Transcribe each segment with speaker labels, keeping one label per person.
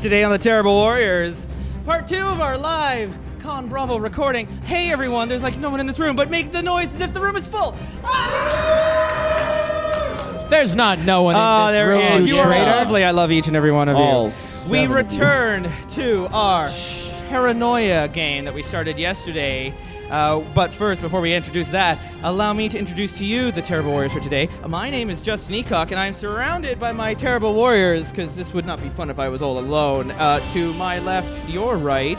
Speaker 1: Today on the Terrible Warriors, part two of our live Con Bravo recording. Hey everyone, there's like no one in this room, but make the noise as if the room is full. Ah!
Speaker 2: There's not no one in
Speaker 1: Oh,
Speaker 3: Ah,
Speaker 2: this
Speaker 1: there
Speaker 2: room.
Speaker 1: is. You are
Speaker 2: traitor.
Speaker 1: lovely. I love each and every one of
Speaker 3: All
Speaker 1: you. We
Speaker 3: seven of you.
Speaker 1: return to our paranoia game that we started yesterday. Uh, but first, before we introduce that, allow me to introduce to you the terrible warriors for today. My name is Justin Eacock, and I am surrounded by my terrible warriors because this would not be fun if I was all alone. Uh, to my left, your right,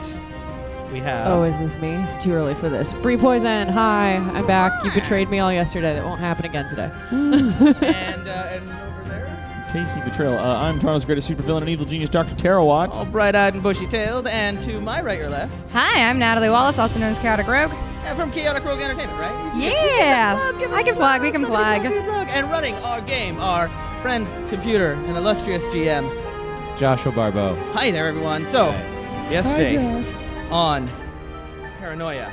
Speaker 1: we have.
Speaker 4: Oh, is this me? It's too early for this. Bree Poison, hi, I'm back. You betrayed me all yesterday. That won't happen again today.
Speaker 1: and, uh, and over there,
Speaker 3: Tasty Betrayal. Uh, I'm Toronto's greatest supervillain and evil genius, Dr. Tara Watts.
Speaker 1: all bright eyed and bushy tailed. And to my right, your left,
Speaker 5: Hi, I'm Natalie Wallace, also known as Chaotic Rogue.
Speaker 1: uh, from Chaotic Rogue Entertainment, right?
Speaker 5: Yeah,
Speaker 1: Plug, give it
Speaker 5: I
Speaker 1: a
Speaker 5: can flag, we can
Speaker 1: plug, plug,
Speaker 5: flag.
Speaker 1: plug, plug. And running our game, our friend computer and illustrious GM.
Speaker 6: Oh, Joshua Barbeau.
Speaker 1: Hi there, everyone. So, yesterday on Paranoia,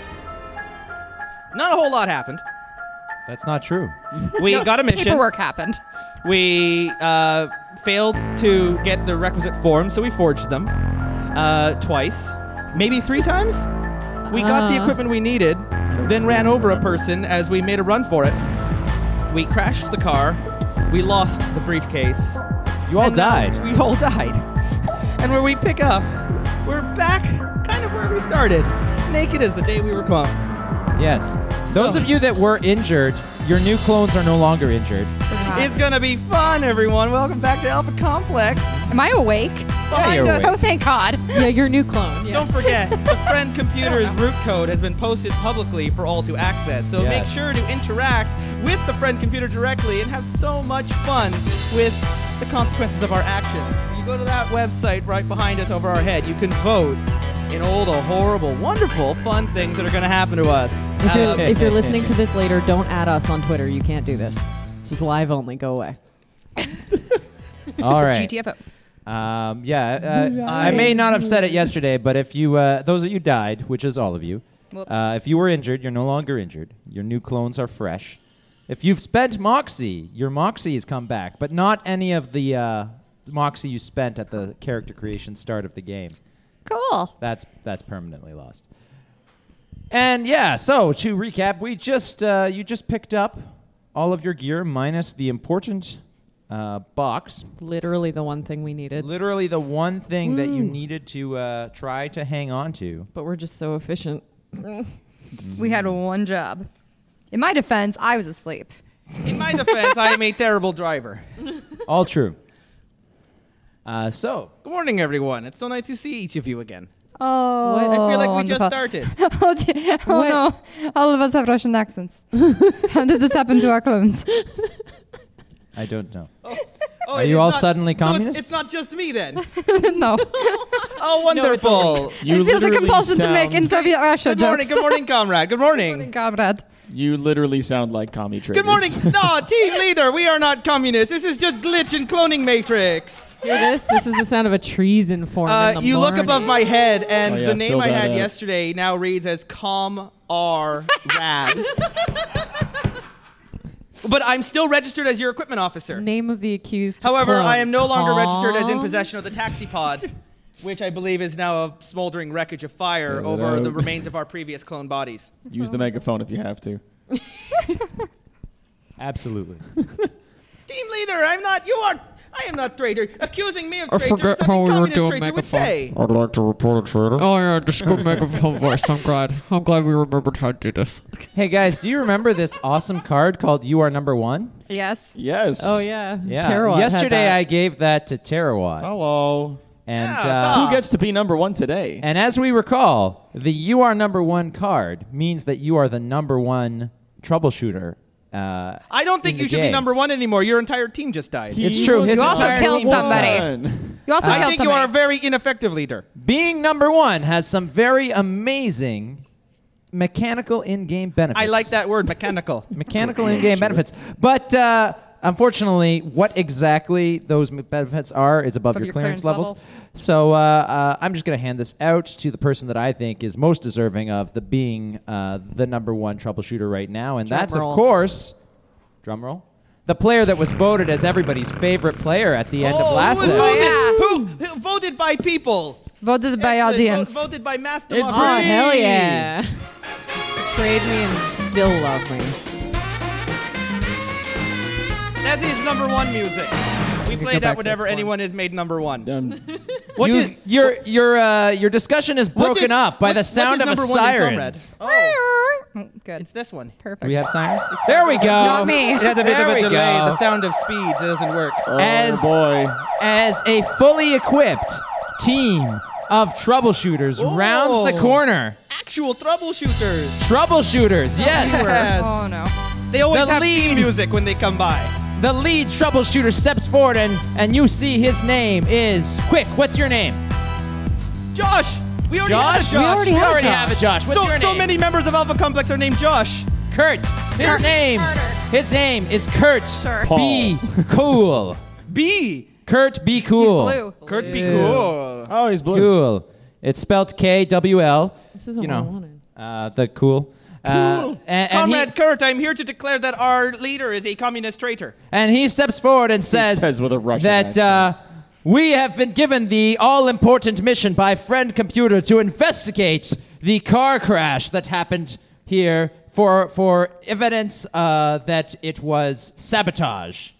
Speaker 1: not a whole lot happened.
Speaker 6: That's not true.
Speaker 1: We got a mission.
Speaker 5: Paperwork happened.
Speaker 1: We uh, failed to get the requisite forms, so we forged them uh, twice, maybe three times. We got the
Speaker 4: Uh.
Speaker 1: equipment we needed, then ran over a person as we made a run for it. We crashed the car. We lost the briefcase.
Speaker 6: You all
Speaker 1: And now
Speaker 6: died.
Speaker 1: We all died. And where we pick up, we're back kind of where we started, naked as the day we were cloned.
Speaker 6: Yes. Those
Speaker 1: So-
Speaker 6: of you that were injured, your new clones are no longer injured.
Speaker 1: It's gonna be fun, everyone. Welcome back to Alpha Complex.
Speaker 5: Am I awake?
Speaker 1: Behind
Speaker 6: you're
Speaker 1: us,
Speaker 5: Oh, thank God.
Speaker 4: Yeah, your new clone. Yeah.
Speaker 1: Don't forget, the friend computer's root code has been posted publicly for all to access. So make
Speaker 6: Yes.
Speaker 1: sure to interact with the friend computer directly and have so much fun with the consequences of our actions. You go to that website right behind us over our head. You can vote in all the horrible, wonderful, fun things that are going to happen to us.
Speaker 4: If you're,
Speaker 1: Um,
Speaker 4: if you're listening to this later, don't add us on Twitter. You can't do this. This is live only. Go away.
Speaker 6: All right.
Speaker 5: GTFO.
Speaker 6: Um, yeah. Uh, I may not have said it yesterday, but if you, uh, those of you died, which is all of you,
Speaker 5: Whoops.
Speaker 6: uh, if you were injured, you're no longer injured. Your new clones are fresh. If you've spent Moxie, your Moxie has come back, but not any of the uh, Moxie you spent at the character creation start of the game.
Speaker 5: Cool.
Speaker 6: That's that's permanently lost. And yeah, so to recap, we just uh, you just picked up all of your gear minus the important uh, box.
Speaker 4: Literally the one thing we needed.
Speaker 6: Literally the one thing that
Speaker 1: Hmm.
Speaker 6: you needed to uh, try to hang on to.
Speaker 4: But we're just so efficient.
Speaker 5: We had one job. In my defense, I was asleep.
Speaker 1: in my defense, I am a terrible driver.
Speaker 6: All true. Uh, so
Speaker 1: Good morning, everyone. It's so nice to see each of you again.
Speaker 5: Oh,
Speaker 4: What?
Speaker 1: I feel like we just
Speaker 5: wonderful.
Speaker 1: started.
Speaker 5: oh, dear. oh
Speaker 4: What?
Speaker 5: no! All of us have Russian accents. How did this happen to our clones?
Speaker 6: I don't know.
Speaker 1: Oh,
Speaker 6: Are
Speaker 1: it
Speaker 6: you
Speaker 1: is
Speaker 6: all
Speaker 1: not-
Speaker 6: suddenly
Speaker 1: so it's-
Speaker 6: communists?
Speaker 1: it's not just me then.
Speaker 5: no,
Speaker 1: Oh, wonderful.
Speaker 5: I
Speaker 3: You
Speaker 5: feel the
Speaker 3: literally
Speaker 5: compulsion to make in
Speaker 3: sound-
Speaker 5: Soviet Russia
Speaker 1: Good morning,
Speaker 5: jokes.
Speaker 1: good morning, comrade. Good morning.
Speaker 5: comrade.
Speaker 3: You literally sound like commie traders.
Speaker 1: Good morning. No, team leader, we are not communists. This is just glitch and cloning matrix.
Speaker 4: Hear this? This is the sound of a treason form.
Speaker 1: Uh,
Speaker 4: in the
Speaker 1: you look above
Speaker 4: morning.
Speaker 1: my head, and
Speaker 3: Oh, yeah,
Speaker 1: the name
Speaker 3: fill
Speaker 1: I
Speaker 3: that
Speaker 1: had
Speaker 3: out.
Speaker 1: yesterday now reads as Com R Rad. but I'm still registered as your equipment officer.
Speaker 4: Name of the accused.
Speaker 1: However,
Speaker 4: clone.
Speaker 1: I am no longer registered as in
Speaker 4: Calm.
Speaker 1: possession of the taxi pod, which I believe is now a smoldering wreckage of fire
Speaker 3: Fill it
Speaker 1: over the
Speaker 3: out.
Speaker 1: remains of our previous clone bodies.
Speaker 3: Use the megaphone if you have to.
Speaker 6: Absolutely.
Speaker 1: Team leader, I'm not. You are. I am not traitor. Accusing me of
Speaker 7: I
Speaker 1: traitor is
Speaker 7: forget
Speaker 1: something
Speaker 7: how we were
Speaker 1: communist
Speaker 7: doing
Speaker 1: traitor would say.
Speaker 7: megaphone.
Speaker 8: I'd like to report a traitor.
Speaker 7: Oh yeah, just go make a phone voice. I'm glad. I'm glad we remembered how to do this.
Speaker 6: hey guys, do you remember this awesome card called "You Are Number One"?
Speaker 5: Yes.
Speaker 3: Yes.
Speaker 4: Oh, yeah.
Speaker 6: Yeah.
Speaker 4: Tarawatt had
Speaker 6: Yesterday,
Speaker 4: that.
Speaker 6: I gave that to Terawatt,
Speaker 3: Hello.
Speaker 6: and
Speaker 1: Oh, Yeah,
Speaker 6: uh,
Speaker 3: Who gets to be number one today?
Speaker 6: And as we recall, the you are number one card means that you are the number one troubleshooter. Uh,
Speaker 1: I don't think
Speaker 6: in the
Speaker 1: you should be
Speaker 6: game
Speaker 1: number one anymore. Your entire team just died.
Speaker 3: He
Speaker 6: It's true,
Speaker 3: was
Speaker 6: his
Speaker 3: the
Speaker 5: also
Speaker 3: entire
Speaker 5: killed
Speaker 3: team
Speaker 5: somebody.
Speaker 3: one.
Speaker 5: You also
Speaker 1: I
Speaker 5: killed
Speaker 1: think you
Speaker 5: somebody.
Speaker 1: are a very ineffective leader.
Speaker 6: Being number one has some very amazing mechanical in-game benefits.
Speaker 1: I like that word, mechanical.
Speaker 6: mechanical in-game benefits, but. Uh, Unfortunately, what exactly those m- benefits are is above
Speaker 5: Above
Speaker 6: your,
Speaker 5: your
Speaker 6: clearance,
Speaker 5: clearance
Speaker 6: levels.
Speaker 5: level.
Speaker 6: So uh, uh, I'm just going to hand this out to the person that I think is most deserving of the being uh, the number one troubleshooter right now, and
Speaker 4: Drum
Speaker 6: that's
Speaker 4: roll.
Speaker 6: of course, drum roll, the player that was voted as everybody's favorite player at the end
Speaker 1: Oh,
Speaker 6: of last
Speaker 1: who, was
Speaker 6: set.
Speaker 1: voted,
Speaker 5: Yeah.
Speaker 1: who, who voted by by people.
Speaker 5: Voted by
Speaker 1: Excellent.
Speaker 5: audience.
Speaker 1: Vo- voted by mass
Speaker 4: oh,
Speaker 1: democracy.
Speaker 4: hell yeah. Trade me and still love me.
Speaker 1: That's his number one music. We play
Speaker 6: go back
Speaker 1: that
Speaker 6: to
Speaker 1: whenever
Speaker 6: this one.
Speaker 1: anyone is made number one.
Speaker 6: What you, your your uh, your discussion is broken
Speaker 1: does-
Speaker 6: up by
Speaker 1: what-
Speaker 6: the
Speaker 1: what
Speaker 6: sound
Speaker 1: does
Speaker 6: of a
Speaker 1: number one in
Speaker 6: siren.
Speaker 1: Comrades?
Speaker 5: Oh, good.
Speaker 1: It's this one.
Speaker 5: Perfect.
Speaker 6: Do we have sirens? There we go. Not
Speaker 5: me.
Speaker 1: It
Speaker 5: It
Speaker 1: has a bit
Speaker 6: there
Speaker 1: of a
Speaker 6: we
Speaker 1: delay.
Speaker 6: Go.
Speaker 1: The sound of speed doesn't work.
Speaker 6: As-
Speaker 3: Oh, boy.
Speaker 6: As a fully equipped team of troubleshooters rounds the
Speaker 1: Oh.
Speaker 6: corner.
Speaker 1: Actual troubleshooters.
Speaker 6: Troubleshooters, yes.
Speaker 1: Yes.
Speaker 5: Oh no.
Speaker 1: They always
Speaker 6: The
Speaker 1: have
Speaker 6: lead.
Speaker 1: theme music when they come by.
Speaker 6: The lead troubleshooter steps forward and and you see his name is Quick. What's your name?
Speaker 1: Josh. We already have a
Speaker 6: Josh.
Speaker 1: Josh.
Speaker 4: already
Speaker 6: You
Speaker 4: have a
Speaker 6: already
Speaker 4: Josh.
Speaker 6: have a Josh. What's
Speaker 1: so,
Speaker 6: your
Speaker 1: so
Speaker 6: name?
Speaker 1: many members of Alpha Complex are named Josh.
Speaker 6: Kurt. His name. His name is Kurt.
Speaker 5: Sure.
Speaker 6: Be cool.
Speaker 1: B.
Speaker 6: Kurt. Be cool.
Speaker 5: Blue.
Speaker 1: Kurt be cool.
Speaker 3: Oh, he's blue.
Speaker 6: Cool. It's spelled K W L.
Speaker 4: This isn't
Speaker 6: You
Speaker 4: what I
Speaker 6: know.
Speaker 4: wanted.
Speaker 6: Uh, the cool. Uh, and, and,
Speaker 1: Comrade
Speaker 6: he,
Speaker 1: Kurt, I'm here to declare that our leader is a communist traitor.
Speaker 6: and he steps forward and says,
Speaker 3: says with a Russian
Speaker 6: that uh, we have been given the all important mission by friend computer to investigate the car crash that happened here for for evidence uh, that it was sabotage.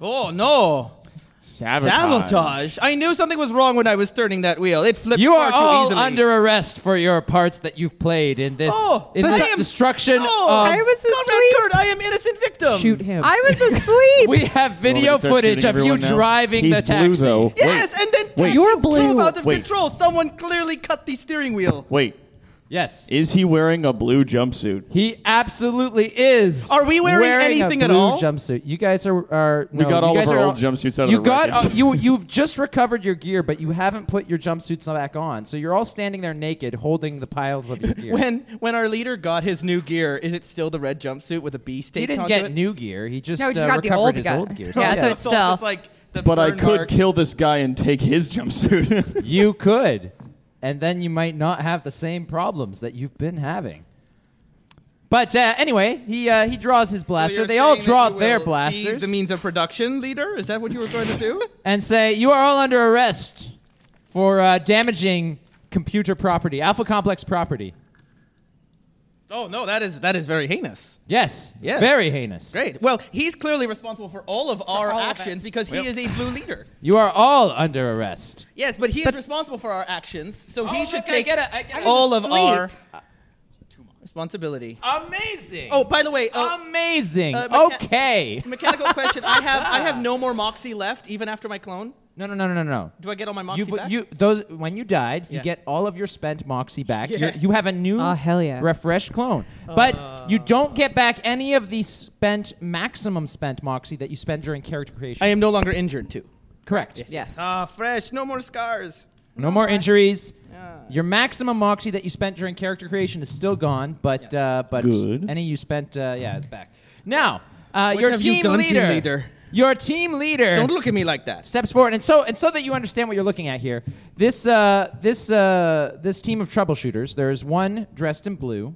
Speaker 1: Oh no!
Speaker 3: Sabotage.
Speaker 1: Sabotage. I knew something was wrong when I was turning that wheel. It flipped.
Speaker 6: You
Speaker 1: far
Speaker 6: are
Speaker 1: too
Speaker 6: all
Speaker 1: easily.
Speaker 6: under arrest for your parts that you've played in this
Speaker 1: Oh,
Speaker 6: in
Speaker 1: but
Speaker 6: this
Speaker 1: I am-
Speaker 6: destruction.
Speaker 1: Oh,
Speaker 6: of-
Speaker 5: I was
Speaker 1: Comrade
Speaker 5: asleep.
Speaker 1: Kurt, I am innocent victim.
Speaker 4: Shoot him.
Speaker 5: I was asleep.
Speaker 6: we have video
Speaker 3: want me to start
Speaker 6: footage
Speaker 3: shooting
Speaker 6: of you
Speaker 3: everyone now?
Speaker 6: driving
Speaker 3: He's
Speaker 6: the taxi.
Speaker 3: blue, though.
Speaker 1: Yes, and then
Speaker 3: Wait.
Speaker 1: taxi
Speaker 3: You're
Speaker 1: drove
Speaker 4: blue.
Speaker 1: out of
Speaker 3: Wait.
Speaker 1: control. Someone clearly cut the steering wheel.
Speaker 3: Wait,
Speaker 6: Yes,
Speaker 3: is he wearing a blue jumpsuit?
Speaker 6: he absolutely is.
Speaker 1: Are we wearing anything
Speaker 6: a
Speaker 1: at
Speaker 6: blue
Speaker 1: all?
Speaker 6: Jumpsuit. You guys are are.
Speaker 3: We
Speaker 6: no,
Speaker 3: got
Speaker 6: you
Speaker 3: all
Speaker 6: guys
Speaker 3: of our
Speaker 6: are
Speaker 3: old jumpsuits out of
Speaker 6: You
Speaker 3: the
Speaker 6: got
Speaker 3: wreckage.
Speaker 6: uh, you. You've just recovered your gear, but you haven't put your jumpsuits back on. So you're all standing there naked, holding the piles of your gear.
Speaker 1: When when our leader got his new gear, is it still the red jumpsuit with a B state?
Speaker 6: he didn't
Speaker 1: onto
Speaker 6: get
Speaker 1: it?
Speaker 6: new gear, he just,
Speaker 5: No, he just
Speaker 6: uh,
Speaker 5: got the
Speaker 6: recovered
Speaker 5: old
Speaker 6: his
Speaker 5: guy.
Speaker 6: old gear.
Speaker 1: Oh,
Speaker 5: Yeah, so it's
Speaker 1: all
Speaker 5: still-
Speaker 1: just like the
Speaker 3: But I
Speaker 1: burn
Speaker 3: could
Speaker 1: marks.
Speaker 3: kill this guy and take his jumpsuit.
Speaker 6: you could, and then you might not have the same problems that you've been having. But uh, anyway, he uh, he draws his
Speaker 1: So
Speaker 6: blaster.
Speaker 1: you're
Speaker 6: they all
Speaker 1: saying that
Speaker 6: draw
Speaker 1: you will
Speaker 6: their
Speaker 1: seize
Speaker 6: blasters
Speaker 1: The means of production, leader. Is that what you were going to do?
Speaker 6: and say you are all under arrest for uh, damaging computer property, Alpha Complex property.
Speaker 1: oh no, that is that is very heinous.
Speaker 6: Yes.
Speaker 1: Yes.
Speaker 6: Very heinous.
Speaker 1: Great. Well, he's clearly responsible for all of our
Speaker 5: all of it.
Speaker 1: actions because he is a blue leader.
Speaker 6: You are all under arrest.
Speaker 1: Yes, but he is responsible for our actions, so he
Speaker 6: Oh,
Speaker 1: should
Speaker 6: look, I
Speaker 1: take
Speaker 6: get it, I get it.
Speaker 1: all
Speaker 6: I
Speaker 1: of
Speaker 6: was
Speaker 1: our responsibility.
Speaker 6: Amazing.
Speaker 1: Oh, by the way,
Speaker 6: Um,
Speaker 1: uh,
Speaker 6: amazing.
Speaker 1: uh, mecha-
Speaker 6: okay.
Speaker 1: mechanical question. I have I have no more moxie left, even after my clone.
Speaker 6: No, no, no, no, no, no.
Speaker 1: Do I get all my moxie
Speaker 6: You,
Speaker 1: back?
Speaker 6: you those when you died, you
Speaker 1: Yeah.
Speaker 6: get all of your spent moxie back.
Speaker 1: Yeah.
Speaker 6: You're- You have a new,
Speaker 4: Oh, hell yeah.
Speaker 6: refreshed clone, but
Speaker 1: Uh.
Speaker 6: you don't get back any of the spent maximum spent moxie that you spent during character creation.
Speaker 1: I am no longer injured too.
Speaker 6: Correct.
Speaker 4: yes.
Speaker 1: Ah, fresh. No more scars.
Speaker 6: No more injuries. Your maximum moxie that you spent during character creation is still gone, but uh, but
Speaker 3: Good.
Speaker 6: any you spent, uh, yeah, is back. Now, uh,
Speaker 1: What
Speaker 6: your
Speaker 1: have you
Speaker 6: team
Speaker 1: done, team
Speaker 6: leader,
Speaker 1: leader?
Speaker 6: your team leader,
Speaker 1: Don't look at me like that.
Speaker 6: steps forward, and so and so that you understand what you're looking at here. This uh, this uh, this team of troubleshooters. There's one dressed in blue,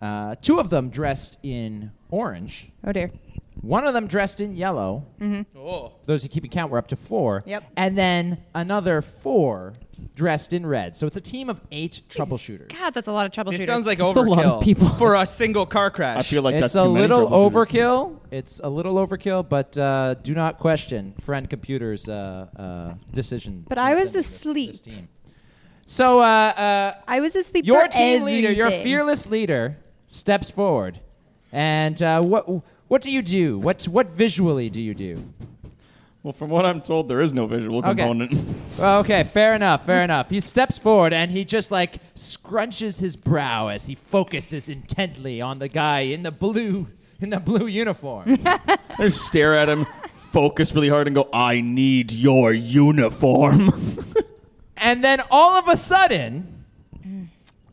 Speaker 6: uh, two of them dressed in orange,
Speaker 5: oh dear.
Speaker 6: one of them dressed in yellow.
Speaker 1: Oh.
Speaker 6: For those who keep count, we're up to four.
Speaker 5: Yep.
Speaker 6: And then another four dressed in red. So it's a team of eight troubleshooters.
Speaker 5: God, that's a lot of troubleshooters.
Speaker 1: This sounds like
Speaker 4: It's a
Speaker 1: overkill
Speaker 4: lot of people.
Speaker 1: for a single car crash.
Speaker 3: I feel like
Speaker 6: it's
Speaker 3: that's
Speaker 6: a
Speaker 3: too many
Speaker 6: little
Speaker 3: troubleshooters.
Speaker 6: overkill. It's a little overkill, but uh, do not question friend computer's uh, uh, decision.
Speaker 5: But
Speaker 6: in
Speaker 5: I was
Speaker 6: sending this-
Speaker 5: asleep.
Speaker 6: this team. So uh, uh,
Speaker 5: I was asleep.
Speaker 6: your
Speaker 5: for
Speaker 6: team leader, your
Speaker 5: everything.
Speaker 6: fearless leader, steps forward, and uh, what what do you do? What what visually do you do?
Speaker 3: Well, from what I'm told, there is no visual
Speaker 6: Okay.
Speaker 3: component.
Speaker 6: Well, okay, fair enough, fair enough. He steps forward and he just like scrunches his brow as he focuses intently on the guy in the blue in the blue uniform.
Speaker 3: I just stare at him, focus really hard, and go, "I need your uniform."
Speaker 6: and then all of a sudden,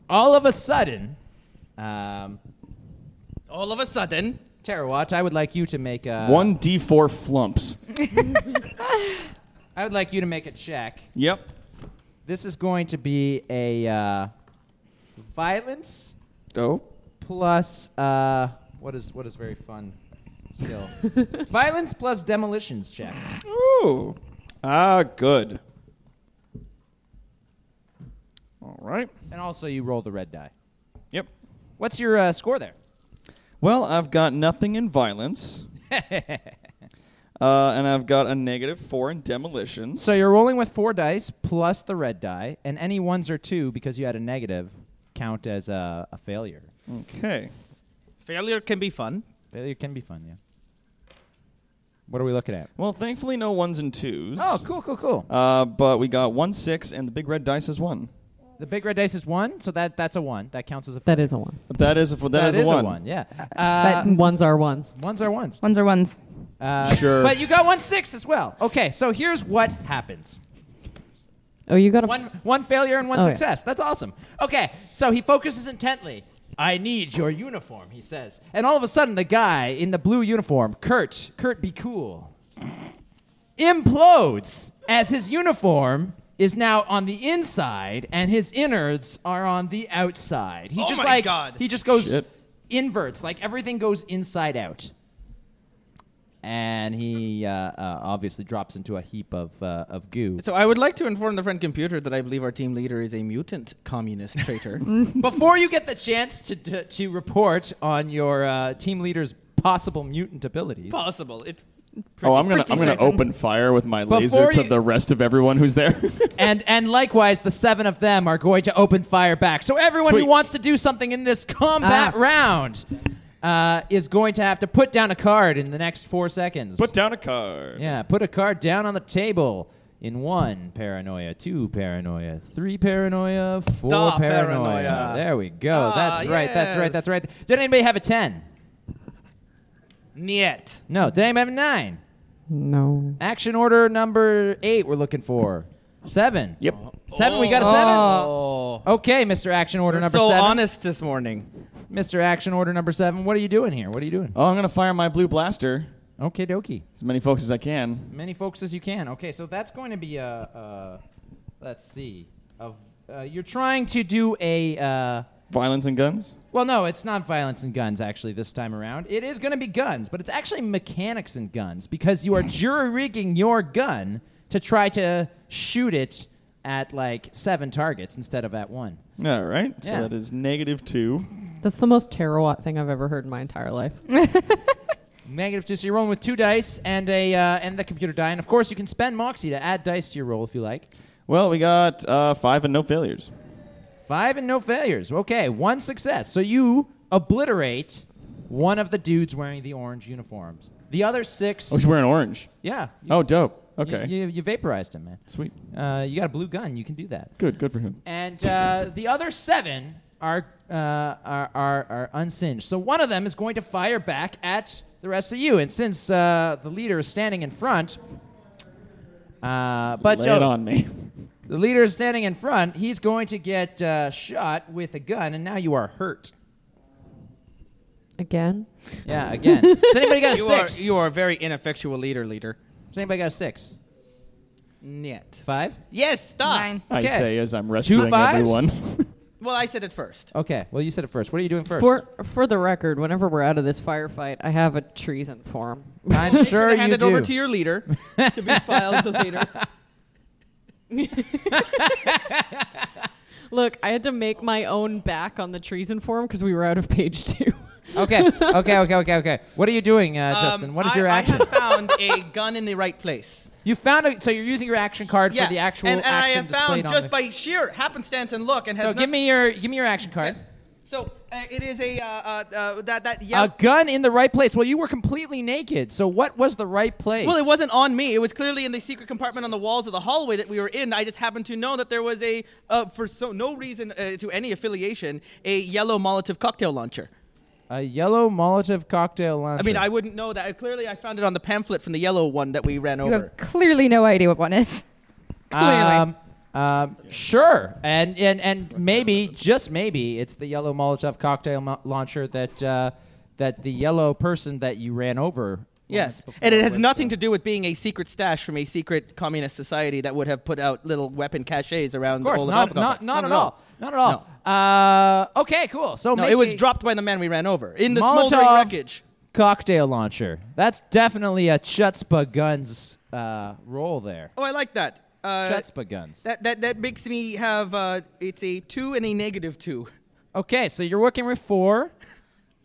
Speaker 6: all of a sudden, um,
Speaker 1: all of a sudden.
Speaker 6: Terawat, I would like you to make a
Speaker 3: One D4 flumps.
Speaker 6: I would like you to make a check.
Speaker 3: Yep.
Speaker 6: This is going to be a uh, violence
Speaker 3: Oh.
Speaker 6: plus uh, what is what is very fun still violence plus demolitions check.
Speaker 3: Ooh. Ah, good.
Speaker 1: right.
Speaker 6: And also, you roll the red die.
Speaker 1: Yep.
Speaker 6: What's your uh, score there?
Speaker 3: Well, I've got nothing in violence, uh, and I've got a negative four in demolition.
Speaker 6: So you're rolling with four dice plus the red die, and any ones or two because you had a negative count as a, a failure.
Speaker 3: Okay.
Speaker 1: Failure can be fun.
Speaker 6: Failure can be fun, yeah. What are we looking at?
Speaker 3: Well, thankfully, no ones and twos.
Speaker 6: Oh, cool, cool, cool.
Speaker 3: Uh, but we got one six, and the big red dice is one.
Speaker 6: The big red dice is one, so that that's a one. That counts as a.
Speaker 4: That is a one.
Speaker 3: That is a that is, a one.
Speaker 6: Yeah. Uh,
Speaker 5: Uh,
Speaker 4: But ones are ones.
Speaker 6: Ones are ones.
Speaker 5: Ones are ones.
Speaker 6: Uh,
Speaker 3: Sure.
Speaker 6: But you got one six as well. Okay, so here's what happens.
Speaker 4: Oh, you got a.
Speaker 6: One one failure and one
Speaker 4: Oh, yeah.
Speaker 6: success. That's awesome. Okay, so he focuses intently. I need your uniform, he says. And all of a sudden the guy in the blue uniform, Kurt, Kurt be cool, implodes as his uniform is now on the inside and his innards are on the outside. He
Speaker 1: Oh
Speaker 6: just
Speaker 1: my
Speaker 6: like
Speaker 1: God.
Speaker 6: he just goes
Speaker 3: Shit.
Speaker 6: inverts, like everything goes inside out. And he uh, uh, obviously drops into a heap of uh, of goo.
Speaker 1: So I would like to inform the friend computer that I believe our team leader is a mutant communist traitor. Mm.
Speaker 6: Before you get the chance to, to, to report on your uh, team leader's possible mutant abilities,
Speaker 1: Possible. It's
Speaker 3: Oh, I'm gonna
Speaker 5: pretty
Speaker 3: I'm gonna
Speaker 5: certain.
Speaker 3: open fire with my laser
Speaker 6: Before
Speaker 3: to
Speaker 6: you-
Speaker 3: the rest of everyone who's there.
Speaker 6: and, and likewise, the seven of them are going to open fire back. So everyone
Speaker 3: Sweet.
Speaker 6: who wants to do something in this combat
Speaker 4: Ah.
Speaker 6: round uh, is going to have to put down a card in the next four seconds.
Speaker 3: Put down a card.
Speaker 6: yeah, put a card down on the table. In one paranoia, two paranoia, three paranoia, four
Speaker 1: Da
Speaker 6: paranoia.
Speaker 1: paranoia.
Speaker 6: There we go.
Speaker 1: Ah,
Speaker 6: that's right. That's right.
Speaker 1: yes.
Speaker 6: That's right. Did anybody have a ten?
Speaker 1: niet.
Speaker 6: No. Did anybody have a nine?
Speaker 4: No.
Speaker 6: Action order number eight we're looking for. Seven.
Speaker 3: Yep.
Speaker 6: Seven, we got a seven? Okay, Mr. Action Order
Speaker 1: We're
Speaker 6: number
Speaker 1: Oh. so
Speaker 6: seven.
Speaker 1: honest this morning.
Speaker 6: Mr. Action Order number seven, what are you doing here? What are you doing?
Speaker 3: Oh, I'm gonna fire my blue blaster
Speaker 6: Okay, dokie.
Speaker 3: as many folks as I can.
Speaker 6: Many folks as you can. Okay, so that's going to be a, uh, let's see, of, uh, you're trying to do a, uh,
Speaker 3: Violence and guns.
Speaker 6: well, no, it's not violence and guns actually this time around. It is going to be guns, but it's actually mechanics and guns because you are jury rigging your gun to try to shoot it at like seven targets instead of at one.
Speaker 3: All right. So
Speaker 6: Yeah.
Speaker 3: that is negative two.
Speaker 4: That's the most terawatt thing I've ever heard in my entire life.
Speaker 6: Negative two. So you're rolling with two dice and a uh, and the computer die, and of course you can spend Moxie to add dice to your roll if you like.
Speaker 3: Well, we got uh, five and no failures.
Speaker 6: Five and no failures. Okay, one success. So you obliterate one of the dudes wearing the orange uniforms. The other six.
Speaker 3: Oh, he's wearing orange.
Speaker 6: yeah. You,
Speaker 3: Oh, dope.
Speaker 6: you-
Speaker 3: Okay.
Speaker 6: You, you vaporized him, man.
Speaker 3: Sweet.
Speaker 6: Uh, you got a blue gun. You can do that.
Speaker 3: Good. Good for him.
Speaker 6: And uh, the other seven are, uh, are, are, are unsinged. So one of them is going to fire back at the rest of you. And since uh, the leader is standing in front, uh, but
Speaker 3: Lay
Speaker 6: Joe,
Speaker 3: it on me.
Speaker 6: the leader is standing in front, he's going to get uh, shot with a gun, and now you are hurt.
Speaker 4: Again?
Speaker 6: Yeah, again. Has anybody got a
Speaker 1: You are,
Speaker 6: six?
Speaker 1: you are a very ineffectual leader, leader.
Speaker 6: Has anybody got a six?
Speaker 1: Niet.
Speaker 6: Five?
Speaker 1: Yes, stop.
Speaker 5: Nine.
Speaker 3: I
Speaker 6: Okay.
Speaker 3: say as I'm rescuing
Speaker 6: fives?
Speaker 3: everyone.
Speaker 1: Well, I said it first.
Speaker 6: Okay, well, you said it first. What are you doing first?
Speaker 4: For for the record, whenever we're out of this firefight, I have a treason form.
Speaker 6: I'm sure
Speaker 1: Hand
Speaker 6: you
Speaker 1: it
Speaker 6: do.
Speaker 1: over to your leader to be filed to leader.
Speaker 4: Look, I had to make my own back on the treason form because we were out of page two.
Speaker 6: okay, okay, okay, okay, okay. What are you doing, uh, Justin? What is
Speaker 1: Um, I,
Speaker 6: your action?
Speaker 1: I have found a gun in the right place.
Speaker 6: You found a, so you're using your action card for the actual
Speaker 1: and, and
Speaker 6: action
Speaker 1: I have
Speaker 6: displayed
Speaker 1: found
Speaker 6: on
Speaker 1: just
Speaker 6: the-
Speaker 1: by sheer happenstance and look and has
Speaker 6: So
Speaker 1: not-
Speaker 6: give me your give me your action card.
Speaker 1: So uh, it is a uh, uh, uh, that that
Speaker 6: A
Speaker 1: yellow.
Speaker 6: gun in the right place. Well, you were completely naked. So what was the right place?
Speaker 1: well, it wasn't on me. It was clearly in the secret compartment on the walls of the hallway that we were in. I just happened to know that there was a, uh, for so no reason uh, to any affiliation, a yellow Molotov cocktail launcher.
Speaker 6: a yellow Molotov cocktail launcher.
Speaker 1: I mean, I wouldn't know that. Clearly, I found it on the pamphlet from the yellow one that we ran
Speaker 5: You
Speaker 1: over.
Speaker 5: have clearly no idea what one is. Clearly.
Speaker 6: Um, um, sure, and and and maybe just maybe it's the yellow Molotov cocktail mo- launcher that uh, that the yellow person that you ran over.
Speaker 1: Yes,
Speaker 6: once
Speaker 1: and it
Speaker 6: before
Speaker 1: has
Speaker 6: was,
Speaker 1: nothing
Speaker 6: uh,
Speaker 1: to do with being a secret stash from a secret communist society that would have put out little weapon caches around.
Speaker 6: Of course,
Speaker 1: the
Speaker 6: not,
Speaker 1: Holocaust.
Speaker 6: not, not at all. Not at all. Uh, okay, cool. So
Speaker 1: No,
Speaker 6: make
Speaker 1: it was
Speaker 6: a
Speaker 1: dropped by the man we ran over in the
Speaker 6: Molotov
Speaker 1: smoldering wreckage.
Speaker 6: cocktail launcher. That's definitely a chutzpah guns uh, roll there.
Speaker 1: Oh, I like that. Uh,
Speaker 6: Chutzpah guns.
Speaker 1: That, that that makes me have uh, it's a two and a negative two.
Speaker 6: Okay, so you're working with four,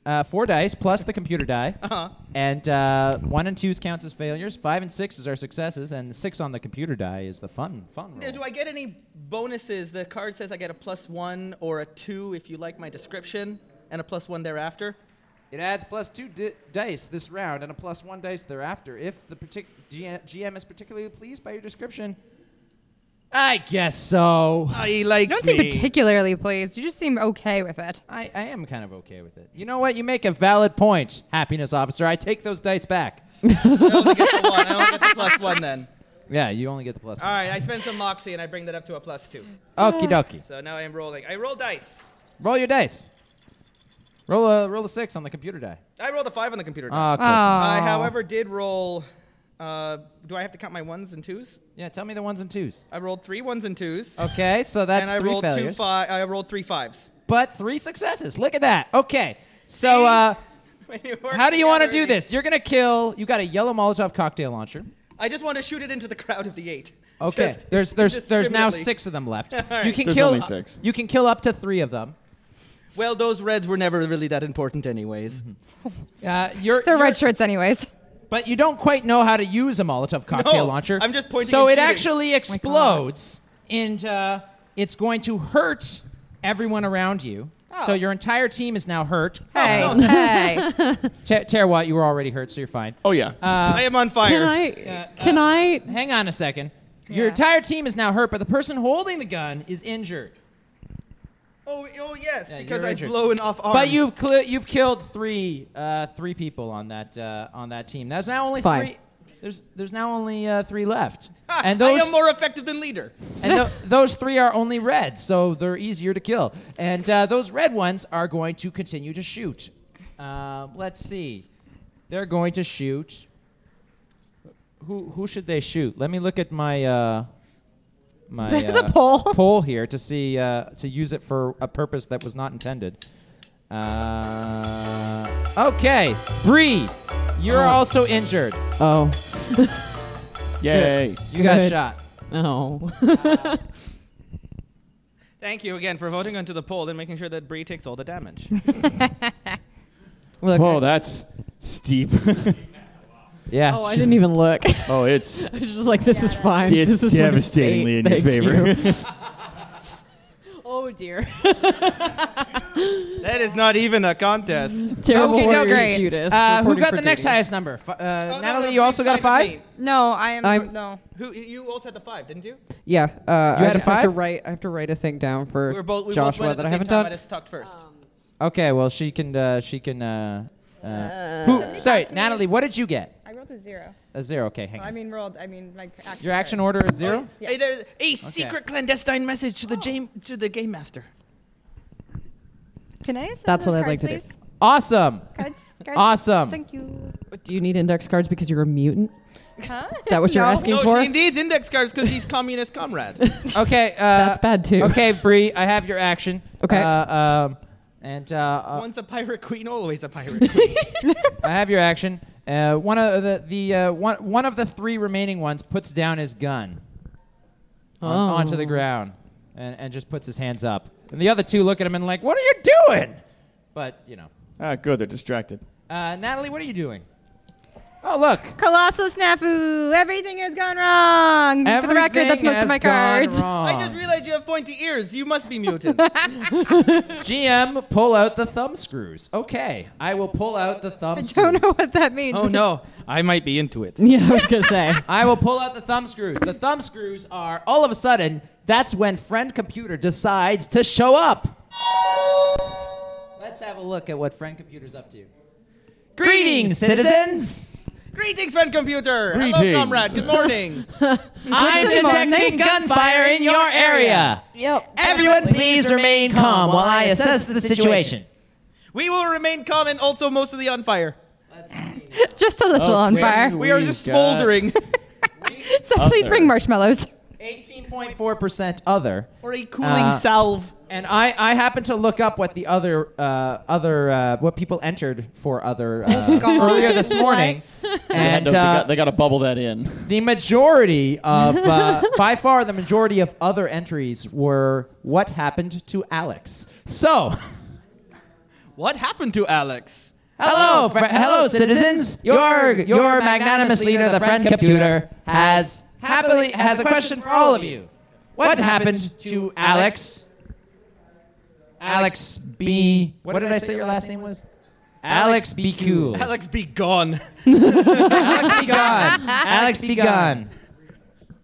Speaker 6: uh, four dice plus the computer die,
Speaker 1: Uh-huh.
Speaker 6: and uh, one and twos counts as failures. Five and sixes are successes, and the six on the computer die is the fun fun
Speaker 1: Now,
Speaker 6: roll.
Speaker 1: Uh, Do I get any bonuses? The card says I get a plus one or a two if you like my description, and a plus one thereafter.
Speaker 9: It adds plus two di- dice this round and a plus one dice thereafter if the partic- GM, GM is particularly pleased by your description.
Speaker 6: I guess so.
Speaker 1: he likes
Speaker 5: You don't seem particularly pleased. You just seem okay with it.
Speaker 6: I, I am kind of okay with it. You know what? You make a valid point, happiness officer. I take those dice back.
Speaker 1: One, I only get the plus one then.
Speaker 6: Yeah, you only get the plus
Speaker 1: All right, I spend some moxie and I bring that up to a plus two.
Speaker 6: one. Okie dokie.
Speaker 1: So now I am rolling. I roll dice.
Speaker 6: Roll your dice. Roll a roll a six on the computer die.
Speaker 1: I rolled a five on the computer.
Speaker 6: Ah, of course.
Speaker 1: I, however, did roll. Uh, do I have to count my ones and twos?
Speaker 6: Yeah, tell me the ones and twos.
Speaker 1: I rolled three ones and twos.
Speaker 6: Okay, so Oh, that's
Speaker 1: and I
Speaker 6: three
Speaker 1: rolled
Speaker 6: failures.
Speaker 1: two five. I rolled three fives.
Speaker 6: but three successes. Look at that. Okay. So uh,
Speaker 1: When you work
Speaker 6: how do you want to
Speaker 1: together,
Speaker 6: do this? You're gonna kill. You got a yellow Molotov cocktail launcher.
Speaker 1: I just want to shoot it into the crowd of the eight.
Speaker 6: Okay.
Speaker 1: Just
Speaker 6: there's there's there's now
Speaker 1: indiscriminately.
Speaker 6: six of them left.
Speaker 1: right.
Speaker 6: You can
Speaker 3: There's
Speaker 6: kill
Speaker 3: only six.
Speaker 6: You can kill up to three of them.
Speaker 1: Well, those reds were never really that important, anyways.
Speaker 6: Mm-hmm. Uh, you're,
Speaker 5: They're
Speaker 6: you're-
Speaker 5: red shirts, anyways.
Speaker 6: but you don't quite know how to use a Molotov
Speaker 1: No,
Speaker 6: cocktail launcher.
Speaker 1: I'm just pointing
Speaker 6: So
Speaker 1: and
Speaker 6: it
Speaker 1: shooting.
Speaker 6: actually explodes, and uh, it's going to hurt everyone around you. So your entire team is now hurt.
Speaker 5: Hey,
Speaker 6: Uh,
Speaker 5: hey.
Speaker 6: Ter- Terwat, you were already hurt, so you're fine.
Speaker 3: Oh yeah.
Speaker 6: Uh,
Speaker 1: I am on fire.
Speaker 4: Can I? Can I?
Speaker 6: Hang on a second. Your entire team is now hurt, but the person holding the gun is injured.
Speaker 1: Oh, oh yes,
Speaker 6: Yeah,
Speaker 1: because
Speaker 6: you're
Speaker 1: I
Speaker 6: injured.
Speaker 1: blow an off arm.
Speaker 6: But you've cl- you've killed three uh, three people on that uh, on that team. There's now only
Speaker 4: Fine.
Speaker 6: three. There's there's now only uh, three left,
Speaker 1: Ha,
Speaker 6: and
Speaker 1: I
Speaker 6: those
Speaker 1: am more effective than leader.
Speaker 6: and tho- those three are only red, so they're easier to kill. And uh, those red ones are going to continue to shoot. Uh, let's see, they're going to shoot. Who who should they shoot? Let me look at my uh, my
Speaker 5: The
Speaker 6: uh,
Speaker 5: poll.
Speaker 6: poll here to see uh, to use it for a purpose that was not intended. Uh, okay, Bree, you're also injured.
Speaker 4: Oh
Speaker 3: Yay.
Speaker 6: You got
Speaker 4: Good.
Speaker 6: shot.
Speaker 4: no.
Speaker 1: Thank you again for voting onto the poll and making sure that Bree takes all the damage.
Speaker 4: We're like,
Speaker 3: Whoa, that's steep.
Speaker 6: Yeah.
Speaker 4: oh, I didn't even look.
Speaker 3: oh, it's
Speaker 4: I was just like, this is fine.
Speaker 3: it's
Speaker 4: this is
Speaker 3: devastatingly in
Speaker 4: my
Speaker 3: your
Speaker 4: fate.
Speaker 3: favor.
Speaker 4: Thank you. oh dear.
Speaker 1: that is not even a contest.
Speaker 4: Terrible
Speaker 5: Okay, go
Speaker 4: warriors,
Speaker 5: great.
Speaker 4: Judas.
Speaker 6: Uh, who
Speaker 4: reporting
Speaker 6: got
Speaker 4: for
Speaker 6: the next
Speaker 4: duty.
Speaker 6: highest number? Fi- uh,
Speaker 1: Oh, no,
Speaker 6: Natalie,
Speaker 1: no,
Speaker 6: you also got a
Speaker 1: please type
Speaker 6: five?
Speaker 1: it to me.
Speaker 5: No, I am.
Speaker 4: I'm-
Speaker 5: no.
Speaker 1: Who you also had the five, didn't you?
Speaker 4: Yeah. Uh, I
Speaker 6: had a
Speaker 4: just have to
Speaker 6: five?
Speaker 4: write. I have to write a thing down for
Speaker 1: We were both we
Speaker 4: Joshua
Speaker 1: both went at the
Speaker 4: that I
Speaker 1: same
Speaker 4: haven't
Speaker 1: time.
Speaker 4: done.
Speaker 1: I just talked first.
Speaker 5: Oh.
Speaker 6: Okay, well she can uh, she can uh, uh, who, sorry,
Speaker 5: ask me-
Speaker 6: Natalie, what did you get?
Speaker 5: I rolled a zero.
Speaker 6: A zero. Okay, hang on.
Speaker 5: I mean, rolled. I mean, like action.
Speaker 6: Your action order is zero?
Speaker 5: Yeah.
Speaker 1: Hey, there's a secret clandestine message to
Speaker 5: Oh.
Speaker 1: the game to the game master.
Speaker 5: Can I have some
Speaker 4: That's
Speaker 5: of
Speaker 4: what
Speaker 5: those
Speaker 4: I'd like
Speaker 5: cards,
Speaker 4: to do.
Speaker 5: please?
Speaker 6: Awesome.
Speaker 5: Cards, cards.
Speaker 6: Awesome.
Speaker 5: Thank you.
Speaker 4: Do you need index cards because you're a mutant?
Speaker 5: Huh?
Speaker 4: Is that what you're
Speaker 5: No.
Speaker 4: asking
Speaker 1: Oh, No,
Speaker 4: for?
Speaker 1: she needs index cards because he's communist comrade.
Speaker 6: Okay, uh,
Speaker 4: That's bad too.
Speaker 6: Okay, Bree, I have your action.
Speaker 4: Okay.
Speaker 6: Uh, um, and uh, uh,
Speaker 1: Once a pirate queen, always a pirate queen.
Speaker 6: I have your action. Uh, one of the, the uh, one one of the three remaining ones puts down his gun on,
Speaker 4: Oh.
Speaker 6: onto the ground and, and just puts his hands up. And the other two look at him and like, what are you doing? But you know,
Speaker 3: ah, good. They're distracted.
Speaker 6: uh, Natalie, what are you doing? Oh look,
Speaker 5: Colossal snafu. Everything has gone wrong. Just for the record, that's
Speaker 6: Everything
Speaker 5: most of
Speaker 6: has
Speaker 5: my
Speaker 6: gone
Speaker 5: cards.
Speaker 6: wrong.
Speaker 1: I just realized you have pointy ears. You must be mutant.
Speaker 6: GM, pull out the thumb screws. Okay, I will pull out the thumb
Speaker 5: I
Speaker 6: screws.
Speaker 5: don't know what that means.
Speaker 1: oh no, I might be into it.
Speaker 4: Yeah, I was gonna say.
Speaker 6: I will pull out the thumb screws. The thumb screws are all of a sudden. That's when friend computer decides to show up. Let's have a look at what friend computer's up to. Greetings, citizens.
Speaker 1: Greetings, friend computer. Hello,
Speaker 3: Greetings.
Speaker 1: comrade. Good morning.
Speaker 6: I'm detecting gunfire in your area.
Speaker 4: yep.
Speaker 6: Everyone, please remain calm while I assess the situation.
Speaker 1: we will remain calm and also mostly on fire.
Speaker 6: Oh,
Speaker 5: Just a little on fire.
Speaker 1: We are just smoldering.
Speaker 5: So please bring marshmallows.
Speaker 6: 18.4% other.
Speaker 1: Or a cooling
Speaker 6: salve. And I, I happened to look up what the other, uh, other uh, what people entered for other uh,
Speaker 3: God.
Speaker 6: earlier this morning.
Speaker 3: Yeah,
Speaker 6: and
Speaker 3: they got-
Speaker 6: uh,
Speaker 3: they got to bubble that in.
Speaker 6: the majority of, uh, by far, the majority of other entries were what happened to Alex. So,
Speaker 1: What happened to Alex?
Speaker 6: hello, fr- hello, citizens. Your, your magnanimous leader, the friend computer, has happily has a question for all of you. What happened to Alex? Alex B. What, did I say your last name was? Alex B. Cool.
Speaker 1: Alex be gone.
Speaker 6: Alex be gone. Alex be gone.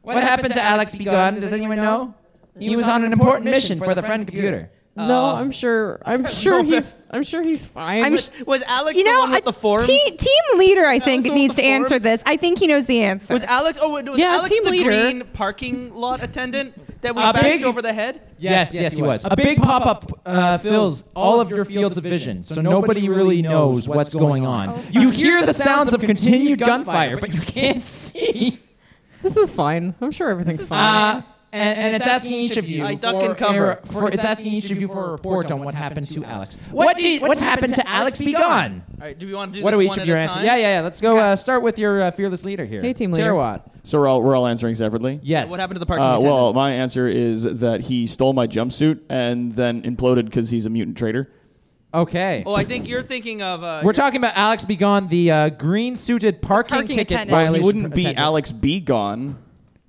Speaker 6: What happened to Alex be gone? Does anyone know? He was on an important mission for the friend computer.
Speaker 4: No, I'm sure. I'm sure he's. I'm sure he's fine.
Speaker 5: I'm sh-
Speaker 1: Was Alex
Speaker 5: You
Speaker 1: the
Speaker 5: know,
Speaker 1: one with the forms?
Speaker 5: Team, team leader, I think,
Speaker 1: the one
Speaker 5: needs
Speaker 1: with
Speaker 5: to
Speaker 1: the
Speaker 5: answer
Speaker 1: forms?
Speaker 5: this. I think he knows the answer.
Speaker 1: Was Alex? Oh, was
Speaker 4: Yeah,
Speaker 1: Alex
Speaker 4: team
Speaker 1: the
Speaker 4: leader.
Speaker 1: green parking lot attendant that we
Speaker 6: A
Speaker 1: bashed
Speaker 6: big-
Speaker 1: over the head?
Speaker 6: Yes, yes, he was. A big pop up uh, fills all of your fields of vision, so nobody really knows what's going on. You hear the sounds of continued gunfire, but you can't see.
Speaker 4: This is fine. I'm sure everything's fine.
Speaker 6: Uh, and, and it's asking each of you
Speaker 1: I duck
Speaker 6: for,
Speaker 1: and cover.
Speaker 6: error- for it's asking each of you for a report on what happened to Alex. What did what happened to Alex? Be gone.
Speaker 1: All right. Do we want to do
Speaker 6: What
Speaker 1: this
Speaker 6: do each
Speaker 1: one
Speaker 6: of
Speaker 1: at
Speaker 6: your
Speaker 1: a
Speaker 6: answers?
Speaker 1: time?
Speaker 6: Yeah, yeah, yeah. Let's go. Uh, start with your uh, fearless leader here.
Speaker 4: Hey, team leader.
Speaker 6: Tarawat.
Speaker 3: So we're all, we're all answering separately?
Speaker 6: Yes.
Speaker 1: What happened to the parking
Speaker 3: Uh,
Speaker 1: attendant?
Speaker 3: well, my answer is that he stole my jumpsuit and then imploded because he's a mutant traitor.
Speaker 6: Okay.
Speaker 1: Oh, I think you're thinking of. Uh,
Speaker 6: We're talking about Alex Be Gone, the uh, green suited parking,
Speaker 5: parking
Speaker 6: ticket
Speaker 5: attendant.
Speaker 3: Well,
Speaker 6: violation.
Speaker 3: he wouldn't be
Speaker 6: attendant.
Speaker 3: Alex B. Gone,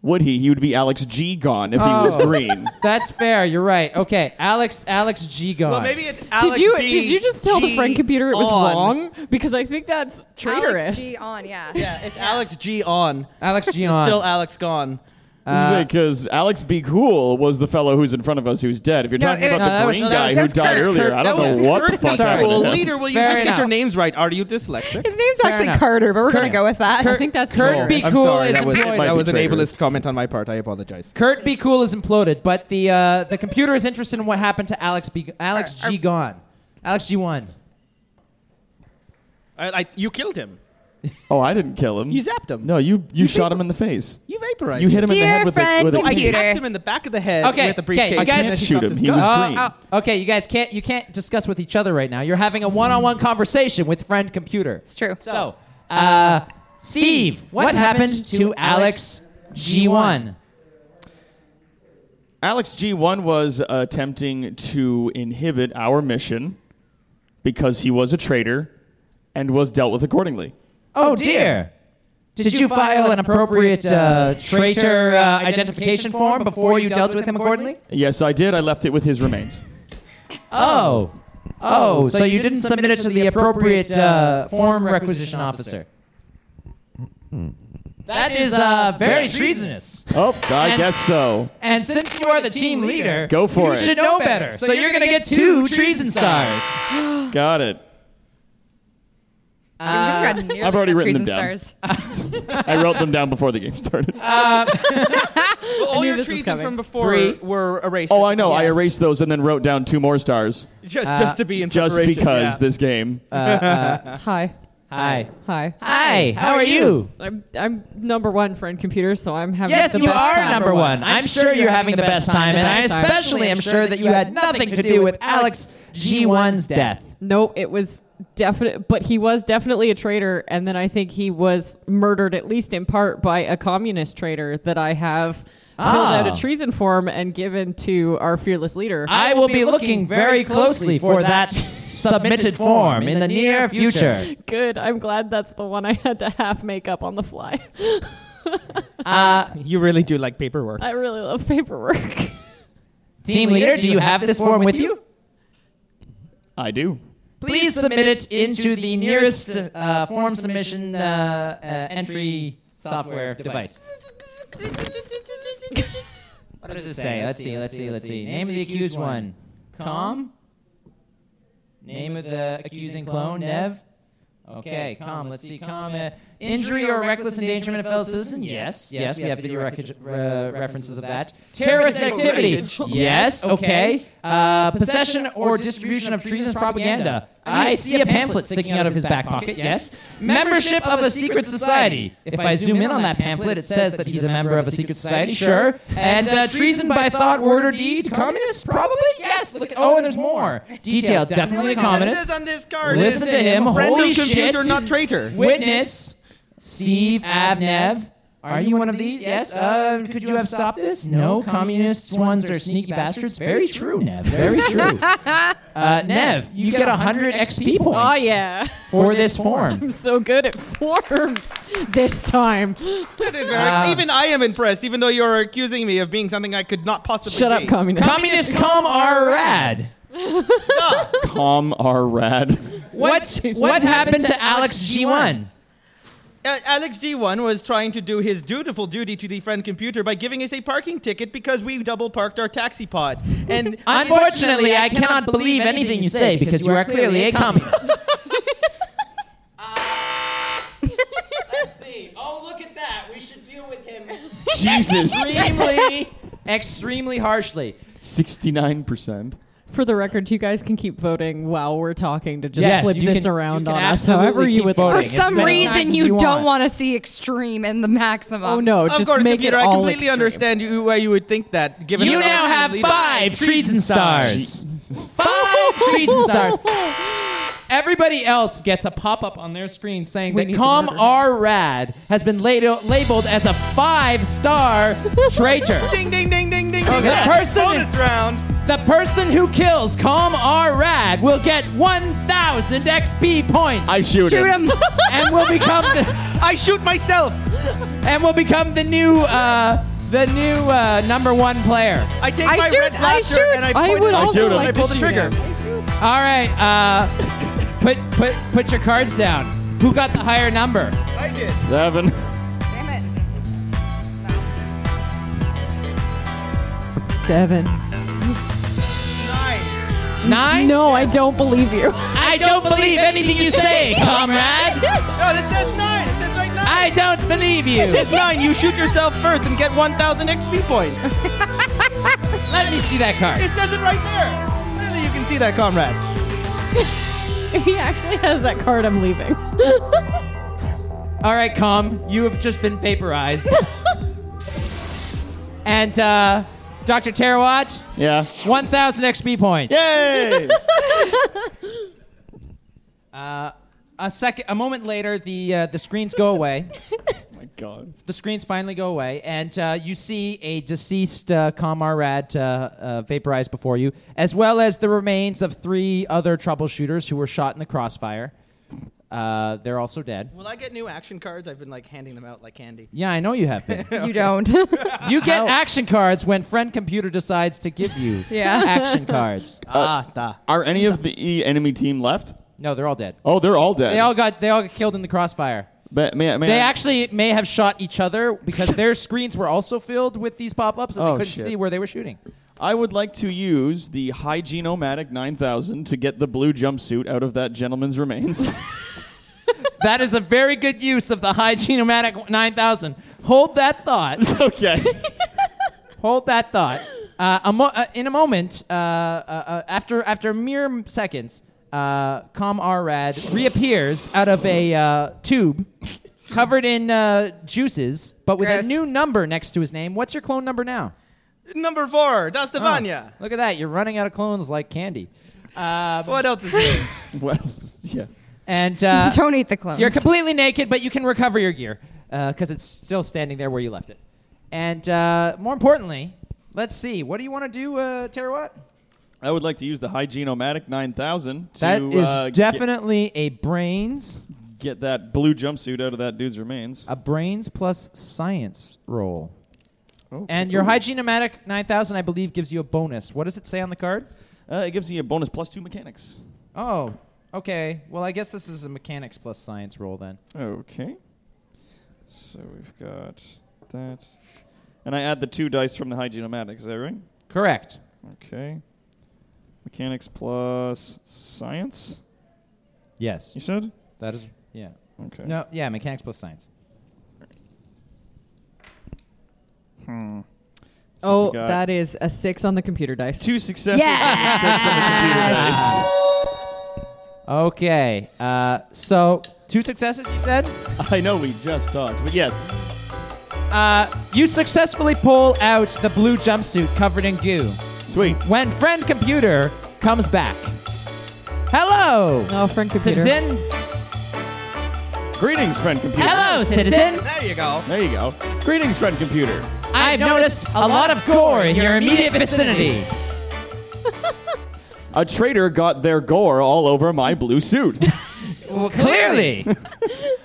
Speaker 3: would he? He would be Alex G. Gone if he was
Speaker 6: Oh.
Speaker 3: green.
Speaker 6: That's fair. You're right. Okay, Alex. Alex G. Gone.
Speaker 1: Well, maybe it's
Speaker 4: did
Speaker 1: Alex.
Speaker 4: you
Speaker 1: B.
Speaker 4: did you just tell the
Speaker 1: G
Speaker 4: friend computer it was
Speaker 1: on.
Speaker 4: wrong? Because I think that's traitorous.
Speaker 5: Alex G on, yeah.
Speaker 1: Yeah, it's Alex G on.
Speaker 6: Alex G.
Speaker 1: It's
Speaker 6: on.
Speaker 1: still Alex gone.
Speaker 6: Uh,
Speaker 3: Because Alex B. Cool was the fellow who's in front of us who's dead. If you're
Speaker 5: No,
Speaker 3: talking
Speaker 5: it-
Speaker 3: about
Speaker 5: no,
Speaker 3: the
Speaker 6: that was-
Speaker 3: green
Speaker 1: no, that
Speaker 3: guy
Speaker 1: was-
Speaker 3: who
Speaker 5: that's
Speaker 3: died
Speaker 5: Kurt.
Speaker 3: earlier, I
Speaker 1: That
Speaker 3: don't know
Speaker 1: was
Speaker 3: what the
Speaker 1: Kurt
Speaker 3: fuck
Speaker 6: Sorry.
Speaker 3: happened. to
Speaker 1: Well,
Speaker 3: him.
Speaker 1: leader, will you
Speaker 6: Fair
Speaker 1: just get
Speaker 6: enough.
Speaker 1: your names right? Are you dyslexic?
Speaker 5: His name's actually
Speaker 6: enough.
Speaker 5: Carter, but we're going
Speaker 6: Kurt.
Speaker 5: to go with that.
Speaker 4: I think that's
Speaker 6: Kurt
Speaker 4: traitorous.
Speaker 6: Be Cool is employed.
Speaker 3: might
Speaker 1: that
Speaker 3: be
Speaker 1: was an
Speaker 3: traitors.
Speaker 1: ableist comment on my part. I apologize.
Speaker 6: Kurt Be Cool is imploded, but the uh, the computer is interested in what happened to Alex B. Alex
Speaker 5: Our-
Speaker 6: G. Gone. Alex G. One.
Speaker 1: I, I, you killed him.
Speaker 3: Oh, I didn't kill him.
Speaker 1: You zapped him.
Speaker 3: No, you, you shot him in the face.
Speaker 1: You vaporized.
Speaker 3: You hit him in the
Speaker 5: Dear
Speaker 3: head with a,
Speaker 5: friend
Speaker 3: with a
Speaker 1: I
Speaker 5: computer.
Speaker 1: kicked him in the back of the head
Speaker 6: Okay,
Speaker 1: with a
Speaker 6: okay,
Speaker 1: briefcase.
Speaker 6: you
Speaker 3: I
Speaker 6: guys-
Speaker 3: can't shoot him. He
Speaker 1: gun.
Speaker 3: was
Speaker 6: Oh,
Speaker 3: green.
Speaker 6: Okay, you guys can't you can't discuss with each other right now. You're having a one-on-one conversation with friend computer.
Speaker 5: it's true.
Speaker 6: So, uh, Steve, what, happened to Alex G. One?
Speaker 3: Alex G1 was uh, attempting to inhibit our mission because he was a traitor and was dealt with accordingly.
Speaker 6: Oh dear. Did, you file an appropriate uh, traitor uh, identification form before you dealt with him accordingly?
Speaker 3: Yes, I did. I left it with his remains.
Speaker 6: Oh. Oh, so you didn't submit it to the appropriate uh, form requisition officer. That is uh, very treasonous.
Speaker 3: Oh, I guess so.
Speaker 6: And since you are the team leader,
Speaker 3: Go for
Speaker 6: you
Speaker 3: it.
Speaker 6: should know better. So you're going to get two treason stars.
Speaker 3: Got it. I've already written them down. I wrote them down before the game started.
Speaker 1: Well, all
Speaker 4: knew
Speaker 1: your
Speaker 4: this was
Speaker 1: treason
Speaker 4: coming.
Speaker 1: from before
Speaker 6: Bree.
Speaker 1: were erased.
Speaker 3: Oh, I know. I erased those and then wrote down two more stars
Speaker 1: Just, just to be in
Speaker 3: just
Speaker 1: preparation,
Speaker 3: because
Speaker 1: yeah.
Speaker 3: this game.
Speaker 4: Hi.
Speaker 6: Hi.
Speaker 4: Hi.
Speaker 6: Hi, how are you?
Speaker 4: I'm, I'm number one friend computer, so I'm having
Speaker 6: Yes,
Speaker 4: the
Speaker 6: you
Speaker 4: best
Speaker 6: are
Speaker 4: time.
Speaker 6: number one. I'm sure you're having the best time, and I especially am sure that you had nothing to do with Alex G1's death.
Speaker 4: No, it was definite, but he was definitely a traitor, and then I think he was murdered at least in part by a communist traitor that I have filled out
Speaker 6: Ah.
Speaker 4: a treason form and given to our fearless leader.
Speaker 6: I will be looking very closely for that submitted form in the near future.
Speaker 4: Good. I'm glad that's the one I had to half make up on the fly.
Speaker 1: You really do like paperwork.
Speaker 4: I really love paperwork.
Speaker 6: Team leader, do you have this form with you?
Speaker 3: I do.
Speaker 6: Please submit it into the nearest uh, form submission uh, uh, entry software device. What does it say? Let's see, let's see, let's see. Name of the accused one, Com. Name of the accusing clone, Nev. Okay, Com. Let's see, Com. uh, Injury or reckless endangerment of fellow citizen? Yes. Yes, we have video record, uh, references of that. Terrorist activity? Yes. Okay. Uh, possession or distribution of treasonous propaganda? I see a pamphlet sticking out of his back pocket. Yes. Membership of a secret society? If I zoom in on that pamphlet, it says that he's a member of a secret society. Sure. And uh, treason by thought, word, or deed? Communist? Probably? Yes. Look. Oh, and there's more. Detail. Definitely
Speaker 1: Look at what it
Speaker 6: communist.
Speaker 1: says on this card.
Speaker 6: Listen to him.
Speaker 1: Friend
Speaker 6: Holy
Speaker 1: of computer,
Speaker 6: shit.
Speaker 1: not traitor.
Speaker 6: Witness. Steve Avnev. Are you one of these? Yes. Uh, could you have stopped this? No. Communist swans are sneaky bastards. Very true, Nev. Very true. Uh, Nev, you get 100 XP points.
Speaker 4: Oh yeah.
Speaker 6: For this form.
Speaker 4: I'm so good at forms this time.
Speaker 1: That is very-
Speaker 6: Ah.
Speaker 1: even I am impressed, even though you're accusing me of being something I could not possibly
Speaker 4: Shut up,
Speaker 1: be.
Speaker 4: communist.
Speaker 6: Communist com are rad.
Speaker 3: Calm are rad.
Speaker 6: What, what happened to Alex G1?
Speaker 1: Uh, Alex G1 was trying to do his dutiful duty to the friend computer by giving us a parking ticket because we double parked our taxi pod. And
Speaker 6: Unfortunately, I cannot believe anything you say because you are clearly a communist. Uh, Let's see. Oh, look at that. We should deal with him.
Speaker 3: Jesus.
Speaker 6: Extremely, extremely harshly.
Speaker 3: 69%.
Speaker 4: For the record, you guys can keep voting while we're talking to just
Speaker 3: Yes,
Speaker 4: flip
Speaker 3: you
Speaker 4: this
Speaker 3: can-
Speaker 4: around
Speaker 3: you can
Speaker 4: on us,
Speaker 3: absolutely
Speaker 4: however you
Speaker 3: keep
Speaker 4: would
Speaker 5: For
Speaker 4: like.
Speaker 5: some reason, you, don't want to see extreme in the maximum.
Speaker 4: Oh, no,
Speaker 1: of course, computer, I completely understand you, why you would think that. Given
Speaker 6: You
Speaker 1: that
Speaker 6: now
Speaker 1: I'm the
Speaker 6: have
Speaker 1: leader.
Speaker 6: five treason stars. Five treason stars. Everybody else gets a pop up on their screen saying
Speaker 4: We
Speaker 6: that
Speaker 4: need to
Speaker 6: Com
Speaker 4: murder him.
Speaker 6: R Rad has been lado- labeled as a five star traitor.
Speaker 1: Ding, ding, ding, ding, ding,
Speaker 6: Okay.
Speaker 1: ding.
Speaker 6: The Oh, person-
Speaker 1: Bonus round.
Speaker 6: The person who kills Com R Rad will get 1,000 XP points.
Speaker 3: I shoot, him.
Speaker 6: and will become the,
Speaker 1: I shoot myself.
Speaker 6: and will become the new uh, the new uh, number one player.
Speaker 1: I take
Speaker 5: I
Speaker 1: my
Speaker 5: shoot,
Speaker 1: red
Speaker 5: I
Speaker 1: blaster
Speaker 5: shoot.
Speaker 1: and I
Speaker 4: I
Speaker 1: point
Speaker 4: would
Speaker 1: it out.
Speaker 4: also
Speaker 3: shoot him.
Speaker 4: like
Speaker 1: I pull the
Speaker 4: to see
Speaker 1: trigger.
Speaker 4: them.
Speaker 6: All right, uh, put put put your cards down. Who got the higher number?
Speaker 1: I did.
Speaker 3: Seven.
Speaker 5: Damn it.
Speaker 4: Seven.
Speaker 1: Nine.
Speaker 6: Nine.
Speaker 4: No, I don't believe you.
Speaker 6: I don't believe anything you say, comrade.
Speaker 1: No, Oh, this says nine. It says right nine.
Speaker 6: I don't believe you.
Speaker 1: It says nine. You shoot yourself first and get 1,000 XP points.
Speaker 6: Let me see that card.
Speaker 1: It says it right there. Clearly, you can see that, comrade.
Speaker 4: If he actually has that card, I'm leaving.
Speaker 6: All right, Com, you have just been vaporized. and uh, Dr. Terawat,
Speaker 3: Yeah.
Speaker 6: 1,000 XP points.
Speaker 3: Yay!
Speaker 6: A second, a moment later, the uh, the screens go away.
Speaker 3: my God.
Speaker 6: the screens finally go away, and uh, you see a deceased uh, comrade uh, uh, vaporized before you, as well as the remains of three other troubleshooters who were shot in the crossfire. Uh, they're also dead.
Speaker 1: Will I get new action cards? I've been like handing them out like candy.
Speaker 6: Yeah, I know you have been.
Speaker 5: You don't.
Speaker 6: you get action cards when friend computer decides to give you
Speaker 5: Yeah.
Speaker 6: action cards.
Speaker 1: Ah, da.
Speaker 3: Are any of the E enemy team left?
Speaker 6: No, they're all dead.
Speaker 3: Oh, they're all dead.
Speaker 6: They all got they all got killed in the crossfire.
Speaker 3: But may, I- may
Speaker 6: They
Speaker 3: I-
Speaker 6: actually may have shot each other because their screens were also filled with these pop-ups and they
Speaker 3: Oh,
Speaker 6: couldn't
Speaker 3: shit.
Speaker 6: see where they were shooting.
Speaker 3: I would like to use the High Genomatic 9000 to get the blue jumpsuit out of that gentleman's remains.
Speaker 6: That is a very good use of the high genomatic 9000. Hold that thought.
Speaker 3: okay.
Speaker 6: Hold that thought. Uh, a mo- uh, in a moment, uh, uh, uh, after after mere seconds, uh, Com Rad reappears out of a uh, tube covered in uh, juices, but with
Speaker 5: Gross.
Speaker 6: a new number next to his name. What's your clone number now?
Speaker 1: Number four, Dastavanya.
Speaker 6: Look at that. You're running out of clones like candy.
Speaker 1: What else is new?
Speaker 3: What else? Yeah.
Speaker 6: And uh,
Speaker 5: don't eat the clones.
Speaker 6: You're completely naked, but you can recover your gear because it's still standing there where you left it. And uh, more importantly, let's see. What do you want to do, uh, Terawat?
Speaker 3: I would like to use the High Genomatic 9000 to
Speaker 6: That is
Speaker 3: uh, get-
Speaker 6: definitely a brains,
Speaker 3: get, that blue jumpsuit out of that dude's remains.
Speaker 6: a brains plus science roll. And your high genomatic 9000, I believe, gives you a bonus. What does it say on the card?
Speaker 3: Uh, it gives you a bonus plus two mechanics.
Speaker 6: Oh, okay. Well, I guess this is a mechanics plus science roll then.
Speaker 3: Okay. So we've got that. And I add the two dice from the High Genomatic, is that right?
Speaker 6: Correct.
Speaker 3: Okay. Mechanics plus science,
Speaker 6: Yes.
Speaker 3: you said?
Speaker 6: That is, yeah.
Speaker 10: Okay.
Speaker 11: No, yeah, mechanics plus science.
Speaker 10: Hmm. So
Speaker 4: oh,
Speaker 10: we got
Speaker 4: that is a six on the computer dice.
Speaker 10: Two successes
Speaker 4: Yes!
Speaker 10: and a six on the computer dice.
Speaker 11: Okay, uh, so two successes, you said?
Speaker 3: I know we just talked, but yes.
Speaker 6: Uh, you successfully pull out the blue jumpsuit covered in goo.
Speaker 3: Sweet.
Speaker 6: When friend computer comes back. Hello.
Speaker 4: Oh, friend computer.
Speaker 6: Citizen.
Speaker 3: Greetings, friend computer.
Speaker 6: Hello, citizen.
Speaker 1: There you go.
Speaker 3: There you go. Greetings, friend computer.
Speaker 6: I've noticed a lot of gore in your immediate vicinity.
Speaker 3: A traitor got their gore all over my blue suit.
Speaker 6: Well, clearly.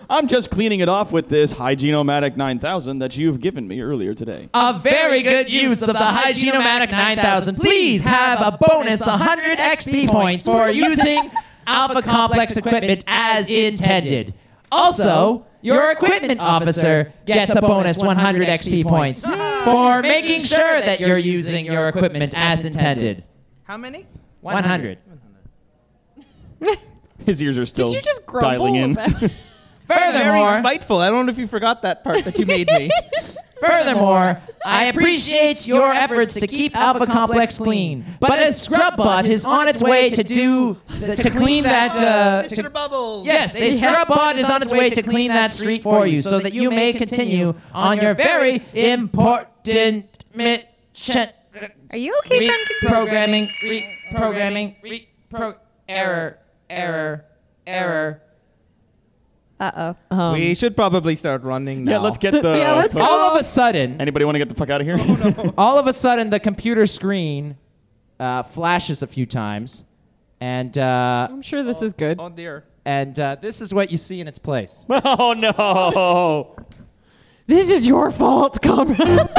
Speaker 3: I'm just cleaning it off with this Hygienomatic 9000 that you've given me earlier today.
Speaker 6: A very good use of the Hygienomatic 9000. Please have a bonus 100 XP points for using Alpha Complex equipment as intended. Also, your equipment officer gets a bonus 100 XP points for making sure that you're using your equipment as intended.
Speaker 1: How many?
Speaker 6: 100.
Speaker 3: His ears are still
Speaker 1: you just grumble
Speaker 3: dialing in.
Speaker 1: about- very
Speaker 6: Furthermore-
Speaker 1: spiteful. I don't know if you forgot that part that you made me.
Speaker 6: Furthermore, I appreciate your efforts to keep Alpha Complex clean, but a scrub bot is on its way to do to clean that. Uh, to,
Speaker 1: Bubbles.
Speaker 6: yes, a scrub bot is on its way to clean that street for you, so that you may continue on your very important mission.
Speaker 5: Are you okay, friend?
Speaker 6: Programming, reprogramming, repro error, error, error.
Speaker 5: Uh
Speaker 4: oh.
Speaker 1: we should probably start running now.
Speaker 3: Yeah, let's get the.
Speaker 6: all of a sudden,
Speaker 3: Anybody want to get the fuck out of here?
Speaker 6: all of a sudden the computer screen uh, flashes a few times and uh,
Speaker 4: I'm sure this is good.
Speaker 1: Oh dear.
Speaker 6: and uh, this is what you see in its place
Speaker 3: oh no
Speaker 4: This is your fault, comrade.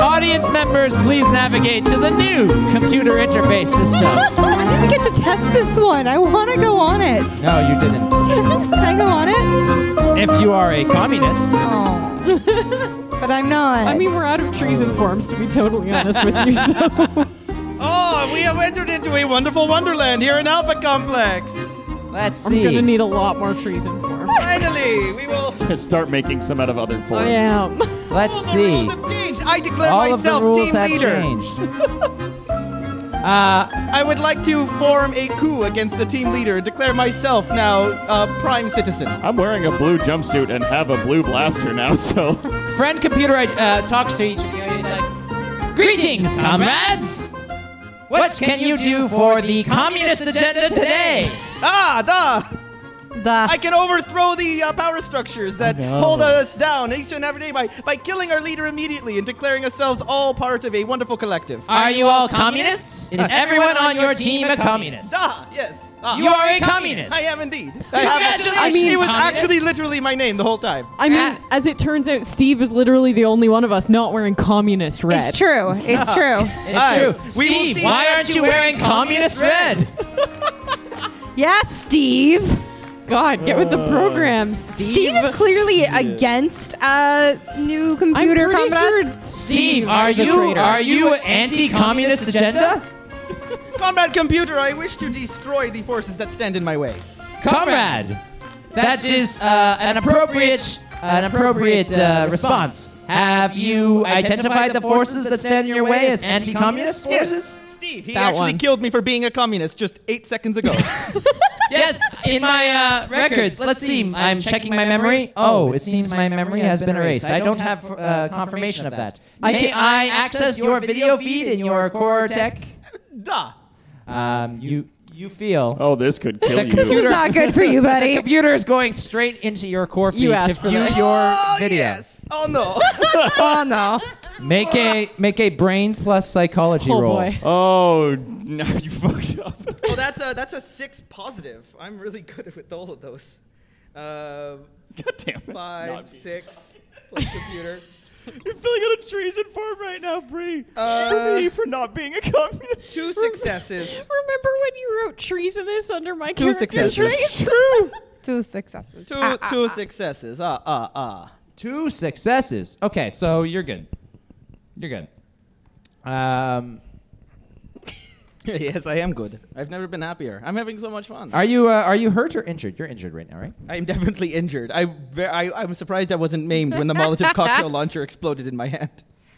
Speaker 6: audience members please navigate to the new computer interface system
Speaker 5: I didn't get to test this one. I want to go on it.
Speaker 6: no you didn't
Speaker 5: Can I go on it?
Speaker 6: if you are a communist
Speaker 5: Oh. but I'm not.
Speaker 4: I mean, we're out of treason forms, to be totally honest with you. So.
Speaker 1: Oh, we have entered into a wonderful wonderland here in Alpha Complex.
Speaker 6: let's
Speaker 4: I'm gonna
Speaker 6: see
Speaker 4: need a lot more treason forms.
Speaker 1: Finally, we will.
Speaker 3: Start making some out of other forms.
Speaker 4: I am.
Speaker 6: let's
Speaker 1: All the
Speaker 6: see
Speaker 1: rules have changed. I declare
Speaker 6: all of the
Speaker 1: myself
Speaker 6: rules
Speaker 1: team
Speaker 6: have
Speaker 1: leader.
Speaker 6: changed uh,
Speaker 1: I would like to form a coup against the team leader and declare myself now uh, prime citizen.
Speaker 3: I'm wearing a blue jumpsuit and have a blue blaster now, so.
Speaker 6: friend computer uh, talks to each of you and he's like, Greetings, comrades! What can you do for the communist agenda today?
Speaker 1: Ah, da! I
Speaker 5: the
Speaker 1: can overthrow the uh, power structures that hold us down each and every day by, by killing our leader immediately and declaring ourselves all part of a wonderful collective.
Speaker 6: Are you all communists? Is everyone on your team a communist?
Speaker 1: Da! Yes. Ah.
Speaker 6: You are a communist!
Speaker 1: I am indeed. I have-
Speaker 6: Congratulations,
Speaker 1: I mean, it was
Speaker 6: communist.
Speaker 1: actually literally my name the whole time.
Speaker 4: I mean, as it turns out, Steve is literally the only one of us not wearing communist red.
Speaker 5: it's true. It's true.
Speaker 6: It's true.
Speaker 1: We will
Speaker 6: Steve,
Speaker 1: see
Speaker 6: why
Speaker 1: what
Speaker 6: aren't
Speaker 1: you
Speaker 6: you wearing communist red?
Speaker 5: yeah, Steve.
Speaker 4: God, get with the
Speaker 1: Uh,
Speaker 4: program, Steve.
Speaker 5: Steve is clearly against uh, new
Speaker 4: I'm
Speaker 5: computer
Speaker 4: pretty
Speaker 5: combat.
Speaker 4: sure
Speaker 6: Steve, are
Speaker 4: is a
Speaker 6: you
Speaker 4: traitor.
Speaker 6: are you anti-communist agenda?
Speaker 1: Combat computer, I wish to destroy the forces that stand in my way.
Speaker 6: comrade. That is uh, an appropriate an appropriate uh, response. Have you identified the forces that stand in your way as anti-communist forces?
Speaker 1: Steve, he
Speaker 4: That
Speaker 1: actually
Speaker 4: one.
Speaker 1: killed me for being a communist just eight seconds ago.
Speaker 6: Yes, in my uh, records. Let's see. I'm checking my memory. Oh, it seems my memory has been erased. I don't have uh, confirmation of that. May I access your video feed in your core tech?
Speaker 1: da!
Speaker 6: Um, you you feel
Speaker 3: Oh, this could kill you.
Speaker 5: This is not good for you, buddy.
Speaker 6: computer is going straight into your core feed
Speaker 4: You
Speaker 6: to
Speaker 4: asked for
Speaker 6: view
Speaker 4: this.
Speaker 6: your video.
Speaker 1: Yes. Oh no.
Speaker 5: oh no.
Speaker 6: Make a make a brains plus psychology
Speaker 4: Oh
Speaker 6: roll.
Speaker 4: boy.
Speaker 3: Oh, no, you fucked up.
Speaker 1: well, that's a that's a six positive. I'm really good with all of those. Uh,
Speaker 3: God damn it.
Speaker 1: five,
Speaker 3: No, I'm being-
Speaker 1: six, plus computer.
Speaker 3: You're filling out a treason form right now, Bree.
Speaker 1: Uh,
Speaker 3: for me, for not being a communist.
Speaker 1: Two successes.
Speaker 4: Remember when you wrote treasonous under my
Speaker 1: Two
Speaker 4: character
Speaker 1: successes.
Speaker 4: traits?
Speaker 5: Two successes.
Speaker 1: Two
Speaker 5: Ah, ah,
Speaker 1: two
Speaker 5: ah.
Speaker 1: successes. Ah ah ah.
Speaker 6: Two successes. Okay, so you're good. You're good. Um,
Speaker 1: yes, I am good. I've never been happier. I'm having so much fun.
Speaker 6: Are you uh, are you hurt or injured? You're injured right now, right?
Speaker 1: I'm definitely injured. I, ve- I I'm surprised I wasn't maimed when the Molotov cocktail launcher exploded in my hand.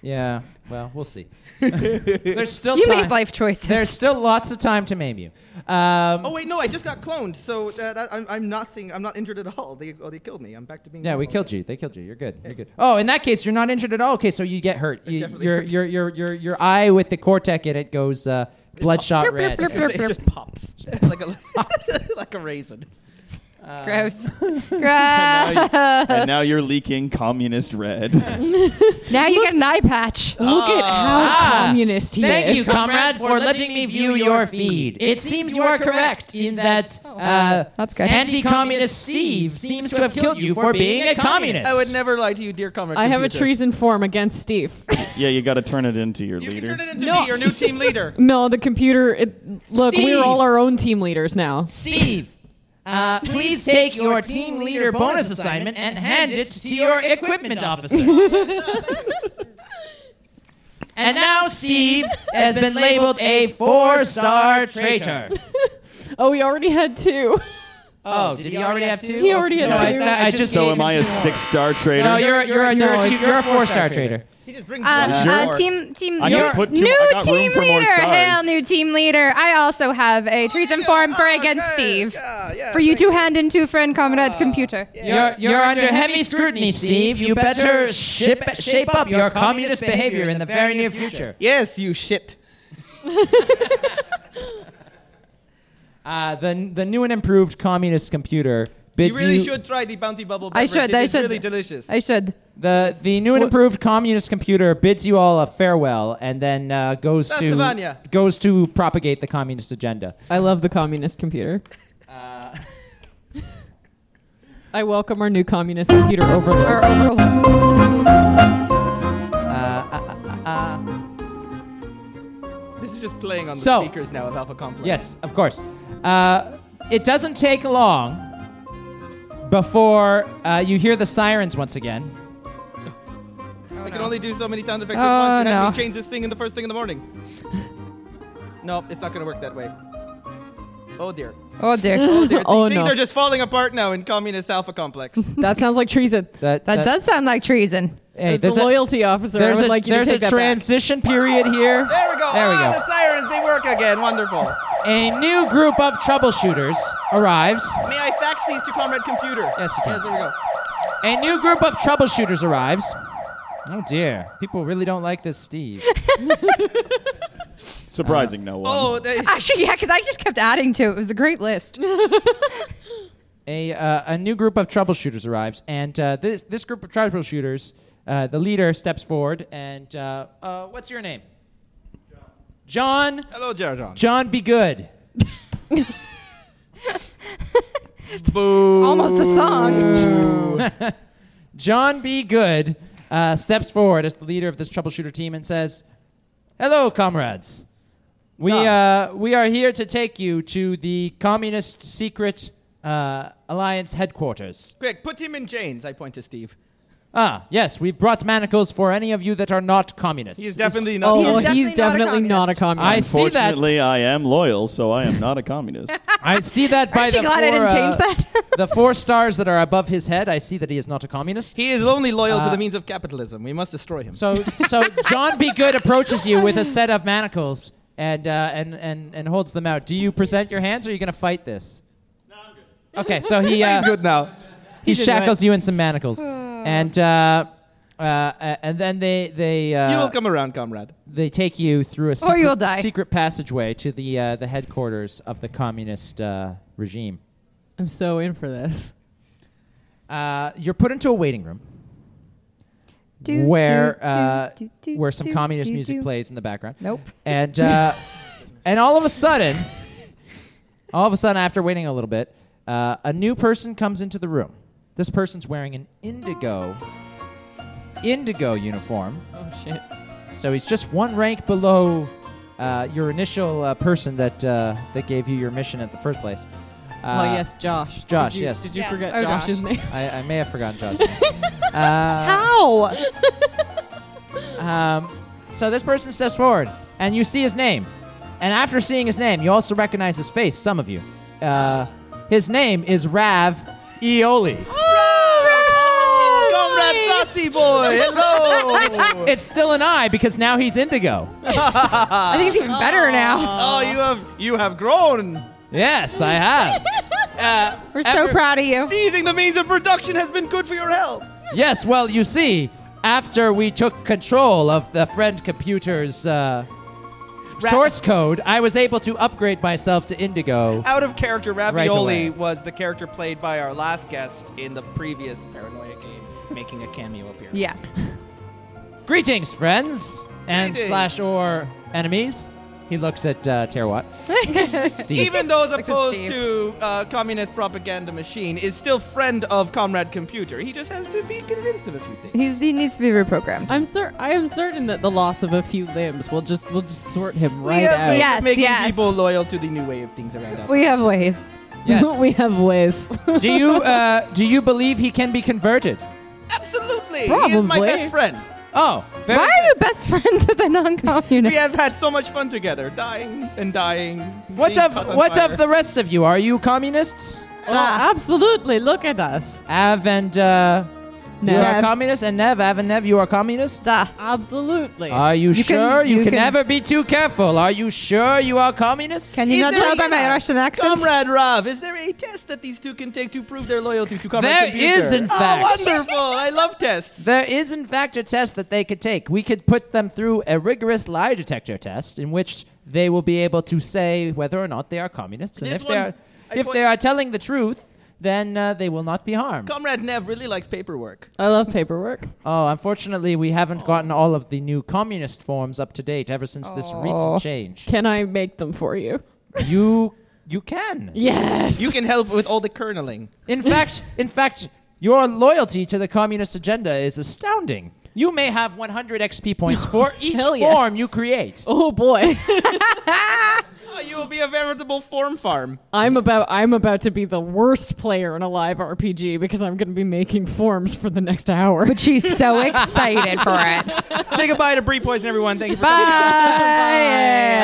Speaker 6: Yeah. Well, we'll see.
Speaker 1: There's
Speaker 6: still
Speaker 1: You made
Speaker 6: time.
Speaker 1: life choices.
Speaker 6: There's still lots of time to maim you. Um,
Speaker 1: Oh wait, no! I just got cloned, so uh, that, I'm, I'm nothing. I'm not injured at all. They oh, they killed me. I'm back to being.
Speaker 6: Yeah, we killed you. They killed you. You're good. You're good. Oh, in that case, you're not injured at all. Okay, so you get hurt. You, your, your your your your eye with the cortex in it goes uh, bloodshot
Speaker 1: Blurp, blurp,
Speaker 6: red.
Speaker 1: blurp, blurp, It just blurp. pops. like a like a raisin. Uh,
Speaker 5: Gross.
Speaker 3: And now, you- and now
Speaker 5: Gross.
Speaker 3: you're leaking communist red.
Speaker 5: Now you get an eye patch.
Speaker 4: Look at how communist he
Speaker 11: Thank
Speaker 4: is.
Speaker 11: you, comrade, for letting me view your feed. It seems you are correct in that uh,
Speaker 4: That's good.
Speaker 11: anti-communist Steve seems to have killed you for being a communist.
Speaker 1: I would never lie to you, dear comrade.
Speaker 4: I have a
Speaker 1: computer.
Speaker 4: treason form against Steve.
Speaker 3: yeah, you got to turn it into your leader.
Speaker 1: To be your new team leader.
Speaker 4: No, the computer. It, look, we're
Speaker 11: Steve.
Speaker 4: all our own team leaders now.
Speaker 11: Steve, uh, please take your team leader bonus assignment and hand it to your equipment officer. and now Steve has been labeled a four-star traitor.
Speaker 4: Oh, we already had two.
Speaker 11: Oh, did he already have two? Oh,
Speaker 4: He already had
Speaker 11: So I
Speaker 4: two.
Speaker 11: thought- I just
Speaker 3: so
Speaker 11: gave
Speaker 3: am
Speaker 11: him
Speaker 3: I a
Speaker 11: two.
Speaker 3: six star trader?
Speaker 11: No, you're you're you're,
Speaker 4: No,
Speaker 11: a two-
Speaker 4: it's-
Speaker 11: you're a four-star traitor.
Speaker 5: Um,
Speaker 3: one
Speaker 5: uh,
Speaker 3: more.
Speaker 5: team, team
Speaker 3: I
Speaker 5: leader.
Speaker 3: can put two-
Speaker 5: new
Speaker 3: I got room
Speaker 5: team
Speaker 3: for more
Speaker 5: leader.
Speaker 3: stars.
Speaker 5: Hail, new team leader. I also have a treason form
Speaker 1: Oh,
Speaker 5: for against Steve. for you to hand into friend comrade computer.
Speaker 11: You're, you're, under heavy scrutiny, Steve. You better ship, shape up your communist behavior in the very near future.
Speaker 1: Yes, you shit.
Speaker 6: Uh, the the new and improved communist computer bids
Speaker 1: you really
Speaker 6: you-
Speaker 1: should try the bounty bubble.
Speaker 5: I
Speaker 1: Beverage.
Speaker 5: should.
Speaker 1: It
Speaker 5: I
Speaker 1: is
Speaker 5: should.
Speaker 1: Really delicious.
Speaker 5: I should.
Speaker 6: The the new and improved communist computer bids you all a farewell, and then uh, goes to
Speaker 4: Transylvania.
Speaker 6: goes to propagate the communist agenda.
Speaker 4: I love the communist computer.
Speaker 6: Uh,
Speaker 4: I welcome our new communist computer overlord.
Speaker 5: Oh,
Speaker 1: This is just playing on the
Speaker 6: So-
Speaker 1: speakers now of Alpha Complex.
Speaker 6: Yes, of course. Uh, it doesn't take long before uh, you hear the sirens once again.
Speaker 1: I can only do so many sound effects
Speaker 6: Oh,
Speaker 1: at once. You had
Speaker 6: no.
Speaker 1: me change this thing in the first thing in the morning. no, it's not going to work that way. Oh dear.
Speaker 5: Oh dear.
Speaker 1: Oh dear.
Speaker 4: Oh,
Speaker 1: Things
Speaker 4: no.
Speaker 1: are just falling apart now in communist Alpha Complex.
Speaker 4: That sounds like treason.
Speaker 6: That,
Speaker 5: That does sound like treason.
Speaker 6: Hey,
Speaker 4: As the
Speaker 6: there's a-
Speaker 4: loyalty officer, I
Speaker 6: there's
Speaker 4: would
Speaker 6: a,
Speaker 4: like you to
Speaker 6: there's
Speaker 4: take
Speaker 6: a
Speaker 4: that
Speaker 6: transition period here.
Speaker 1: There we go.
Speaker 6: There we
Speaker 1: ah,
Speaker 6: go.
Speaker 1: the sirens, they work again. Wonderful.
Speaker 6: A new group of troubleshooters arrives.
Speaker 1: May I fax these to Comrade Computer? Yes,
Speaker 6: you can.
Speaker 1: Yes, there we go.
Speaker 6: A new group of troubleshooters arrives. Oh dear, people really don't like this Steve.
Speaker 3: Surprising no one.
Speaker 1: Oh, they-
Speaker 5: Actually, yeah, because I just kept adding to it. It was a great list.
Speaker 6: a, uh, a new group of troubleshooters arrives, and uh, this this group of troubleshooters, uh, the leader steps forward, and uh, uh, what's your name? John.
Speaker 1: Hello, John.
Speaker 6: John, be good.
Speaker 5: Almost a song.
Speaker 6: John B. Good uh, steps forward as the leader of this troubleshooter team and says, "Hello, comrades. We
Speaker 1: Ah.
Speaker 6: uh, we are here to take you to the Communist Secret uh, Alliance headquarters.
Speaker 1: Quick, put him in chains. I point to Steve.
Speaker 6: Ah, yes, we've brought manacles for any of you that are not communists.
Speaker 1: He's definitely
Speaker 4: not- Oh, He is he's definitely definitely not a not a
Speaker 6: I see that.
Speaker 3: Unfortunately, I am loyal, so I am not a communist.
Speaker 6: I see that by
Speaker 5: Aren't you
Speaker 6: the
Speaker 5: glad
Speaker 6: four,
Speaker 5: I didn't change
Speaker 6: that? the four stars that are above his head. I see that he is not a communist.
Speaker 1: He is only loyal to
Speaker 6: Uh,
Speaker 1: the means of capitalism. We must destroy him.
Speaker 6: So, so John B. Good approaches you with a set of manacles and uh, and and and holds them out. Do you present your hands, or are you going to fight this? No, I'm good. Okay, so he uh,
Speaker 1: He's good now.
Speaker 6: He
Speaker 1: He can do
Speaker 6: shackles
Speaker 1: it.
Speaker 6: you in some manacles,
Speaker 4: Hmm.
Speaker 6: and uh, uh, and then they they uh,
Speaker 1: you will come around, comrade.
Speaker 6: they take you through a
Speaker 5: Or
Speaker 6: secret,
Speaker 5: you will die.
Speaker 6: secret passageway to the uh, the headquarters of the communist uh, regime.
Speaker 4: I'm so in for this.
Speaker 6: Uh, you're put into a waiting room
Speaker 4: Do,
Speaker 6: where
Speaker 4: do, do,
Speaker 6: uh,
Speaker 4: do, do,
Speaker 6: where some
Speaker 4: do,
Speaker 6: communist
Speaker 4: do,
Speaker 6: music
Speaker 4: do.
Speaker 6: plays in the background.
Speaker 5: Nope.
Speaker 6: And uh, and all of a sudden, all of a sudden, after waiting a little bit, uh, a new person comes into the room. This person's wearing an indigo indigo uniform.
Speaker 4: Oh shit!
Speaker 6: So he's just one rank below uh, your initial uh, person that uh, that gave you your mission at the first place. Uh,
Speaker 4: oh yes, Josh.
Speaker 6: Josh,
Speaker 4: Did you,
Speaker 6: yes.
Speaker 4: Did you forget Josh's name?
Speaker 6: I, I may have forgotten Josh's name. Uh,
Speaker 5: How?
Speaker 6: um, so this person steps forward, and you see his name, And after seeing his name, you also recognize his face, some of you. Uh, his name is Rav Eoli.
Speaker 1: Oh. Comrade Sassy Boy, hello.
Speaker 6: It's- it's still an I because now he's Indigo.
Speaker 1: I
Speaker 5: think it's even better now.
Speaker 1: Oh, you have you have grown.
Speaker 6: Yes, I have.
Speaker 5: We're so proud of you.
Speaker 1: Seizing the means of production has been good for your health.
Speaker 6: yes, well, you see, after we took control of the friend computer's uh, source code, I was able to upgrade myself to Indigo.
Speaker 1: Out of character,
Speaker 6: Right
Speaker 1: Ravioli
Speaker 6: away.
Speaker 1: was the character played by our last guest in the previous Paranoia game, making a cameo appearance.
Speaker 6: Yeah. Greetings, friends and
Speaker 1: Greetings.
Speaker 6: slash or enemies. He looks at uh, Terawat. Steve.
Speaker 1: Even those
Speaker 6: Looks at
Speaker 1: opposed
Speaker 6: Steve.
Speaker 1: to uh, communist propaganda machine is still friend of Comrade Computer. He just has to be convinced of a few things.
Speaker 5: He's, he needs to be reprogrammed.
Speaker 4: I'm cer- I am certain that the loss of a few limbs will just will just sort him right
Speaker 1: we have
Speaker 4: out.
Speaker 1: ways of making people loyal to the new way of things around us.
Speaker 5: We have ways.
Speaker 6: Yes.
Speaker 4: we have Oh, ways.
Speaker 6: do you uh, do you believe he can be converted?
Speaker 1: Absolutely. He is my
Speaker 6: Probably.
Speaker 1: best friend.
Speaker 6: Oh, very
Speaker 5: Why are you best friends with a non-communist?
Speaker 1: We have had so much fun together, dying and dying.
Speaker 6: What's
Speaker 1: being
Speaker 6: of
Speaker 1: caught on
Speaker 6: what's
Speaker 1: fire.
Speaker 6: of the rest of you? Are you communists?
Speaker 4: absolutely. Look at us.
Speaker 6: Av and uh, you
Speaker 4: Nev.
Speaker 6: are communists, and Nev, Av and Nev, you are communists.
Speaker 4: Absolutely.
Speaker 6: Are you,
Speaker 4: You
Speaker 6: sure?
Speaker 4: can-
Speaker 6: you,
Speaker 4: you
Speaker 6: can,
Speaker 4: can-
Speaker 6: never be too careful. Are you sure you are communists?
Speaker 5: Can you not tell by my Russian accent?
Speaker 1: Comrade Rav, is there a test that these two can take to prove their loyalty to Comrade
Speaker 6: There
Speaker 1: Computer?
Speaker 6: is, in fact.
Speaker 1: Oh, wonderful! I love tests.
Speaker 6: There is, in fact, a test that they could take. We could put them through a rigorous lie detector test in which they will be able to say whether or not they are communists. And
Speaker 1: This
Speaker 6: if they
Speaker 1: one-
Speaker 6: are,
Speaker 1: I
Speaker 6: if
Speaker 1: put-
Speaker 6: they are telling the truth, then uh, they will not be harmed.
Speaker 1: Comrade Nev really likes paperwork.
Speaker 4: I love paperwork.
Speaker 6: Oh, unfortunately, we
Speaker 1: Oh.
Speaker 6: haven't gotten all of the new communist forms up to date ever since this
Speaker 1: Oh.
Speaker 4: Aw.
Speaker 6: recent change.
Speaker 4: Can I make them for you?
Speaker 6: You you can.
Speaker 4: Yes.
Speaker 1: You can help with all the kerneling.
Speaker 6: In fact, in fact, your loyalty to the communist agenda is astounding. You may have 100 XP points for each
Speaker 1: Hell yeah.
Speaker 6: form you create.
Speaker 4: Oh boy.
Speaker 1: Oh, you will be a veritable form farm.
Speaker 4: I'm about I'm about to be the worst player in a live RPG because I'm going to be making forms for the next hour. But
Speaker 5: she's so excited for it.
Speaker 1: Say goodbye to Brie Poison, everyone. Thank you for
Speaker 4: Bye.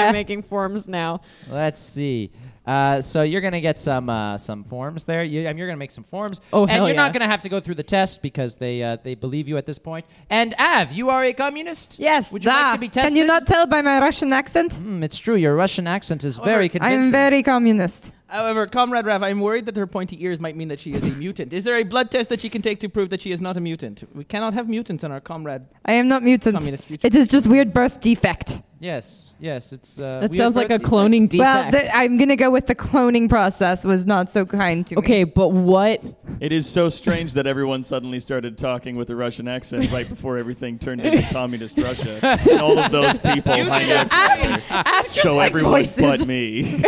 Speaker 4: I'm making forms now.
Speaker 6: Let's see. Uh, so you're gonna get some uh, some forms there. You, um, you're gonna make some forms,
Speaker 4: Oh,
Speaker 6: and
Speaker 4: hell
Speaker 6: you're
Speaker 4: yeah.
Speaker 6: not gonna have to go through the test because they uh, they believe you at this point. And Av, you are a communist.
Speaker 5: Yes.
Speaker 6: Would you like
Speaker 5: da.
Speaker 6: to be
Speaker 5: Can you
Speaker 6: tested?
Speaker 5: not tell by my Russian accent?
Speaker 6: Mm, it's true. Your Russian accent is very convincing.
Speaker 5: I'm very communist.
Speaker 1: However, Comrade Rav, I'm worried that her pointy ears might mean that she is a mutant. Is there a blood test that she can take to prove that she is not a mutant? We cannot have mutants on our comrade.
Speaker 5: I am not mutant.
Speaker 1: Communist future.
Speaker 5: It is just weird birth defect.
Speaker 6: Yes, yes, it's. Uh,
Speaker 4: That
Speaker 6: we
Speaker 4: sounds
Speaker 6: have
Speaker 4: like a
Speaker 6: birth
Speaker 4: cloning defect.
Speaker 5: Well, th- I'm gonna go with the cloning process was not so kind to me.
Speaker 4: Okay, but what?
Speaker 3: It is so strange that everyone suddenly started talking with a Russian accent right before everything turned into communist Russia. And all of those people hung out together. so everyone but me.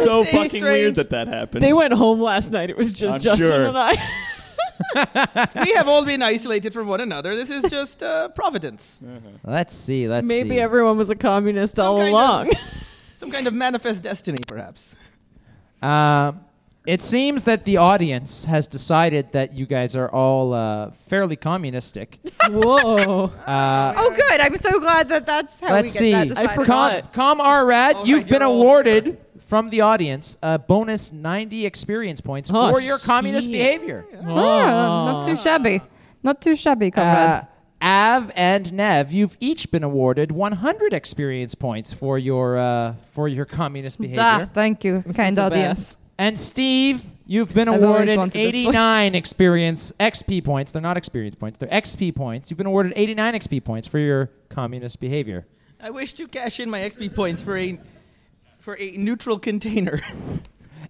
Speaker 3: so fucking weird that that happened.
Speaker 4: They went home last night. It was just
Speaker 3: I'm
Speaker 4: Justin
Speaker 3: sure.
Speaker 4: and I.
Speaker 1: we have all been isolated from one another. This is just uh, providence.
Speaker 6: Let's see. Let's
Speaker 4: Maybe
Speaker 6: see.
Speaker 4: everyone was a communist all
Speaker 1: kind of-
Speaker 4: along.
Speaker 1: Some kind of manifest destiny, perhaps.
Speaker 6: Um, it seems that the audience has decided that you guys are all uh, fairly communistic.
Speaker 4: Whoa.
Speaker 6: Uh,
Speaker 5: Oh, good. I'm so glad that that's how
Speaker 6: Let's
Speaker 5: we get
Speaker 6: see.
Speaker 5: that decided.
Speaker 6: Com, Com Arad, you've been awarded from the audience a bonus 90 experience points
Speaker 5: Oh,
Speaker 6: for your communist
Speaker 5: shit.
Speaker 6: behavior.
Speaker 5: Ah, not too shabby. Not too shabby, comrade.
Speaker 6: Uh, Av and Nev, you've each been awarded 100 experience points for your uh, for your communist
Speaker 5: Da,
Speaker 6: behavior.
Speaker 5: thank you, kind
Speaker 6: the
Speaker 5: audience.
Speaker 6: And Steve, you've been
Speaker 5: I've always wanted
Speaker 6: awarded
Speaker 5: this voice.
Speaker 6: 89 experience XP points. They're not experience points, they're XP points. You've been awarded 89 XP points for your communist behavior.
Speaker 1: I wish to cash in my XP points for a for a neutral container.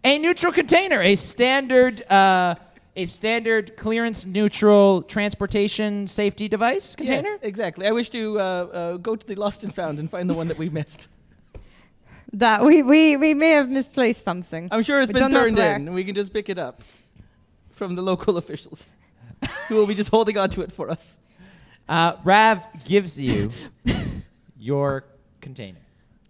Speaker 6: A neutral container, a standard uh, a standard clearance neutral transportation safety device container.
Speaker 1: Yes, exactly. I wish to uh, uh, go to the lost and found and find the one that we missed.
Speaker 5: That we, we we may have misplaced something.
Speaker 6: Oh,
Speaker 1: I'm sure
Speaker 5: it's
Speaker 1: it's been turned in. We can just pick it up from the local officials, who will be just holding on to it for us.
Speaker 6: Uh, Rav gives you your container.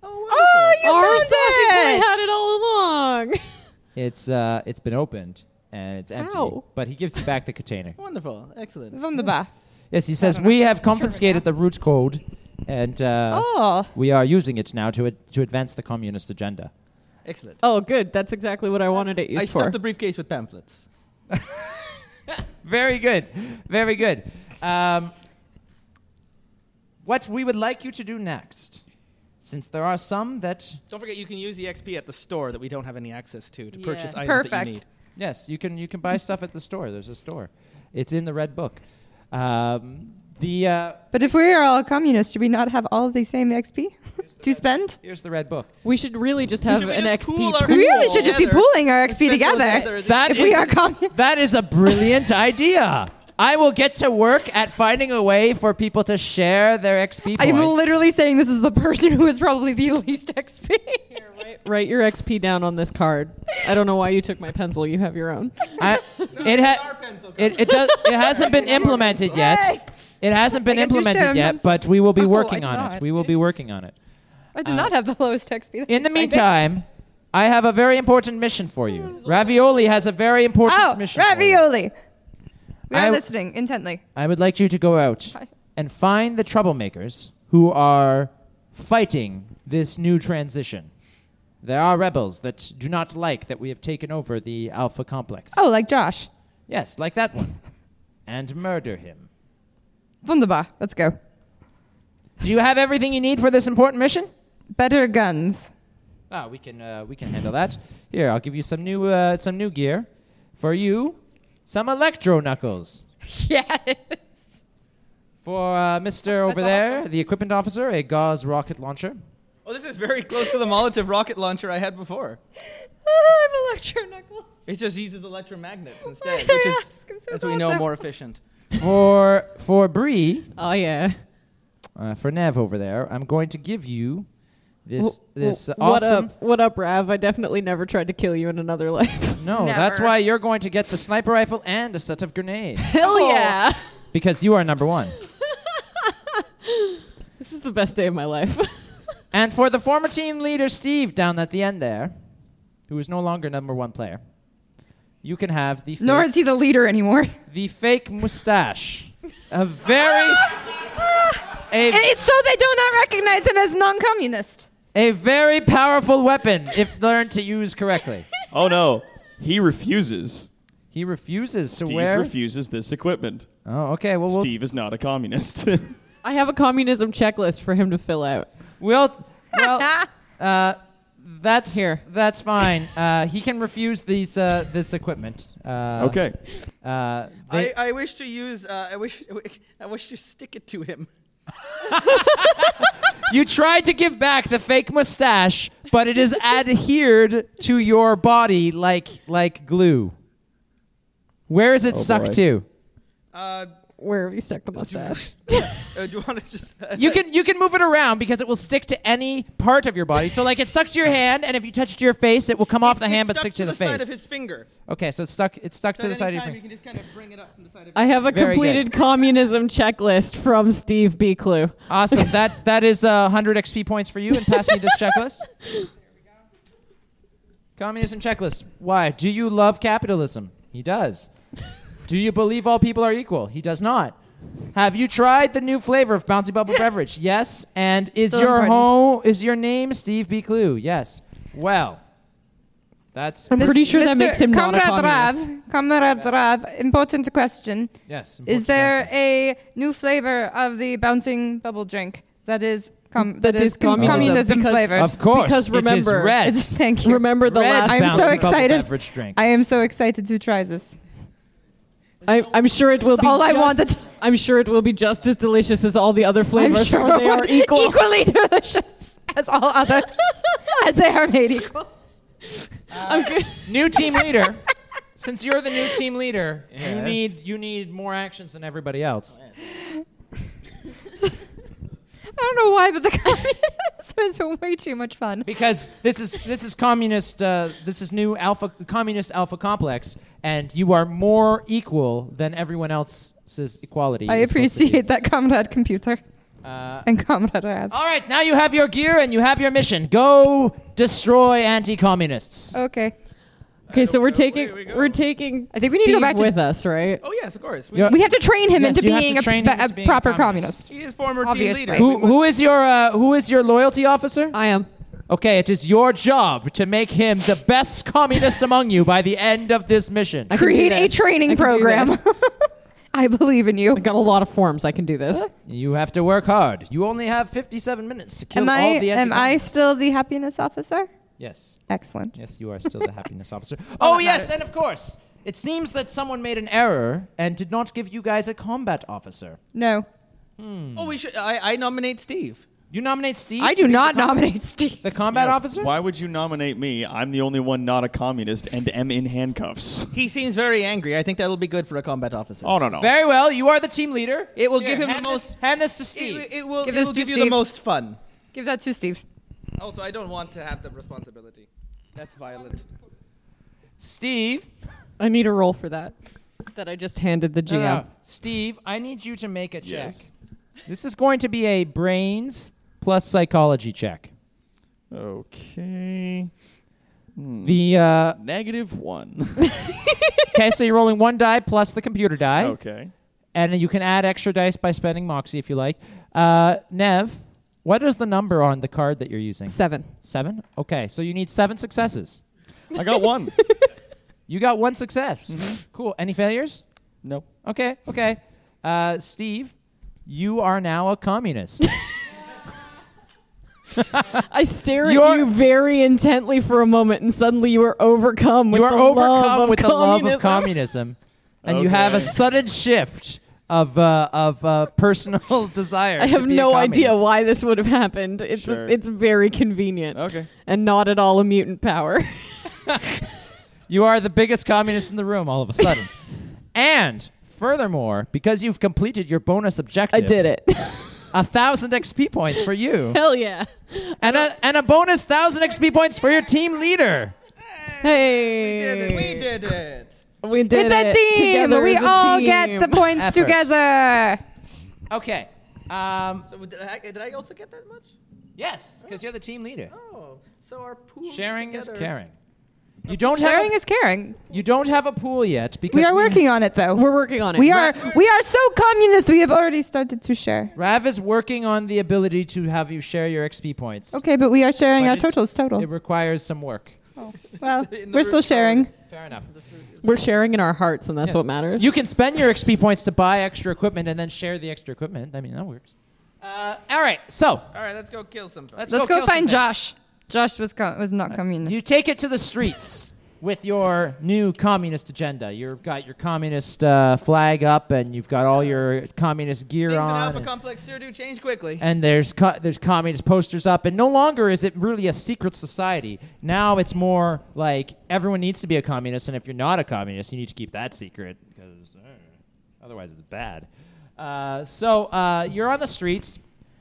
Speaker 5: Oh, you
Speaker 4: Our
Speaker 5: found
Speaker 4: sassy
Speaker 5: it!
Speaker 4: boy had it all along.
Speaker 6: It's uh, it's been opened and it's empty,
Speaker 4: How?
Speaker 6: but he gives you back the container.
Speaker 1: Wonderful, excellent.
Speaker 5: Wunderbar.
Speaker 6: Yes, he says we have confiscated the root code
Speaker 11: and uh,
Speaker 4: Oh.
Speaker 11: we are using it now to ad- to advance the communist agenda.
Speaker 12: Excellent.
Speaker 4: Oh, good. That's exactly what I wanted it used
Speaker 12: I
Speaker 4: for.
Speaker 12: stuffed the briefcase with pamphlets.
Speaker 6: Very good. Very good. Um, what we would like you to do next, since there are some that
Speaker 12: Don't forget, you can use
Speaker 1: E
Speaker 12: the XP at the store that we don't have any access to to
Speaker 6: Yeah.
Speaker 12: purchase items that
Speaker 5: E
Speaker 12: you need.
Speaker 11: Yes, you can you can buy stuff at the store. There's a store. It's in the red book. Um, the uh,
Speaker 5: But if we are all communists, should we not have all the same XP to spend?
Speaker 11: here's the red book.
Speaker 4: We should really just have an XP. pool.
Speaker 5: We really should just be pooling our XP together.
Speaker 6: That
Speaker 5: if we
Speaker 6: is-
Speaker 5: are communists.
Speaker 6: that is a brilliant idea. I will get to work at finding a way for people to share their XP points.
Speaker 5: I'm literally saying this is the person who is probably the least XP.
Speaker 4: Write your XP down on this card. I don't know why you took my pencil. You have your own.
Speaker 6: I, it, ha- it, it, does, it hasn't been implemented yet. It hasn't been
Speaker 5: I guess you
Speaker 6: implemented
Speaker 5: should.
Speaker 6: yet, but we will be
Speaker 5: Oh, I
Speaker 6: working
Speaker 5: did
Speaker 6: on it.
Speaker 5: not.
Speaker 6: We will be working on it.
Speaker 5: I did
Speaker 6: Uh,
Speaker 5: not have the lowest XP.
Speaker 6: In the meantime, I have a very important mission for you. Ravioli has a very important
Speaker 5: oh,
Speaker 6: mission.
Speaker 5: ravioli. We are
Speaker 6: I-
Speaker 5: listening intently.
Speaker 6: I would like you to go out and find the troublemakers who are fighting this new transition. There are rebels that do not like that we have taken over the Alpha Complex.
Speaker 5: Oh, like Josh.
Speaker 6: Yes, like that one. and murder him.
Speaker 5: Wunderbar. Let's go.
Speaker 6: Do you have everything you need for this important mission?
Speaker 5: Better guns.
Speaker 6: Ah, we can uh, we can handle that. Here, I'll give you some new uh, some new gear for you. Some electro knuckles
Speaker 5: Yes.
Speaker 6: for uh, Mister over there, the equipment officer, a Gauss rocket launcher.
Speaker 1: Oh, this is very close to the Molotov rocket launcher I had before.
Speaker 5: Ah, I have electro knuckles.
Speaker 1: It just uses electromagnets instead, which is, as we know, more efficient.
Speaker 6: for for Bree,
Speaker 4: Oh yeah.
Speaker 11: Uh, for Nev over there, I'm going to give you this
Speaker 4: Wh-
Speaker 11: this
Speaker 4: wh- What
Speaker 11: awesome.
Speaker 4: up? What up, Rav? I definitely never tried to kill you in another life.
Speaker 11: No,
Speaker 6: That's why you're going to get the sniper rifle and a set of grenades
Speaker 4: Hell yeah!
Speaker 11: because you are number one.
Speaker 4: This is the best day of my life.
Speaker 6: And for the former team leader Steve down at the end there, who is no longer number one player, you can have the
Speaker 5: Nor
Speaker 6: fake-
Speaker 5: is he the leader anymore.
Speaker 6: the fake mustache. A very
Speaker 5: And
Speaker 6: a,
Speaker 5: it's so they do not recognize him as non-communist.
Speaker 6: a very powerful weapon if learned to use correctly.
Speaker 3: Oh no, he refuses.
Speaker 6: He refuses to
Speaker 3: Steve
Speaker 6: wear-
Speaker 3: refuses this equipment.
Speaker 6: Oh, okay. Well, Uh.
Speaker 3: Steve is not a communist.
Speaker 4: I have a communism checklist for him to fill out.
Speaker 6: Well, well, uh, that's here. That's fine. Uh, he can refuse these uh, this equipment. Uh,
Speaker 3: Okay.
Speaker 6: Uh, they-
Speaker 1: I, I wish to use. Uh, I wish. I wish to stick it to him.
Speaker 6: you tried to give back the fake mustache, but it is adhered to your body like like glue. Where is it
Speaker 4: Oh,
Speaker 6: stuck
Speaker 4: boy.
Speaker 6: to?
Speaker 1: Uh,
Speaker 4: Where have you stuck the mustache?
Speaker 1: Uh, do you want to just?
Speaker 6: You can you can move it around because it will stick to any part of your body. So like it stuck to your hand, and if you touch it to your face, it will come off the hand but stick to, the, face.
Speaker 1: side of his finger.
Speaker 6: Okay, so it's stuck. It's stuck to the side of your finger.
Speaker 1: You can just kind of bring it up from the side of.
Speaker 4: I have a
Speaker 6: Very
Speaker 4: completed communism checklist from Steve B. Clue.
Speaker 6: Awesome. that that is uh, 100 XP points for you. And pass me this checklist. Communism checklist. Why? Do you love capitalism? He does. Do you believe all people are equal? He does not. Have you tried the new flavor of Bouncy Bubble beverage? Yes. And is
Speaker 11: Still
Speaker 6: your
Speaker 11: important.
Speaker 6: home is your name Steve B. Clue? Yes. Well, that's.
Speaker 5: Um,
Speaker 4: I'm pretty sure that
Speaker 5: Mr.
Speaker 4: makes him not a
Speaker 5: Comrade Rav,
Speaker 4: communist.
Speaker 5: Comrade Rav, important question.
Speaker 6: Yes,
Speaker 5: is there a new flavor of the bouncing bubble drink that is com-
Speaker 4: That is
Speaker 5: com-
Speaker 4: communism, because-
Speaker 5: flavored?
Speaker 4: Of course,
Speaker 5: Because
Speaker 4: Because it is remember- red.
Speaker 5: It's- thank you.
Speaker 4: Remember the Red last-
Speaker 5: I am so
Speaker 4: Bouncing Bubble
Speaker 5: excited.
Speaker 4: beverage drink.
Speaker 5: I am so excited to try this.
Speaker 4: I, I'm sure it will
Speaker 5: That's
Speaker 4: be.
Speaker 5: all I
Speaker 4: just-
Speaker 5: wanted.
Speaker 4: I'm sure it will be just as delicious as all the other flavors.
Speaker 5: I'm
Speaker 4: for
Speaker 5: sure
Speaker 4: they are equal.
Speaker 5: equally delicious as all others, as they are made equal.
Speaker 6: Uh, new team leader. Since you're the new team leader, you
Speaker 11: Yes.
Speaker 6: need you need more actions than everybody else.
Speaker 5: I don't know why, but the communism has been way too much fun.
Speaker 6: because this is this is communist uh, this is new alpha communist alpha complex and you are more equal than everyone else's equality
Speaker 5: I
Speaker 6: is supposed to be.
Speaker 5: appreciate that, Comrade Computer
Speaker 6: Uh,
Speaker 5: and Comrade Rav.
Speaker 6: all right now you have
Speaker 5: Oh.
Speaker 6: Oh. your gear and you have your mission go destroy anti-communists
Speaker 5: Okay.
Speaker 4: Okay, so we're taking we're taking.
Speaker 5: I think we need to go
Speaker 4: Steve
Speaker 5: back to-
Speaker 4: with us, right?
Speaker 1: Oh yes, of course.
Speaker 5: We have to train him
Speaker 6: Yes,
Speaker 5: into
Speaker 6: you have
Speaker 5: being
Speaker 6: to
Speaker 5: a,
Speaker 6: train
Speaker 5: b-
Speaker 6: him
Speaker 5: a
Speaker 6: into being a
Speaker 5: proper
Speaker 6: communist.
Speaker 5: communist.
Speaker 1: He is former
Speaker 5: Obviously.
Speaker 6: Who, who is your uh, who is your loyalty officer?
Speaker 5: Uh.
Speaker 4: I am.
Speaker 6: Okay, it is your job to make him the best communist among you by the end of this mission.
Speaker 4: I can do
Speaker 5: Create a
Speaker 4: this. I
Speaker 5: training
Speaker 4: can do
Speaker 5: program.
Speaker 4: this.
Speaker 5: I believe in you.
Speaker 4: I got a lot of forms. I can do this.
Speaker 6: You have to work hard. You only have 57 minutes to kill
Speaker 5: Am I
Speaker 6: all the
Speaker 5: am I still the happiness officer?
Speaker 6: Yes.
Speaker 5: Excellent.
Speaker 6: Yes, you are still the happiness officer.
Speaker 5: All
Speaker 6: Oh
Speaker 5: that
Speaker 6: yes,
Speaker 5: matters.
Speaker 6: and of course. It seems that someone made an error and did not give you guys a combat officer.
Speaker 5: No.
Speaker 12: Oh, we should. I, I nominate Steve.
Speaker 6: You nominate Steve?
Speaker 5: I do not nominate Steve.
Speaker 6: The combat
Speaker 3: Yeah,
Speaker 6: officer?
Speaker 3: Why would you nominate me? I'm the only one not a communist and am in handcuffs.
Speaker 12: He seems very angry. I think that'll be good for a combat officer.
Speaker 3: Oh, no, no.
Speaker 6: Very well, you are the team leader.
Speaker 12: It will
Speaker 6: Here,
Speaker 12: give him
Speaker 6: hand
Speaker 12: the most.
Speaker 6: this- hand this to Steve.
Speaker 12: It, it will,
Speaker 5: Give
Speaker 12: it
Speaker 5: this
Speaker 12: will
Speaker 5: to
Speaker 12: give you the
Speaker 5: Steve.
Speaker 12: most fun.
Speaker 5: Give that to Steve.
Speaker 12: Also, I don't want to have the responsibility. That's violent.
Speaker 6: Steve,
Speaker 4: I need a roll for that. That I just handed the GM.
Speaker 6: No, no, no. Steve, I need you to make a check.
Speaker 3: Yes.
Speaker 6: This is going to be a brains plus psychology check.
Speaker 3: Okay. Hmm.
Speaker 6: The uh,
Speaker 3: Negative one.
Speaker 6: okay, so you're rolling one die plus the computer die,
Speaker 3: okay.
Speaker 6: and you can add extra dice by spending moxie if you like. Uh, Nev, what is the number on the card that you're using?
Speaker 4: Seven.
Speaker 6: Seven. Okay, so you need seven successes.
Speaker 3: I got one.
Speaker 6: You got one success.
Speaker 4: Mm-hmm.
Speaker 6: Cool. Any failures?
Speaker 3: no.
Speaker 6: Okay. Okay. Uh, Steve, you are now a communist.
Speaker 4: I stare at
Speaker 6: You're-
Speaker 4: you very intently for a moment, and suddenly you are overcome with
Speaker 6: you are
Speaker 4: the love
Speaker 6: overcome
Speaker 4: of
Speaker 6: with the love
Speaker 4: communism.
Speaker 6: of communism, and you have a
Speaker 3: Okay.
Speaker 6: sudden shift of uh, of uh, personal desire.
Speaker 4: I
Speaker 6: to
Speaker 4: have
Speaker 6: be a
Speaker 4: no idea
Speaker 6: communist.
Speaker 4: why this would have happened. It's
Speaker 3: Sure.
Speaker 4: it's very convenient
Speaker 3: Okay.
Speaker 4: and not at all a mutant power.
Speaker 6: You are the biggest communist in the room all of a sudden, and furthermore, because you've completed your bonus objective,
Speaker 4: I did it.
Speaker 6: a thousand XP points for you,
Speaker 4: Hell yeah!
Speaker 6: and a and a bonus thousand XP points for your team leader.
Speaker 4: Hey, we
Speaker 12: We did it.
Speaker 4: We did
Speaker 5: it's a
Speaker 4: it
Speaker 5: team.
Speaker 4: Together
Speaker 5: we
Speaker 4: as a
Speaker 5: all
Speaker 4: team.
Speaker 5: get the points
Speaker 6: Effort.
Speaker 5: together.
Speaker 6: Okay. Um.
Speaker 12: So did I, did I also get that much?
Speaker 6: Yes, because you're the team leader.
Speaker 12: Oh, so our pool
Speaker 6: Sharing is
Speaker 12: together-
Speaker 6: caring. You don't have
Speaker 5: Caring
Speaker 6: a,
Speaker 5: is caring.
Speaker 6: you don't have a pool yet because
Speaker 5: We are working on it though.
Speaker 4: We're working on it.
Speaker 5: We are we are so communist. We have already started to share.
Speaker 6: Rav is working on the ability to have you share your XP points.
Speaker 5: Okay, but we are sharing
Speaker 6: But
Speaker 5: our
Speaker 6: it's-
Speaker 5: totals total.
Speaker 6: It requires some work.
Speaker 5: Well,
Speaker 12: In the
Speaker 5: we're still
Speaker 12: root
Speaker 5: sharing.
Speaker 6: Fair enough.
Speaker 4: We're sharing in our hearts, and that's
Speaker 6: Yes.
Speaker 4: what matters.
Speaker 6: You can spend your XP points to buy extra equipment and then share the extra equipment. I mean, that works. Uh, all right, so
Speaker 12: All right, let's go kill something.
Speaker 6: let's,
Speaker 5: Let's go,
Speaker 6: kill some
Speaker 5: find
Speaker 6: things.
Speaker 5: Josh. Josh was co- was not communist.
Speaker 6: You take it to the streets with your new communist agenda. You've got your communist uh, flag up, and you've got all your communist gear
Speaker 12: Things in
Speaker 6: on.
Speaker 12: Alpha
Speaker 6: and-
Speaker 12: Complex sure do change quickly.
Speaker 6: and there's co- there's communist posters up, and no longer is it really a secret society. Now it's more like everyone needs to be a communist, and if you're not a communist, you need to keep that secret because uh, otherwise it's bad. Uh, so uh, you're on the streets,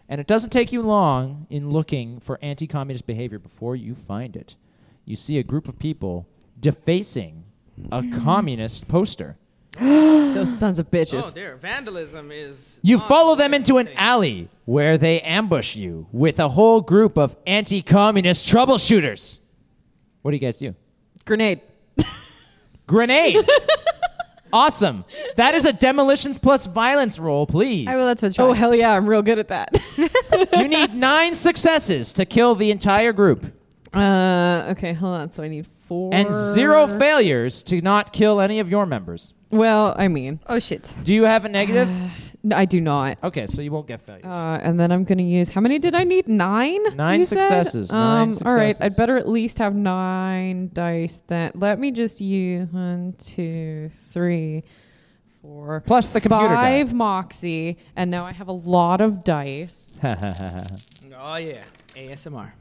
Speaker 6: and it doesn't take you long in looking for anti-communist behavior before you find it. You see a group of people defacing a communist poster.
Speaker 4: Those sons of bitches.
Speaker 12: oh dear, vandalism is.
Speaker 6: You
Speaker 12: on
Speaker 6: follow
Speaker 12: the
Speaker 6: them into an
Speaker 12: thing.
Speaker 6: alley where they ambush you with a whole group of anti communist troubleshooters. What do you guys do?
Speaker 4: Grenade.
Speaker 6: Grenade! awesome. That is a demolitions plus violence roll, please.
Speaker 5: I will let her try.
Speaker 4: Oh hell yeah! I'm real good at that.
Speaker 6: you need nine successes to kill the entire group
Speaker 4: uh, okay, hold on. So I need four
Speaker 6: and zero failures to not kill any of your members.
Speaker 4: well, I mean,
Speaker 5: oh shit.
Speaker 6: Do you have a negative?
Speaker 4: no, I do not.
Speaker 6: Okay, so you won't get failures.
Speaker 4: Uh, and then I'm going to use how many did I need? Nine.
Speaker 6: Nine
Speaker 4: you said? Um,
Speaker 6: successes, nine
Speaker 4: All right, I'd
Speaker 6: successes.
Speaker 4: better at least have nine dice. That let me just use one, two, three, four,
Speaker 6: plus the computer
Speaker 4: five moxie, and now I have a lot of dice.
Speaker 6: die.
Speaker 12: Oh yeah, ASMR.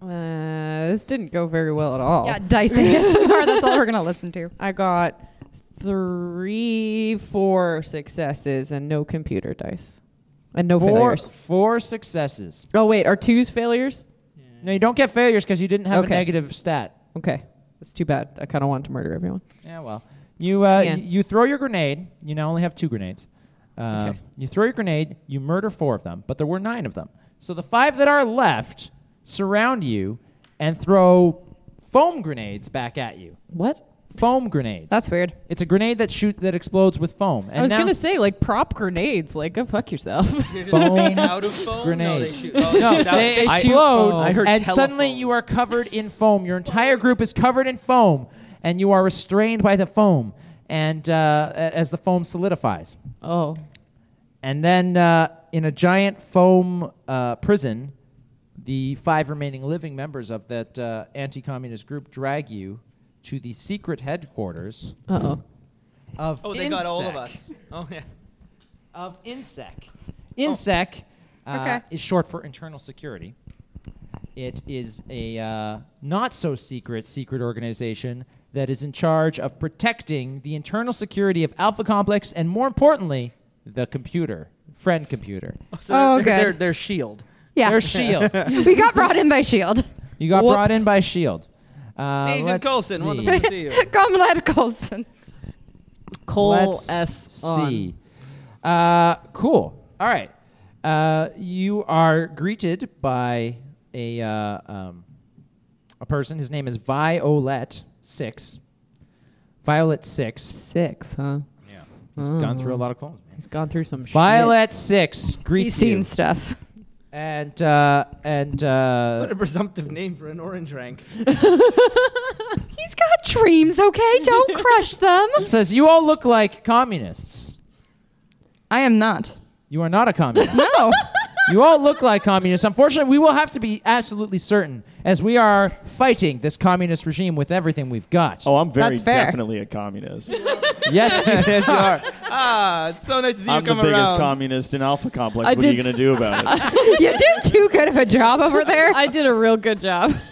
Speaker 4: Uh, this didn't go very well at all.
Speaker 5: Yeah, dice ASMR. that's all we're gonna listen to.
Speaker 4: I got three, four successes and no computer dice, and no
Speaker 6: four,
Speaker 4: failures.
Speaker 6: four successes.
Speaker 4: Oh wait, are twos failures?
Speaker 6: No, you don't get failures because you didn't have
Speaker 4: Okay.
Speaker 6: a negative stat.
Speaker 4: Okay, that's too bad. I kind of want to murder everyone.
Speaker 6: Yeah, well, you uh,
Speaker 4: Yeah.
Speaker 6: y- you throw your grenade. You now only have two grenades. Uh,
Speaker 4: Okay.
Speaker 6: You throw your grenade. You murder four of them, but there were nine of them. So the five that are left surround you and throw foam grenades back at you.
Speaker 4: What?
Speaker 6: Foam grenades.
Speaker 4: That's weird.
Speaker 6: It's a grenade that shoot that explodes with foam. And
Speaker 4: I was
Speaker 6: now-
Speaker 4: gonna say like prop grenades. Like go fuck yourself.
Speaker 6: Foam
Speaker 4: out
Speaker 12: of foam?
Speaker 6: grenades.
Speaker 12: No, they shoot- oh, they
Speaker 6: No,
Speaker 12: shoot out-
Speaker 6: they
Speaker 12: they shoot
Speaker 6: explode,
Speaker 12: foam. I heard
Speaker 6: and
Speaker 12: telephone.
Speaker 6: suddenly you are covered in foam. Your entire group is covered in foam, and you are restrained by the foam, and uh, a- as the foam solidifies.
Speaker 4: Oh.
Speaker 6: And then uh, in a giant foam uh, prison, the five remaining living members of that uh, anti-communist group drag you to the secret headquarters.
Speaker 4: Uh-oh.
Speaker 6: Of
Speaker 12: Oh, they got all of
Speaker 6: Insec.
Speaker 12: us. Oh yeah.
Speaker 6: Of insect. INSEC uh,
Speaker 12: Okay.
Speaker 6: is short for Internal Security. It is a uh, not so secret secret organization that is in charge of protecting the internal security of Alpha Complex and, more importantly, the computer, friend computer.
Speaker 12: So
Speaker 5: Oh,
Speaker 12: they're, they're,
Speaker 5: good.
Speaker 12: they're shield.
Speaker 5: Yeah.
Speaker 6: Their shield.
Speaker 5: we got brought in by Shield.
Speaker 6: You got brought
Speaker 5: Whoops.
Speaker 6: in by Shield. E Uh,
Speaker 12: Agent
Speaker 6: let's
Speaker 12: Coulson,
Speaker 6: see.
Speaker 12: wonderful to see you.
Speaker 5: Comrade Colson.
Speaker 4: Cole
Speaker 6: Let's
Speaker 4: S. on.
Speaker 6: see. Uh, cool. All right. Uh, you are greeted by a uh, um, a person. His name is Violet Six. Violet Six.
Speaker 4: Six, huh?
Speaker 6: Yeah. He's gone through a lot of clones.
Speaker 4: He's gone through some.
Speaker 6: Violet Six greets
Speaker 5: He's seen
Speaker 6: you.
Speaker 5: stuff.
Speaker 6: And uh, and uh,
Speaker 12: What a presumptive name for an orange rank.
Speaker 5: He's got dreams, okay? Don't crush them.
Speaker 6: it says you all look like communists.
Speaker 5: I am not.
Speaker 6: You are not a communist.
Speaker 5: No.
Speaker 6: you all look like communists. Unfortunately, we will have to be absolutely certain as we are fighting this communist regime with everything we've got.
Speaker 3: Oh, I'm very
Speaker 6: That's fair.
Speaker 3: definitely a communist.
Speaker 6: Yes, you,
Speaker 3: Yes, you are.
Speaker 12: ah, it's so nice to see
Speaker 3: I'm
Speaker 12: you
Speaker 3: the
Speaker 12: come
Speaker 3: biggest
Speaker 12: around.
Speaker 3: communist in Alpha Complex.
Speaker 12: I
Speaker 3: what are you
Speaker 12: did-
Speaker 3: going to do about it?
Speaker 5: you do too good of a job over there.
Speaker 4: I did a real good job.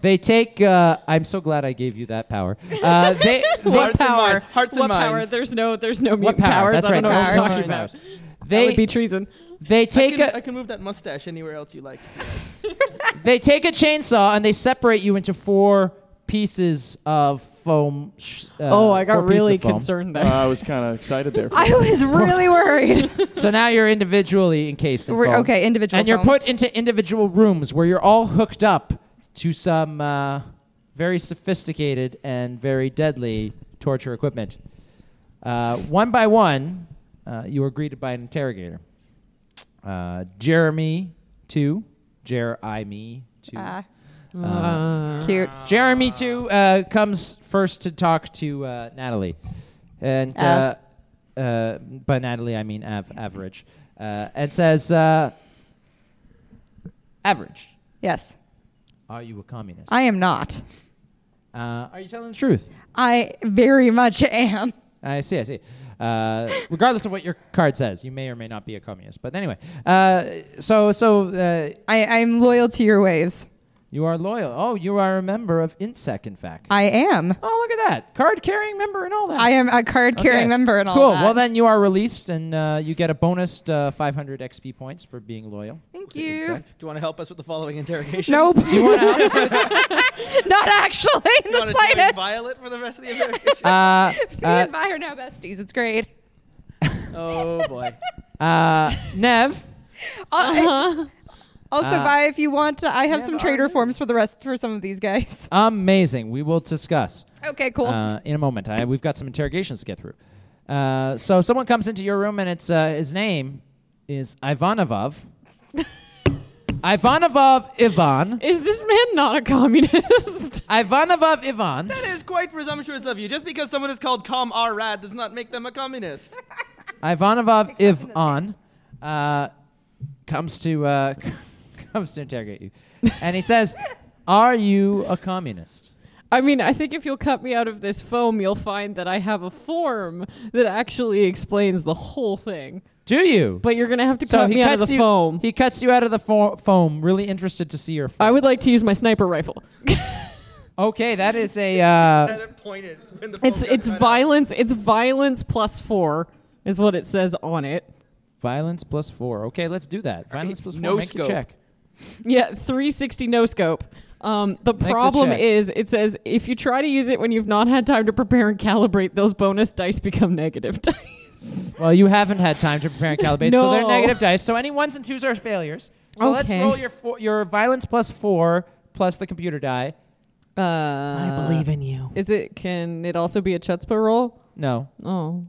Speaker 6: They take. Uh, I'm so glad I gave you that power. Uh, they
Speaker 4: What
Speaker 6: what
Speaker 4: power? what power?
Speaker 6: minds.
Speaker 4: There's no. There's no
Speaker 6: What
Speaker 4: mutant
Speaker 6: power?
Speaker 4: powers.
Speaker 6: That's
Speaker 4: I don't
Speaker 6: right.
Speaker 4: know what I'm
Speaker 6: Power.
Speaker 4: talking about.
Speaker 6: Powers.
Speaker 4: that
Speaker 6: They-
Speaker 4: would be treason.
Speaker 6: They take
Speaker 12: I can,
Speaker 6: a
Speaker 12: I can move that mustache anywhere else you like.
Speaker 6: they take a chainsaw and they separate you into four pieces of foam. Sh- uh,
Speaker 4: Oh, I got
Speaker 6: four pieces
Speaker 4: really
Speaker 6: of foam.
Speaker 4: concerned
Speaker 3: Uh, I was kind of excited there. For
Speaker 5: I was really worried.
Speaker 6: so now you're individually encased in
Speaker 5: We're-
Speaker 6: foam.
Speaker 5: okay, individual
Speaker 6: And you're
Speaker 5: foams.
Speaker 6: put into individual rooms where you're all hooked up to some uh, very sophisticated and very deadly torture equipment. Uh, one by one, uh, you are greeted by an interrogator. Uh, Jeremy two, Jeremy two.
Speaker 5: Ah.
Speaker 6: Uh,
Speaker 5: Cute.
Speaker 6: Jeremy too uh, comes first to talk to uh, Natalie, and uh,
Speaker 5: Av.
Speaker 6: uh, by Natalie I mean Av average, uh, and says, uh, "Average,
Speaker 5: Yes.
Speaker 6: are you a communist?
Speaker 5: I am not.
Speaker 6: Uh, are you telling the truth?
Speaker 5: I very much am.
Speaker 6: I see. I see." Uh, regardless of what your card says, you may or may not be a communist. But anyway, uh, so so uh,
Speaker 5: I, I'm loyal to your ways.
Speaker 6: you are loyal. Oh, you are a member of INSEC, in fact.
Speaker 5: I am.
Speaker 6: Oh, look at that. Card carrying member and all that.
Speaker 5: I am a card carrying
Speaker 6: Okay.
Speaker 5: member and all
Speaker 6: cool.
Speaker 5: that.
Speaker 6: Well, then you are released, and uh, you get a bonus uh, 500 XP points for being loyal.
Speaker 5: Thank
Speaker 12: Do
Speaker 5: you.
Speaker 12: you want to help us with the following interrogation?
Speaker 5: Nope.
Speaker 12: Do you want to help?
Speaker 5: not actually in
Speaker 12: you
Speaker 5: the
Speaker 12: want to join
Speaker 5: slightest.
Speaker 12: Violet for the rest of the interrogation?
Speaker 6: Uh,
Speaker 5: Me
Speaker 6: uh,
Speaker 5: and Vi are now besties. It's great.
Speaker 12: oh boy.
Speaker 6: uh, Nev,
Speaker 5: Uh, Also,
Speaker 6: Uh,
Speaker 5: Vi, if you want, I have some trader forms for the rest for some of these guys.
Speaker 6: amazing. We will discuss
Speaker 5: Okay, cool.
Speaker 6: uh, in a moment. I, we've got some interrogations to get through. Uh, so someone comes into your room, and it's uh, his name is Ivanovov. Ivanovov Ivan.
Speaker 4: Is this man not a communist?
Speaker 6: Ivanovov Ivan.
Speaker 12: That is quite presumptuous of you. Just because someone is called comrade does not make them a communist.
Speaker 6: Ivanovov Ivan uh, comes to uh, comes to interrogate you, and he says, "Are you a communist?"
Speaker 4: I mean, I think if you'll cut me out of this foam, you'll find that I have a form that actually explains the whole thing.
Speaker 6: Do you?
Speaker 4: But you're gonna have to cut me out of the
Speaker 6: you,
Speaker 4: foam.
Speaker 6: He cuts you out of the fo- foam. Really interested to see your. Foam.
Speaker 4: I would like to use my sniper rifle.
Speaker 6: Okay, that is a. Uh,
Speaker 12: pointed.
Speaker 1: Oh,
Speaker 4: It's it's violence. It's violence plus four is what it says on it.
Speaker 6: Violence plus four. Okay, let's do that. Violence plus four.
Speaker 12: no
Speaker 6: Make your
Speaker 12: scope.
Speaker 6: check.
Speaker 4: Yeah, 360 no scope. Um, the
Speaker 6: the
Speaker 4: problem
Speaker 6: check.
Speaker 4: is, it says if you try to use it when you've not had time to prepare and calibrate, those bonus dice become negative dice.
Speaker 6: Well, you haven't had time to prepare and calibrate, so they're
Speaker 4: No.
Speaker 6: negative dice. So any ones and twos are failures. So let's
Speaker 4: Okay.
Speaker 6: roll your four, your violence plus four plus the computer die,
Speaker 4: Uh, I
Speaker 1: believe in you.
Speaker 4: Is it? Can it also be a chutzpah roll?
Speaker 6: No.
Speaker 4: Oh.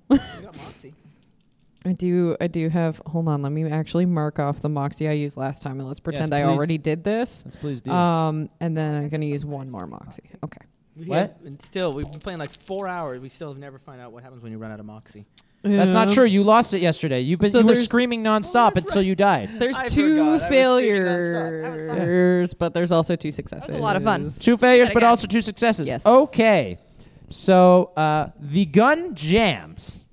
Speaker 4: I do. I do have. Hold on. Let me actually mark off the moxie I used last time, and let's pretend I
Speaker 6: please.
Speaker 4: already did this.
Speaker 6: Yes, please do.
Speaker 4: Um, and then I'm gonna use one more moxie. Okay.
Speaker 1: We
Speaker 6: What?
Speaker 1: have- and still, we've been playing like four hours. We still have never found out what happens when you run out of moxie.
Speaker 6: That's not true. You lost it yesterday. You've been
Speaker 4: So
Speaker 6: you were
Speaker 4: there's-
Speaker 6: screaming nonstop until you died.
Speaker 4: There's
Speaker 1: I forgot. I
Speaker 4: two
Speaker 1: was speaking
Speaker 4: failures, but there's also two successes.
Speaker 5: a lot of fun.
Speaker 6: Two failures,
Speaker 5: Try
Speaker 6: but
Speaker 5: again.
Speaker 6: also two successes.
Speaker 4: Yes.
Speaker 6: Okay. So uh, the gun jams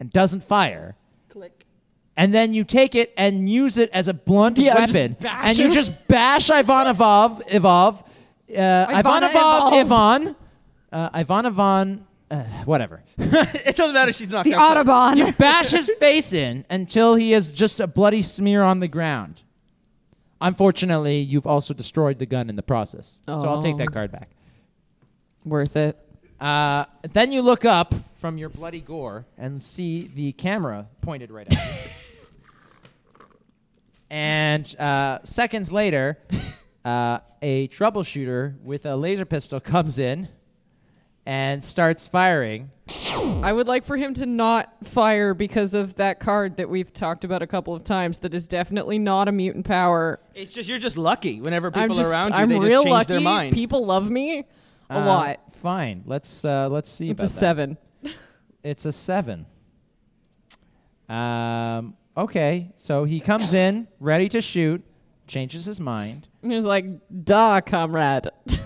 Speaker 6: and doesn't fire.
Speaker 1: Click.
Speaker 6: And then you take it and use it as a blunt
Speaker 13: Yeah, just
Speaker 6: weapon.
Speaker 13: bash
Speaker 6: And you
Speaker 13: him.
Speaker 6: just bash Ivanov, Ivov, uh,
Speaker 13: Ivana
Speaker 6: Ivanov,
Speaker 13: Evolve.
Speaker 6: Ivan, uh, Ivanavon, uh, whatever.
Speaker 1: It doesn't matter. She's not
Speaker 6: The
Speaker 5: Autobahn.
Speaker 6: You bash his face in until he is just a bloody smear on the ground. Unfortunately, you've also destroyed the gun in the process. So I'll take
Speaker 4: Oh.
Speaker 6: that card back.
Speaker 4: Worth it.
Speaker 6: Uh, then you look up from your bloody gore and see the camera pointed right at you. and uh, seconds later, uh, a troubleshooter with a laser pistol comes in and starts firing.
Speaker 4: I would like for him to not fire because of that card that we've talked about a couple of times. That is definitely not a mutant power.
Speaker 1: It's just you're just lucky. Whenever
Speaker 4: I'm
Speaker 1: people
Speaker 4: just.
Speaker 1: are around you,
Speaker 4: I'm
Speaker 1: they just
Speaker 4: real
Speaker 1: change
Speaker 4: lucky.
Speaker 1: their mind.
Speaker 4: People love me a
Speaker 6: Uh,
Speaker 4: lot.
Speaker 6: Fine. Let's uh, let's see.
Speaker 4: It's
Speaker 6: about
Speaker 4: a
Speaker 6: that.
Speaker 4: seven.
Speaker 6: It's a seven. Um. Okay. So he comes in ready to shoot, changes his mind,
Speaker 4: He was like, "Da, comrade."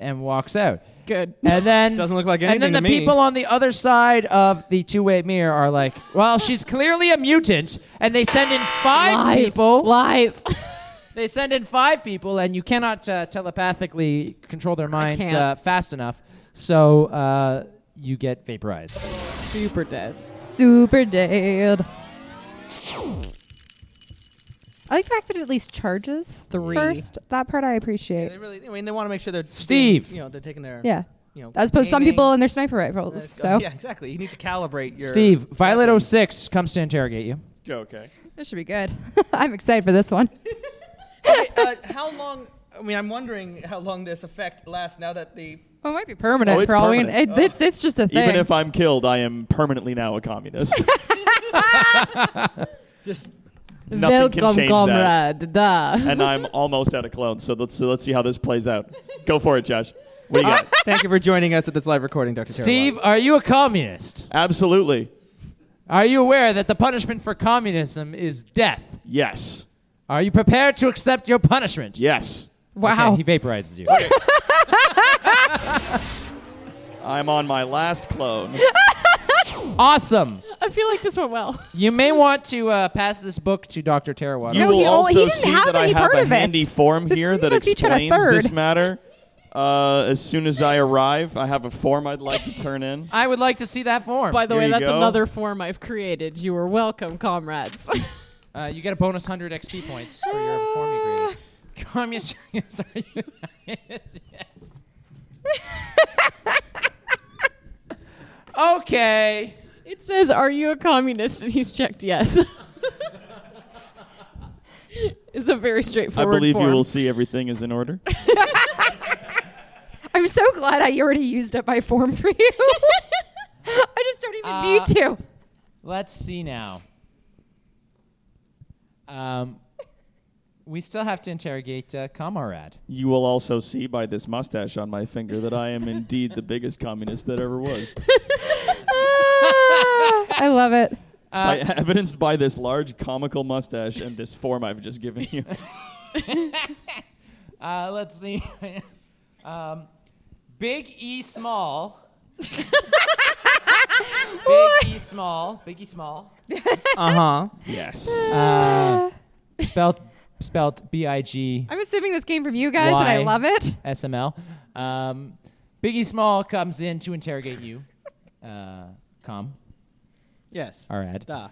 Speaker 6: and walks out.
Speaker 4: Good.
Speaker 6: And then
Speaker 1: Doesn't look like
Speaker 6: And then
Speaker 1: anything
Speaker 6: the
Speaker 1: to me.
Speaker 6: people on the other side of the two-way mirror are like, "Well, she's clearly a mutant," and they send in five
Speaker 4: Lies.
Speaker 6: people.
Speaker 4: Lies.
Speaker 6: They send in five people, and you cannot uh, telepathically control their minds
Speaker 4: can't.
Speaker 6: uh, fast enough. So uh, you get vaporized.
Speaker 4: Super dead.
Speaker 5: Super dead. I like the fact that it at least charges
Speaker 4: Three.
Speaker 5: first. That part I appreciate.
Speaker 1: They really. I mean, they want to make sure they're
Speaker 6: Steve.
Speaker 1: Doing, you know, they're taking their.
Speaker 5: Yeah.
Speaker 1: You know,
Speaker 5: As opposed to some
Speaker 1: aiming.
Speaker 5: people and their sniper rifles. So
Speaker 1: Yeah, exactly. You need to calibrate your.
Speaker 6: Steve, Violet 06 comes to interrogate you.
Speaker 1: Okay.
Speaker 5: this should be good. I'm excited for this one.
Speaker 1: uh, how long? I mean, I'm wondering how long this effect lasts now that the.
Speaker 5: Well, it might be permanent for all we know. It- Oh, It's, it's just a thing.
Speaker 3: Even if I'm killed, I am permanently now a communist.
Speaker 1: Just
Speaker 3: nothing can change that.
Speaker 4: comrade. Da.
Speaker 3: And I'm almost out of clones, so let's so let's see how this plays out. Go for it, Josh. What do you got?
Speaker 1: Thank you for joining us at this live recording, Dr. Tara
Speaker 6: Steve, are you a communist?
Speaker 3: Absolutely.
Speaker 6: Are you aware that the punishment for communism is death?
Speaker 3: Yes.
Speaker 6: Are you prepared to accept your punishment?
Speaker 3: Yes.
Speaker 6: Wow. he vaporizes you.
Speaker 3: I'm on my last clone.
Speaker 6: awesome.
Speaker 4: I feel like this went well.
Speaker 6: You may want to uh, pass this book to Dr. Terawater.
Speaker 3: Uh, You will also see that I have a handy form here that
Speaker 5: us each had a
Speaker 3: explains this
Speaker 5: third.
Speaker 3: matter. Uh, as soon as I arrive, I have a form I'd like to turn in.
Speaker 6: I would like to see that form.
Speaker 4: By the
Speaker 3: Here
Speaker 4: way,
Speaker 3: you
Speaker 4: that's
Speaker 3: go.
Speaker 4: another form I've created. You are welcome, comrades.
Speaker 6: Uh, you get a bonus 100 XP points for your form you created. Communist. are you? yes. okay.
Speaker 4: it says, "Are you a communist?" and he's checked yes. it's a very
Speaker 3: I
Speaker 4: straightforward
Speaker 3: believe
Speaker 4: form.
Speaker 3: you will see everything is in order.
Speaker 5: I'm so glad I already used up my form for you. I just don't even need to.
Speaker 6: Let's see now. Um, we still have to interrogate uh, Kamarad.
Speaker 3: You will also see by this mustache on my finger that I am indeed the biggest communist that ever was.
Speaker 5: Ah. I love it.
Speaker 3: By- evidenced by this large comical mustache and this form I've just given you.
Speaker 6: Uh, let's see. um, Big E small. Big E small. Big E small.
Speaker 1: Uh huh.
Speaker 3: yes.
Speaker 6: Uh, spelt spelt B I G
Speaker 5: I'm assuming this came from you guys, and I
Speaker 6: Why?
Speaker 5: love it.
Speaker 6: S M L. Um, Big E small comes in to interrogate you. Uh, com.
Speaker 1: Yes.
Speaker 6: Arad.
Speaker 1: Da.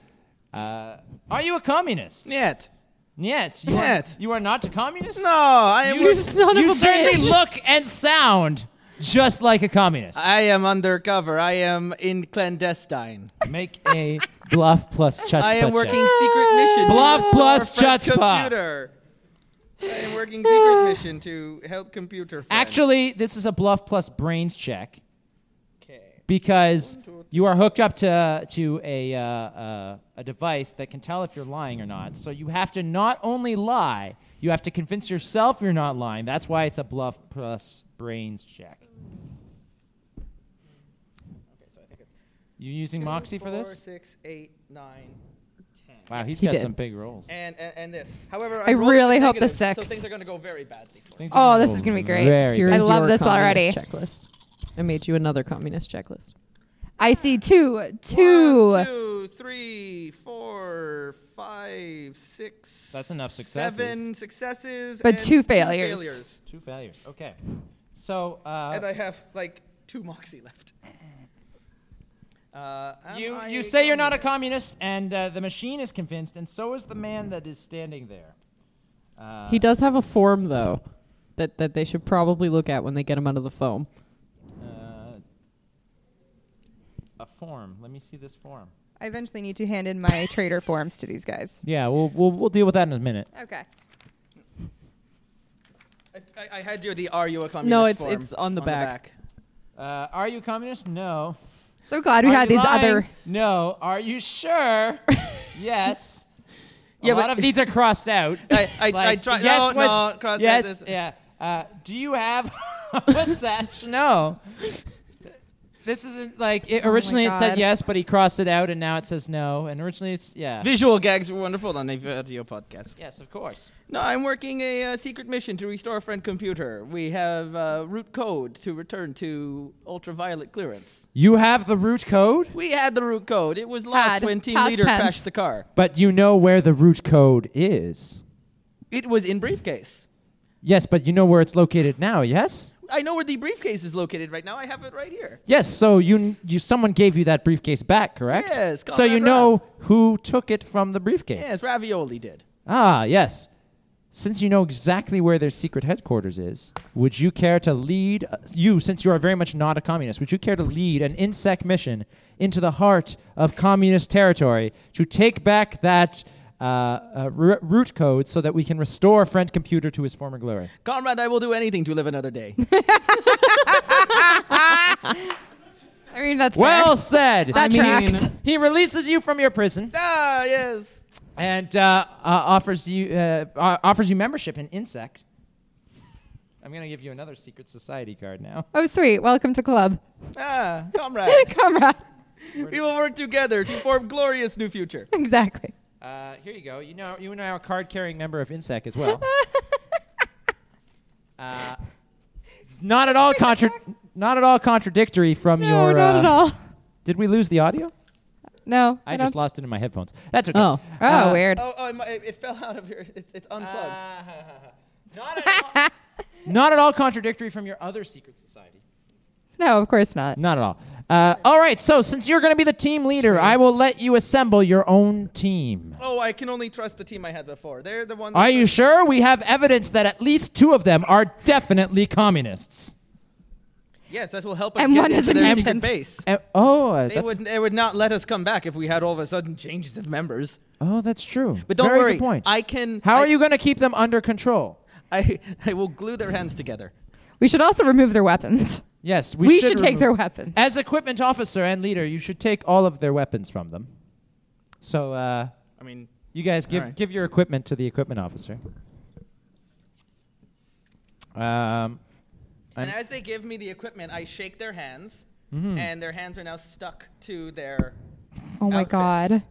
Speaker 6: Uh, are you a communist?
Speaker 1: Yet.
Speaker 6: Yes. You, are,
Speaker 1: Yet.
Speaker 6: you are not a communist?
Speaker 1: No, I am.
Speaker 6: You,
Speaker 4: son
Speaker 6: you
Speaker 4: of a
Speaker 6: certainly
Speaker 4: bitch.
Speaker 6: look and sound just like a communist.
Speaker 1: I am undercover. I am in clandestine.
Speaker 6: Make a bluff plus chutzpah
Speaker 1: I am
Speaker 6: check.
Speaker 1: working secret missions.
Speaker 6: Bluff
Speaker 1: for
Speaker 6: plus
Speaker 1: Fred
Speaker 6: chutzpah.
Speaker 1: Computer. A working secret mission to help computer. friend.
Speaker 6: Actually, this is a bluff plus brains check. Because you are hooked up to to a uh, uh, a device that can tell if you're lying or not. So you have to not only lie, you have to convince yourself you're not lying. That's why it's a bluff plus brains check. You using
Speaker 1: Two,
Speaker 6: Moxie for
Speaker 1: four,
Speaker 6: this?
Speaker 1: Six, eight, nine, ten.
Speaker 6: Wow, he's
Speaker 1: He
Speaker 6: got
Speaker 1: did.
Speaker 6: some big rolls.
Speaker 1: And, and and this. However,
Speaker 5: I
Speaker 1: I, rolled
Speaker 5: really
Speaker 1: a
Speaker 5: hope the
Speaker 1: negative,
Speaker 5: six.
Speaker 1: So things are going to go very badly. For
Speaker 6: Things
Speaker 1: us.
Speaker 5: Oh, this is gonna be great.
Speaker 6: Very
Speaker 5: I
Speaker 4: Here's
Speaker 5: love
Speaker 4: your
Speaker 5: this already.
Speaker 4: communist Checklist. I made you another communist checklist.
Speaker 5: I see two, two.
Speaker 1: One, two, three, four, five, six.
Speaker 6: That's enough successes.
Speaker 1: Seven successes.
Speaker 5: But
Speaker 1: and
Speaker 5: two failures.
Speaker 1: failures.
Speaker 6: Two failures. Okay. So uh,
Speaker 1: and I have like two moxie left. Uh, am
Speaker 6: You
Speaker 1: I
Speaker 6: you
Speaker 1: a
Speaker 6: say you're not a
Speaker 1: communist?
Speaker 6: communist, and uh, the machine is convinced, and so is the man that is standing there. Uh,
Speaker 4: he does have a form though that that they should probably look at when they get him out of the foam.
Speaker 6: Uh, a form. Let me see this form.
Speaker 5: I eventually need to hand in my trader forms to these guys.
Speaker 6: Yeah, we'll we'll, we'll deal with that in a minute.
Speaker 5: Okay.
Speaker 1: I, I had you the are you a communist?
Speaker 4: No, it's
Speaker 1: form
Speaker 4: it's on the back.
Speaker 6: Uh, are you communist? No.
Speaker 5: So glad we
Speaker 6: Are
Speaker 5: had
Speaker 6: you
Speaker 5: these
Speaker 6: lying?
Speaker 5: other.
Speaker 6: No. Are you sure? yes.
Speaker 1: Yeah,
Speaker 6: a lot
Speaker 1: but-
Speaker 6: of these are crossed out.
Speaker 1: I- I- I
Speaker 6: Like,
Speaker 1: try-
Speaker 6: Yes,
Speaker 1: no,
Speaker 6: was-
Speaker 1: no, cross-
Speaker 6: yes,
Speaker 1: this-
Speaker 6: yeah. Uh, do you have a mustache? no. This isn't like it,
Speaker 12: Oh my
Speaker 6: originally. it said
Speaker 12: God.
Speaker 6: yes, but he crossed it out, and now it says no. And originally, it's yeah.
Speaker 1: Visual gags were wonderful on a video podcast.
Speaker 6: Yes, of course.
Speaker 1: No, I'm working a uh, secret mission to restore a friend computer. We have uh, root code to return to ultraviolet clearance.
Speaker 6: You have the root code,
Speaker 1: We had the root code. It was lost
Speaker 5: Had.
Speaker 1: when team
Speaker 5: Past
Speaker 1: leader
Speaker 5: tense.
Speaker 1: crashed the car.
Speaker 6: but you know where the root code is.
Speaker 1: It was in briefcase.
Speaker 6: Yes, but you know where it's located now. Yes.
Speaker 1: I know where the briefcase is located right now. I have it right here.
Speaker 6: Yes. So you you someone gave you that briefcase back, correct?
Speaker 1: Yes,
Speaker 6: So you
Speaker 1: Conrad
Speaker 6: know who took it from the briefcase.
Speaker 1: Yes, Ravioli did.
Speaker 6: Ah, yes. Since you know exactly where their secret headquarters is, would you care to lead uh, you since you are very much not a communist, would you care to lead an insect mission into the heart of communist territory to take back that uh, uh, ru- root code so that we can restore friend computer to his former glory?
Speaker 1: Comrade, I will do anything to live another day.
Speaker 5: I mean, that's
Speaker 6: well
Speaker 5: fair.
Speaker 6: said.
Speaker 5: That I mean- tracks.
Speaker 6: He releases you from your prison.
Speaker 1: ah, yes.
Speaker 6: and uh, uh, offers you uh, uh, offers you membership in Insect. I'm gonna give you another secret society card now.
Speaker 5: Oh, sweet. Welcome to club.
Speaker 1: Ah, comrade.
Speaker 5: Comrade.
Speaker 1: we will work together to form glorious new future.
Speaker 5: Exactly.
Speaker 6: Uh, here you go. You know, you and I are a card-carrying member of Insect as well. uh, not at all contra- not at all contradictory from
Speaker 5: No,
Speaker 6: your.
Speaker 5: not
Speaker 6: uh,
Speaker 5: at all.
Speaker 6: Did we lose the audio?
Speaker 5: No.
Speaker 6: I, just lost it in my headphones. That's okay.
Speaker 4: Oh.
Speaker 5: Oh,
Speaker 6: Uh,
Speaker 5: weird.
Speaker 1: Oh, oh, my- it fell out of here. It's, it's unplugged.
Speaker 5: Uh,
Speaker 6: Not at all contradictory from your other secret society.
Speaker 5: No, of course not.
Speaker 6: Not at all. Uh, all right. So since you're going to be the team leader, I will let you assemble your own team.
Speaker 1: Oh, I can only trust the team I had before. They're the ones.
Speaker 6: Are you sure? We have evidence that at least two of them are definitely communists.
Speaker 1: Yes, that will help us
Speaker 5: And
Speaker 1: get
Speaker 5: one is
Speaker 1: into
Speaker 5: a
Speaker 1: their
Speaker 5: mutant.
Speaker 1: secret base.
Speaker 6: Uh, oh, uh,
Speaker 1: They
Speaker 6: that's,
Speaker 1: would, they would not let us come back if we had all of a sudden changed the members.
Speaker 6: oh, that's true.
Speaker 1: But don't
Speaker 6: Very
Speaker 1: worry,
Speaker 6: Good point.
Speaker 1: I can.
Speaker 6: How
Speaker 1: I,
Speaker 6: are you going to keep them under control?
Speaker 1: I, I will glue their hands together.
Speaker 5: We should also remove their weapons.
Speaker 6: Yes, we,
Speaker 5: We, should, take
Speaker 6: remove-
Speaker 5: their weapons.
Speaker 6: As equipment officer and leader, you should take all of their weapons from them. So, uh,
Speaker 1: I mean,
Speaker 6: you guys give
Speaker 1: Alright.
Speaker 6: give your equipment to the equipment officer. Um,
Speaker 1: and
Speaker 6: I'm-
Speaker 1: as they give me the equipment, I shake their hands,
Speaker 6: Mhm.
Speaker 1: and their hands are now stuck to their.
Speaker 5: Oh my
Speaker 1: outfits.
Speaker 5: god.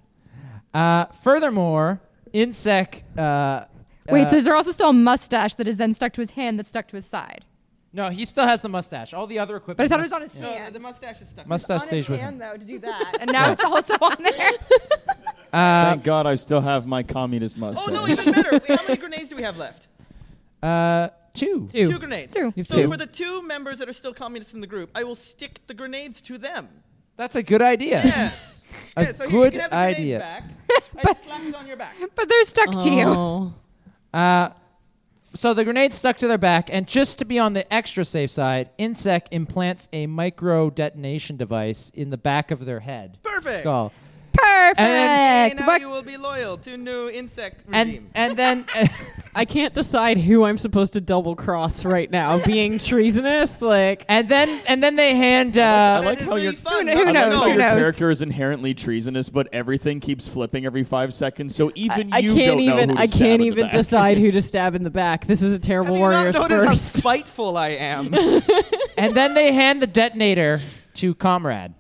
Speaker 6: Uh, furthermore, Insec. Uh,
Speaker 5: Wait,
Speaker 6: uh,
Speaker 5: so is there also still a mustache that is then stuck to his hand that's stuck to his side?
Speaker 6: no, he still has the mustache. All the other equipment.
Speaker 5: But I thought it was on his
Speaker 1: No,
Speaker 5: hand.
Speaker 1: the mustache is stuck.
Speaker 6: mustache stays with him.
Speaker 5: though to do that, and now it's also on there.
Speaker 6: Uh,
Speaker 3: Thank God I still have my communist mustache.
Speaker 1: Oh no, even better. How many grenades do we have left?
Speaker 6: uh, two.
Speaker 1: Two grenades.
Speaker 5: Two.
Speaker 6: You've
Speaker 1: So
Speaker 6: two.
Speaker 1: for the two members that are still communists in the group, I will stick the grenades to them.
Speaker 6: That's a good idea.
Speaker 1: Yes.
Speaker 6: A
Speaker 1: yeah, so here,
Speaker 6: good
Speaker 1: you can have the
Speaker 6: idea.
Speaker 1: Grenades back. I slapped it on your back.
Speaker 5: But they're stuck to you.
Speaker 4: Oh.
Speaker 6: Uh, so the grenades stuck to their back, and just to be on the extra safe side, Insec implants a micro detonation device in the back of their head.
Speaker 1: Perfect.
Speaker 6: Skull.
Speaker 5: Perfect.
Speaker 4: then-
Speaker 1: now
Speaker 4: What-
Speaker 1: you will be loyal to new insect
Speaker 4: and
Speaker 1: regime.
Speaker 4: and then I can't decide who I'm supposed to double cross right now, being treasonous. Like
Speaker 6: and then and then they hand. Uh, I
Speaker 3: like how your
Speaker 4: Who, kn- who
Speaker 3: I like
Speaker 4: knows?
Speaker 3: how
Speaker 4: Who
Speaker 3: your
Speaker 4: knows?
Speaker 3: character is inherently treasonous, but everything keeps flipping every five seconds, so even
Speaker 4: I, I
Speaker 3: you
Speaker 4: can't
Speaker 3: don't
Speaker 4: even.
Speaker 3: know who to
Speaker 4: I
Speaker 3: stab
Speaker 4: can't
Speaker 3: in the
Speaker 4: even
Speaker 3: back.
Speaker 4: decide who to stab in the back. This is a terrible warrior's
Speaker 1: Notice how
Speaker 4: first.
Speaker 1: spiteful I am.
Speaker 6: and then they hand the detonator to Comrade.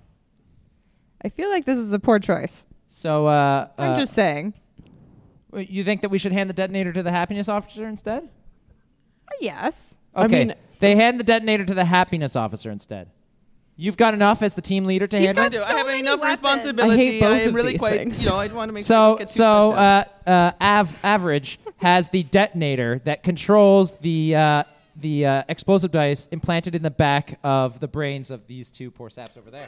Speaker 5: I feel like this is a poor choice.
Speaker 6: So uh,
Speaker 5: I'm
Speaker 6: uh,
Speaker 5: just saying.
Speaker 6: You think that we should hand the detonator to the happiness officer instead?
Speaker 5: Uh, Yes.
Speaker 6: Okay. they hand the detonator to the happiness officer instead. You've got enough as the team leader to handle.
Speaker 1: I do. I have enough responsibility.
Speaker 6: I hate both
Speaker 1: I am
Speaker 6: of
Speaker 1: really
Speaker 6: these
Speaker 1: quite.
Speaker 6: things.
Speaker 1: You know, I want to make sure I
Speaker 6: so
Speaker 1: get two
Speaker 6: so
Speaker 1: steps down.
Speaker 6: uh, uh, Av- average has the detonator that controls the uh, the uh, explosive dice implanted in the back of the brains of these two poor saps over there.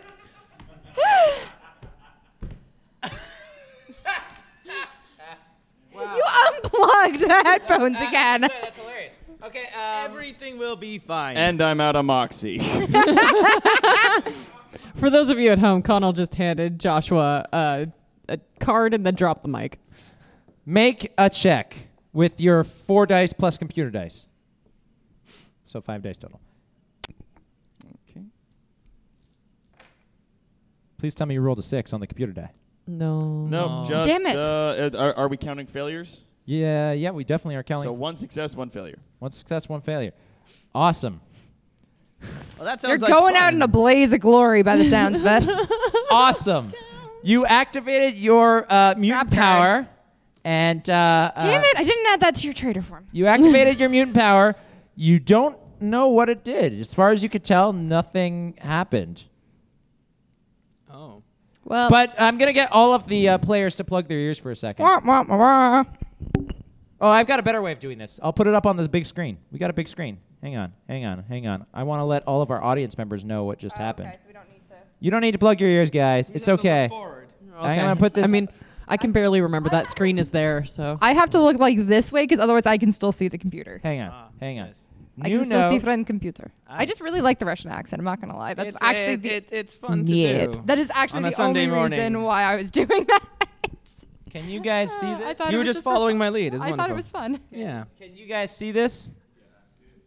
Speaker 5: You unplugged the headphones again.
Speaker 6: That's hilarious. Okay. uh,
Speaker 1: everything will be fine.
Speaker 3: And I'm out of moxie.
Speaker 4: For those of you at home, Connell just handed Joshua uh, a card and then dropped the mic.
Speaker 6: Make a check with your four dice plus computer dice. So five dice total.
Speaker 10: Okay.
Speaker 6: Please tell me you rolled a six on the computer die.
Speaker 4: No.
Speaker 3: no, just
Speaker 6: Damn it.
Speaker 3: Uh, are, are we counting failures?
Speaker 6: Yeah, yeah, we definitely are counting.
Speaker 3: So one success, one failure.
Speaker 6: one success, one failure. Awesome.
Speaker 1: Well, that
Speaker 5: You're
Speaker 1: sounds like
Speaker 5: going
Speaker 1: fun. Uh,
Speaker 5: out in a blaze of glory by the sounds of it.
Speaker 6: awesome. You activated your uh, mutant power, and uh,
Speaker 5: Damn
Speaker 6: uh,
Speaker 5: it! I didn't add that to your trader form.
Speaker 6: You activated your mutant power. You don't know what it did. As far as you could tell, nothing happened.
Speaker 1: Oh.
Speaker 5: Well,
Speaker 6: but I'm gonna get all of the uh, players to plug their ears for a second. Oh, I've got a better way of doing this. I'll put it up on this big screen. We got a big screen. Hang on, hang on, hang on. I want to let all of our audience members know what
Speaker 5: Oh,
Speaker 6: just happened. You don't need to plug your ears, guys. it's okay. I'm
Speaker 4: Okay.
Speaker 6: gonna put this.
Speaker 4: I mean, I can barely remember that screen is there. So
Speaker 5: I have to look like this way because otherwise I can still see the computer.
Speaker 6: hang on, hang on.
Speaker 5: I
Speaker 6: New
Speaker 5: can still see
Speaker 6: note.
Speaker 5: friend computer. I just really like the Russian accent. I'm not gonna lie. That's
Speaker 1: It's-
Speaker 5: actually
Speaker 1: it-
Speaker 5: the,
Speaker 1: it- it's fun to do
Speaker 5: That is
Speaker 1: on
Speaker 5: actually
Speaker 1: a
Speaker 5: the
Speaker 1: Sunday
Speaker 5: only
Speaker 1: morning.
Speaker 5: reason why I was doing that.
Speaker 6: Can you guys see this?
Speaker 5: thought
Speaker 1: You
Speaker 5: it
Speaker 1: were
Speaker 5: was
Speaker 1: just
Speaker 5: for
Speaker 1: following
Speaker 5: fun.
Speaker 1: my lead. It was
Speaker 5: I thought it
Speaker 1: wonderful.
Speaker 5: was fun.
Speaker 1: Yeah.
Speaker 6: Can you guys see this?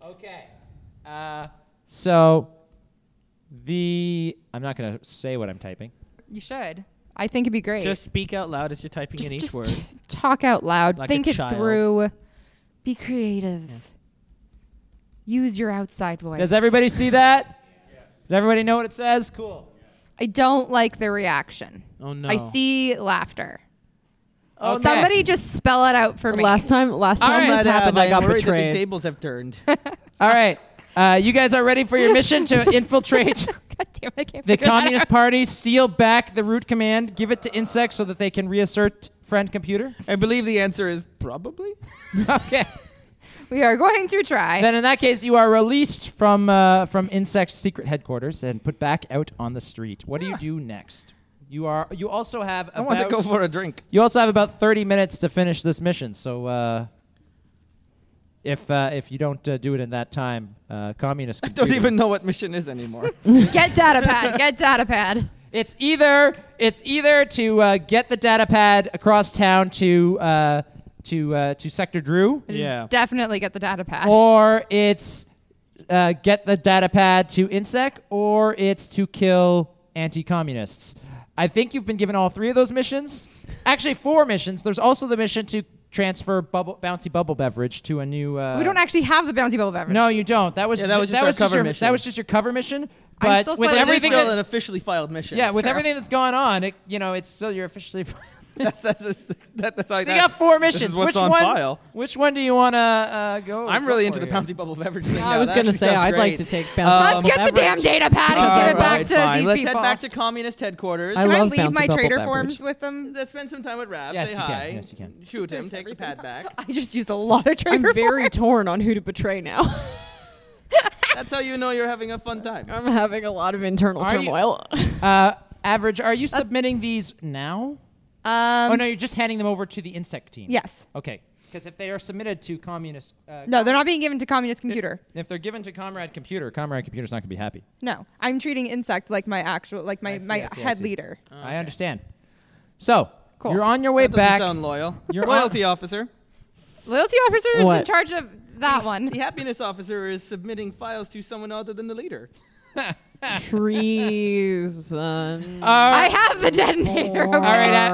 Speaker 1: Okay.
Speaker 6: Uh, So the I'm not gonna say what I'm typing.
Speaker 5: You should. I think it'd be great.
Speaker 12: Just speak out loud as you're typing
Speaker 5: Just-
Speaker 12: in each
Speaker 5: just
Speaker 12: word.
Speaker 5: talk out loud.
Speaker 12: Like a
Speaker 5: think it
Speaker 12: child.
Speaker 5: through. Be creative. Use your outside voice.
Speaker 6: Does everybody see that? Does everybody know what it says? Cool.
Speaker 5: I don't like the reaction.
Speaker 6: Oh, no.
Speaker 5: I see laughter.
Speaker 6: Okay.
Speaker 5: Somebody just spell it out for me.
Speaker 4: last time, last time
Speaker 6: uh,
Speaker 4: this happened, I got
Speaker 12: The
Speaker 4: betrayed.
Speaker 12: tables have turned.
Speaker 6: All right. Uh, you guys are ready for your mission to infiltrate
Speaker 5: God damn it, I can't
Speaker 6: the
Speaker 5: figure that
Speaker 6: Communist
Speaker 5: out.
Speaker 6: Party, steal back the root command, give it to insects so that they can reassert friend computer?
Speaker 1: I believe the answer is probably.
Speaker 6: okay.
Speaker 5: We are going to try.
Speaker 6: Then in that case, you are released from uh, from Insect's secret headquarters and put back out on the street. What do you do next? You are. You also have.
Speaker 1: Ah. I want to go for a drink.
Speaker 6: You also have about thirty minutes to finish this mission. So uh, if uh, if you don't uh, do it in that time, uh, communist.
Speaker 1: Don't even know what mission is anymore.
Speaker 5: Get data pad. Get data pad.
Speaker 6: It's either it's either to uh, get the data pad across town to uh, to uh, to Sector Drew.
Speaker 5: It is Definitely get the data pad.
Speaker 6: or it's uh, get the data pad to Insect, or it's to kill anti-communists. I think you've been given all three of those missions. Actually, four missions. There's also the mission to transfer bubble, bouncy bubble beverage to a new. Uh,
Speaker 5: we don't actually have the bouncy bubble beverage.
Speaker 6: No, you don't. That was
Speaker 1: Yeah,
Speaker 6: ju-
Speaker 1: that was just our cover
Speaker 6: your,
Speaker 1: mission.
Speaker 6: That was just your cover mission.
Speaker 5: I'm
Speaker 6: But
Speaker 5: still
Speaker 6: with
Speaker 5: slightly
Speaker 6: everything
Speaker 1: Still
Speaker 6: that's
Speaker 1: an officially filed mission.
Speaker 6: yeah, with everything that's gone on, it, you know, it's still your officially.
Speaker 1: that's that's, that, that's how
Speaker 6: So you got four missions.
Speaker 1: This is what's
Speaker 6: which
Speaker 1: on
Speaker 6: one?
Speaker 1: file.
Speaker 6: Which one do you want to uh, go?
Speaker 1: I'm
Speaker 6: go
Speaker 1: really
Speaker 6: for
Speaker 1: into the
Speaker 6: here?
Speaker 1: bouncy bubble beverage thing.
Speaker 4: Yeah,
Speaker 1: now.
Speaker 4: I was
Speaker 1: That
Speaker 4: gonna
Speaker 1: actually
Speaker 4: say
Speaker 1: sounds
Speaker 4: I'd
Speaker 1: great.
Speaker 4: like to take
Speaker 6: Um,
Speaker 4: bouncy
Speaker 5: Let's get the damn data pad and give it back
Speaker 1: Alright,
Speaker 5: to
Speaker 1: fine.
Speaker 5: these
Speaker 1: Let's
Speaker 5: people.
Speaker 1: head back to communist headquarters.
Speaker 5: Can I,
Speaker 4: love
Speaker 5: leave
Speaker 4: bouncy
Speaker 5: my
Speaker 4: bubble
Speaker 5: trader
Speaker 4: beverage.
Speaker 5: forms with them?
Speaker 1: Let's spend some time with Rab.
Speaker 6: Yes,
Speaker 1: say
Speaker 6: you can.
Speaker 1: hi.
Speaker 6: Yes, you can.
Speaker 1: Shoot him. Take the pad back.
Speaker 5: I just used a lot of trader
Speaker 4: I'm very
Speaker 5: forms.
Speaker 4: torn on who to betray now.
Speaker 1: That's how you know you're having a fun time.
Speaker 4: I'm having a lot of internal
Speaker 6: Are you-
Speaker 4: turmoil.
Speaker 6: Uh, average, are you submitting these now?
Speaker 5: Um,
Speaker 6: oh no, you're just handing them over to the insect team.
Speaker 5: Yes.
Speaker 6: Okay. Because if they are submitted to communist, uh,
Speaker 5: No, they're not being given to communist computer.
Speaker 6: if they're given to Comrade Computer, Comrade Computer's not going to be happy.
Speaker 5: No, I'm treating insect like my actual, like my
Speaker 6: I see,
Speaker 5: my
Speaker 6: I see, I
Speaker 5: head
Speaker 6: see.
Speaker 5: leader.
Speaker 6: I understand. So you're on your way
Speaker 1: That doesn't
Speaker 6: back.
Speaker 1: sound loyal.
Speaker 6: You're
Speaker 1: Loyalty officer.
Speaker 5: Loyalty officer is in
Speaker 6: What?
Speaker 5: charge of that one.
Speaker 1: The happiness officer is submitting files to someone other than the leader.
Speaker 4: Treason.
Speaker 5: I have the detonator.
Speaker 4: All right.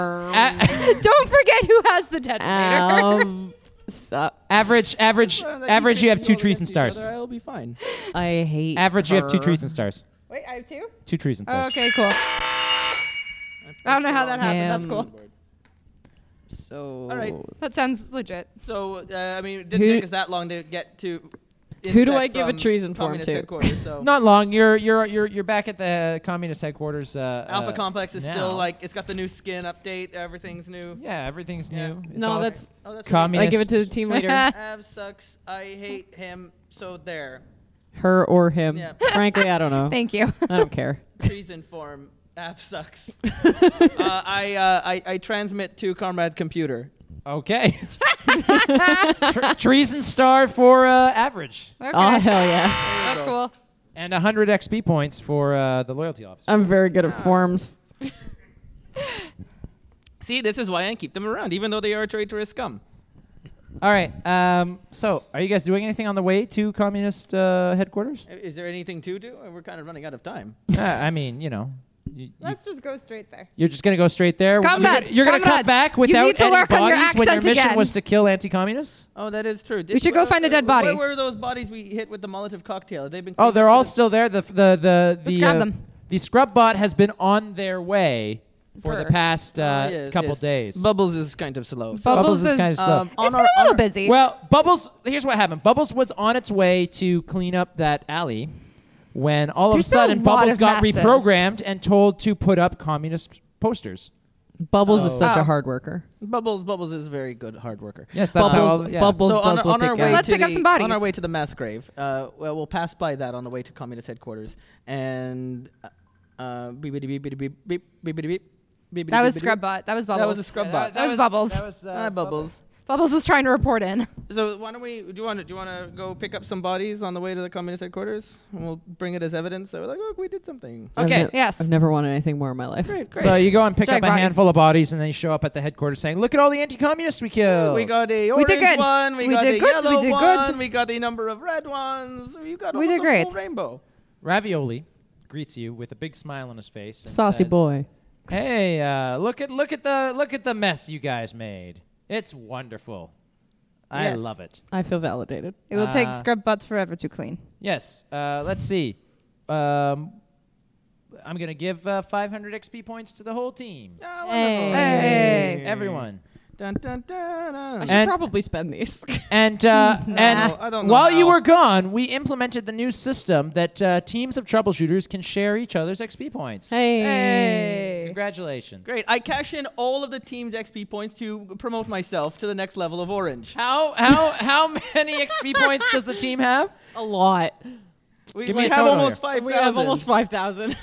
Speaker 5: Don't forget who has the detonator.
Speaker 4: Um,
Speaker 6: average, average, average. You have two trees and stars.
Speaker 1: I'll be fine.
Speaker 4: I hate.
Speaker 6: Average, you have two
Speaker 4: her.
Speaker 6: trees and stars.
Speaker 5: Wait, I have two.
Speaker 6: Two trees and stars.
Speaker 5: okay, cool. I don't know how that happened. That's
Speaker 4: Him.
Speaker 5: cool.
Speaker 4: So.
Speaker 1: All right.
Speaker 5: That sounds legit.
Speaker 1: So uh, I mean, it didn't
Speaker 4: Who-
Speaker 1: take us that long to get to.
Speaker 4: Who do I
Speaker 1: Insect
Speaker 4: give a
Speaker 1: from
Speaker 4: treason form
Speaker 1: communist
Speaker 4: to?
Speaker 1: headquarters, so-
Speaker 6: Not long. You're you're you're you're back at the communist headquarters. Uh,
Speaker 1: Alpha
Speaker 6: uh,
Speaker 1: Complex is
Speaker 6: now.
Speaker 1: still like it's got the new skin update. Everything's new.
Speaker 6: Yeah, everything's new. It's
Speaker 4: No,
Speaker 6: all-
Speaker 4: that's-
Speaker 1: Oh, that's
Speaker 6: communist.
Speaker 4: I give it to the team leader.
Speaker 1: Av sucks. I hate him. So there.
Speaker 4: Her or him.
Speaker 1: Yeah.
Speaker 4: Frankly, I don't know.
Speaker 5: Thank you.
Speaker 4: I don't care.
Speaker 1: Treason form. Av sucks. uh, I, uh, I I transmit to Comrade Computer.
Speaker 6: Okay. Tre- treason star for uh, average.
Speaker 5: Okay.
Speaker 4: Oh, hell yeah.
Speaker 5: That's cool.
Speaker 6: And 100 XP points for uh, the loyalty officer.
Speaker 4: I'm very good at forms.
Speaker 1: See, this is why I keep them around, even though they are traitorous scum.
Speaker 6: All right. Um, so, are you guys doing anything on the way to communist uh, headquarters?
Speaker 1: I- Is there anything to do? We're kind of running out of time.
Speaker 6: uh, I mean, you know, you,
Speaker 5: Let's just go straight there.
Speaker 6: you're just gonna go straight there.
Speaker 5: Comrade,
Speaker 6: you're, you're gonna come
Speaker 5: comrade,
Speaker 6: back
Speaker 5: you
Speaker 6: without
Speaker 5: need to
Speaker 6: any
Speaker 5: work on your
Speaker 6: bodies when your
Speaker 5: accent
Speaker 6: mission
Speaker 5: again.
Speaker 6: was to kill anti-communists.
Speaker 1: Oh, that is true.
Speaker 5: should go find a dead body.
Speaker 1: Where were those bodies we hit with the Molotov cocktail? They've been.
Speaker 6: Oh,
Speaker 1: cleaned
Speaker 6: they're
Speaker 1: up
Speaker 6: all
Speaker 1: with
Speaker 6: still there. The f- the the the
Speaker 5: Let's grab
Speaker 6: uh,
Speaker 5: them.
Speaker 6: the scrub bot has been on their way for the
Speaker 5: Purr.
Speaker 6: past uh,
Speaker 1: Oh, yes,
Speaker 6: couple
Speaker 1: yes.
Speaker 6: days.
Speaker 1: Bubbles is kind of slow. um,
Speaker 6: Bubbles Bubbles is um, is- kinda slow.
Speaker 1: on
Speaker 5: It's been
Speaker 1: our-
Speaker 5: a little
Speaker 1: on our-
Speaker 5: busy.
Speaker 6: Well, Bubbles, here's what happened. Bubbles was on its way to clean up that alley when all of a
Speaker 5: There's been a
Speaker 6: sudden
Speaker 5: lot
Speaker 6: Bubbles
Speaker 5: of
Speaker 6: got
Speaker 5: masses.
Speaker 6: reprogrammed and told to put up communist posters.
Speaker 4: Bubbles is
Speaker 6: So-
Speaker 4: such
Speaker 6: Oh.
Speaker 4: a hard worker.
Speaker 1: Bubbles, Bubbles is a very good hard worker.
Speaker 6: Yes, that's how.
Speaker 4: Bubbles-
Speaker 6: Yeah.
Speaker 4: Bubbles
Speaker 1: so on,
Speaker 4: does
Speaker 1: on
Speaker 4: what
Speaker 1: our
Speaker 4: they
Speaker 1: way
Speaker 4: can.
Speaker 5: Let's
Speaker 1: to
Speaker 5: pick up
Speaker 1: the-
Speaker 5: some bodies.
Speaker 1: On our way to the mass grave, uh, well, we'll pass by that on the way to communist headquarters, and uh, beep beep beep beep beep beep beep beep beep. beep,
Speaker 5: That
Speaker 1: beep,
Speaker 5: was
Speaker 1: beep,
Speaker 5: Scrub
Speaker 1: beep.
Speaker 5: Bot. That was
Speaker 1: That
Speaker 5: Bubbles.
Speaker 1: was a scrub bot.
Speaker 5: That was Bubbles.
Speaker 1: Ah, Bubbles.
Speaker 5: Bubbles was trying to report in.
Speaker 1: So why don't we? Do you want to? Do you want to go pick up some bodies on the way to the communist headquarters, and we'll bring it as evidence? So we're like, look, we did something.
Speaker 4: I've
Speaker 1: Okay.
Speaker 4: ne-
Speaker 5: yes.
Speaker 4: I've never wanted anything more in my life.
Speaker 1: Great. Great.
Speaker 6: So you go and pick
Speaker 5: Strike
Speaker 6: up a
Speaker 5: bodies.
Speaker 6: handful of bodies, and then you show up at the headquarters saying, "Look at all the anti-communists we killed."
Speaker 1: We got the
Speaker 5: We
Speaker 1: orange
Speaker 5: did good.
Speaker 1: one. We,
Speaker 5: We
Speaker 1: got
Speaker 5: did
Speaker 1: the
Speaker 5: good, we
Speaker 1: yellow
Speaker 5: did good.
Speaker 1: one. We got the number of red ones. You got
Speaker 5: We
Speaker 1: almost
Speaker 5: did
Speaker 1: the
Speaker 5: great.
Speaker 1: Full rainbow.
Speaker 6: Ravioli greets you with a big smile on his face. and
Speaker 4: Saucy
Speaker 6: says,
Speaker 4: boy.
Speaker 6: Hey, uh, look at look at the look at the mess you guys made. It's wonderful. I
Speaker 5: Yes.
Speaker 6: love it.
Speaker 4: I feel validated.
Speaker 5: It will take
Speaker 6: Uh,
Speaker 5: Scrub Bots forever to clean.
Speaker 6: Yes. Uh, let's see. Um, I'm gonna give uh, 500 XP points to the whole team.
Speaker 1: Ah,
Speaker 4: Hey.
Speaker 1: wonderful.
Speaker 5: Hey.
Speaker 6: Everyone.
Speaker 1: Dun, dun, dun,
Speaker 4: I
Speaker 1: dun.
Speaker 4: should
Speaker 6: And-
Speaker 4: probably spend these.
Speaker 6: And uh, and
Speaker 1: know. I don't know
Speaker 6: while you
Speaker 1: how.
Speaker 6: were gone, we implemented the new system that uh, teams of troubleshooters can share each other's XP points.
Speaker 4: hey.
Speaker 5: Hey.
Speaker 6: Congratulations.
Speaker 1: Great. I cash in all of the team's XP points to promote myself to the next level of orange.
Speaker 6: How how how many XP points does the team have?
Speaker 4: A lot.
Speaker 1: We,
Speaker 6: Give
Speaker 1: we
Speaker 6: me a
Speaker 1: have
Speaker 6: total
Speaker 1: almost
Speaker 6: here.
Speaker 1: 5,000.
Speaker 4: We have almost 5,000.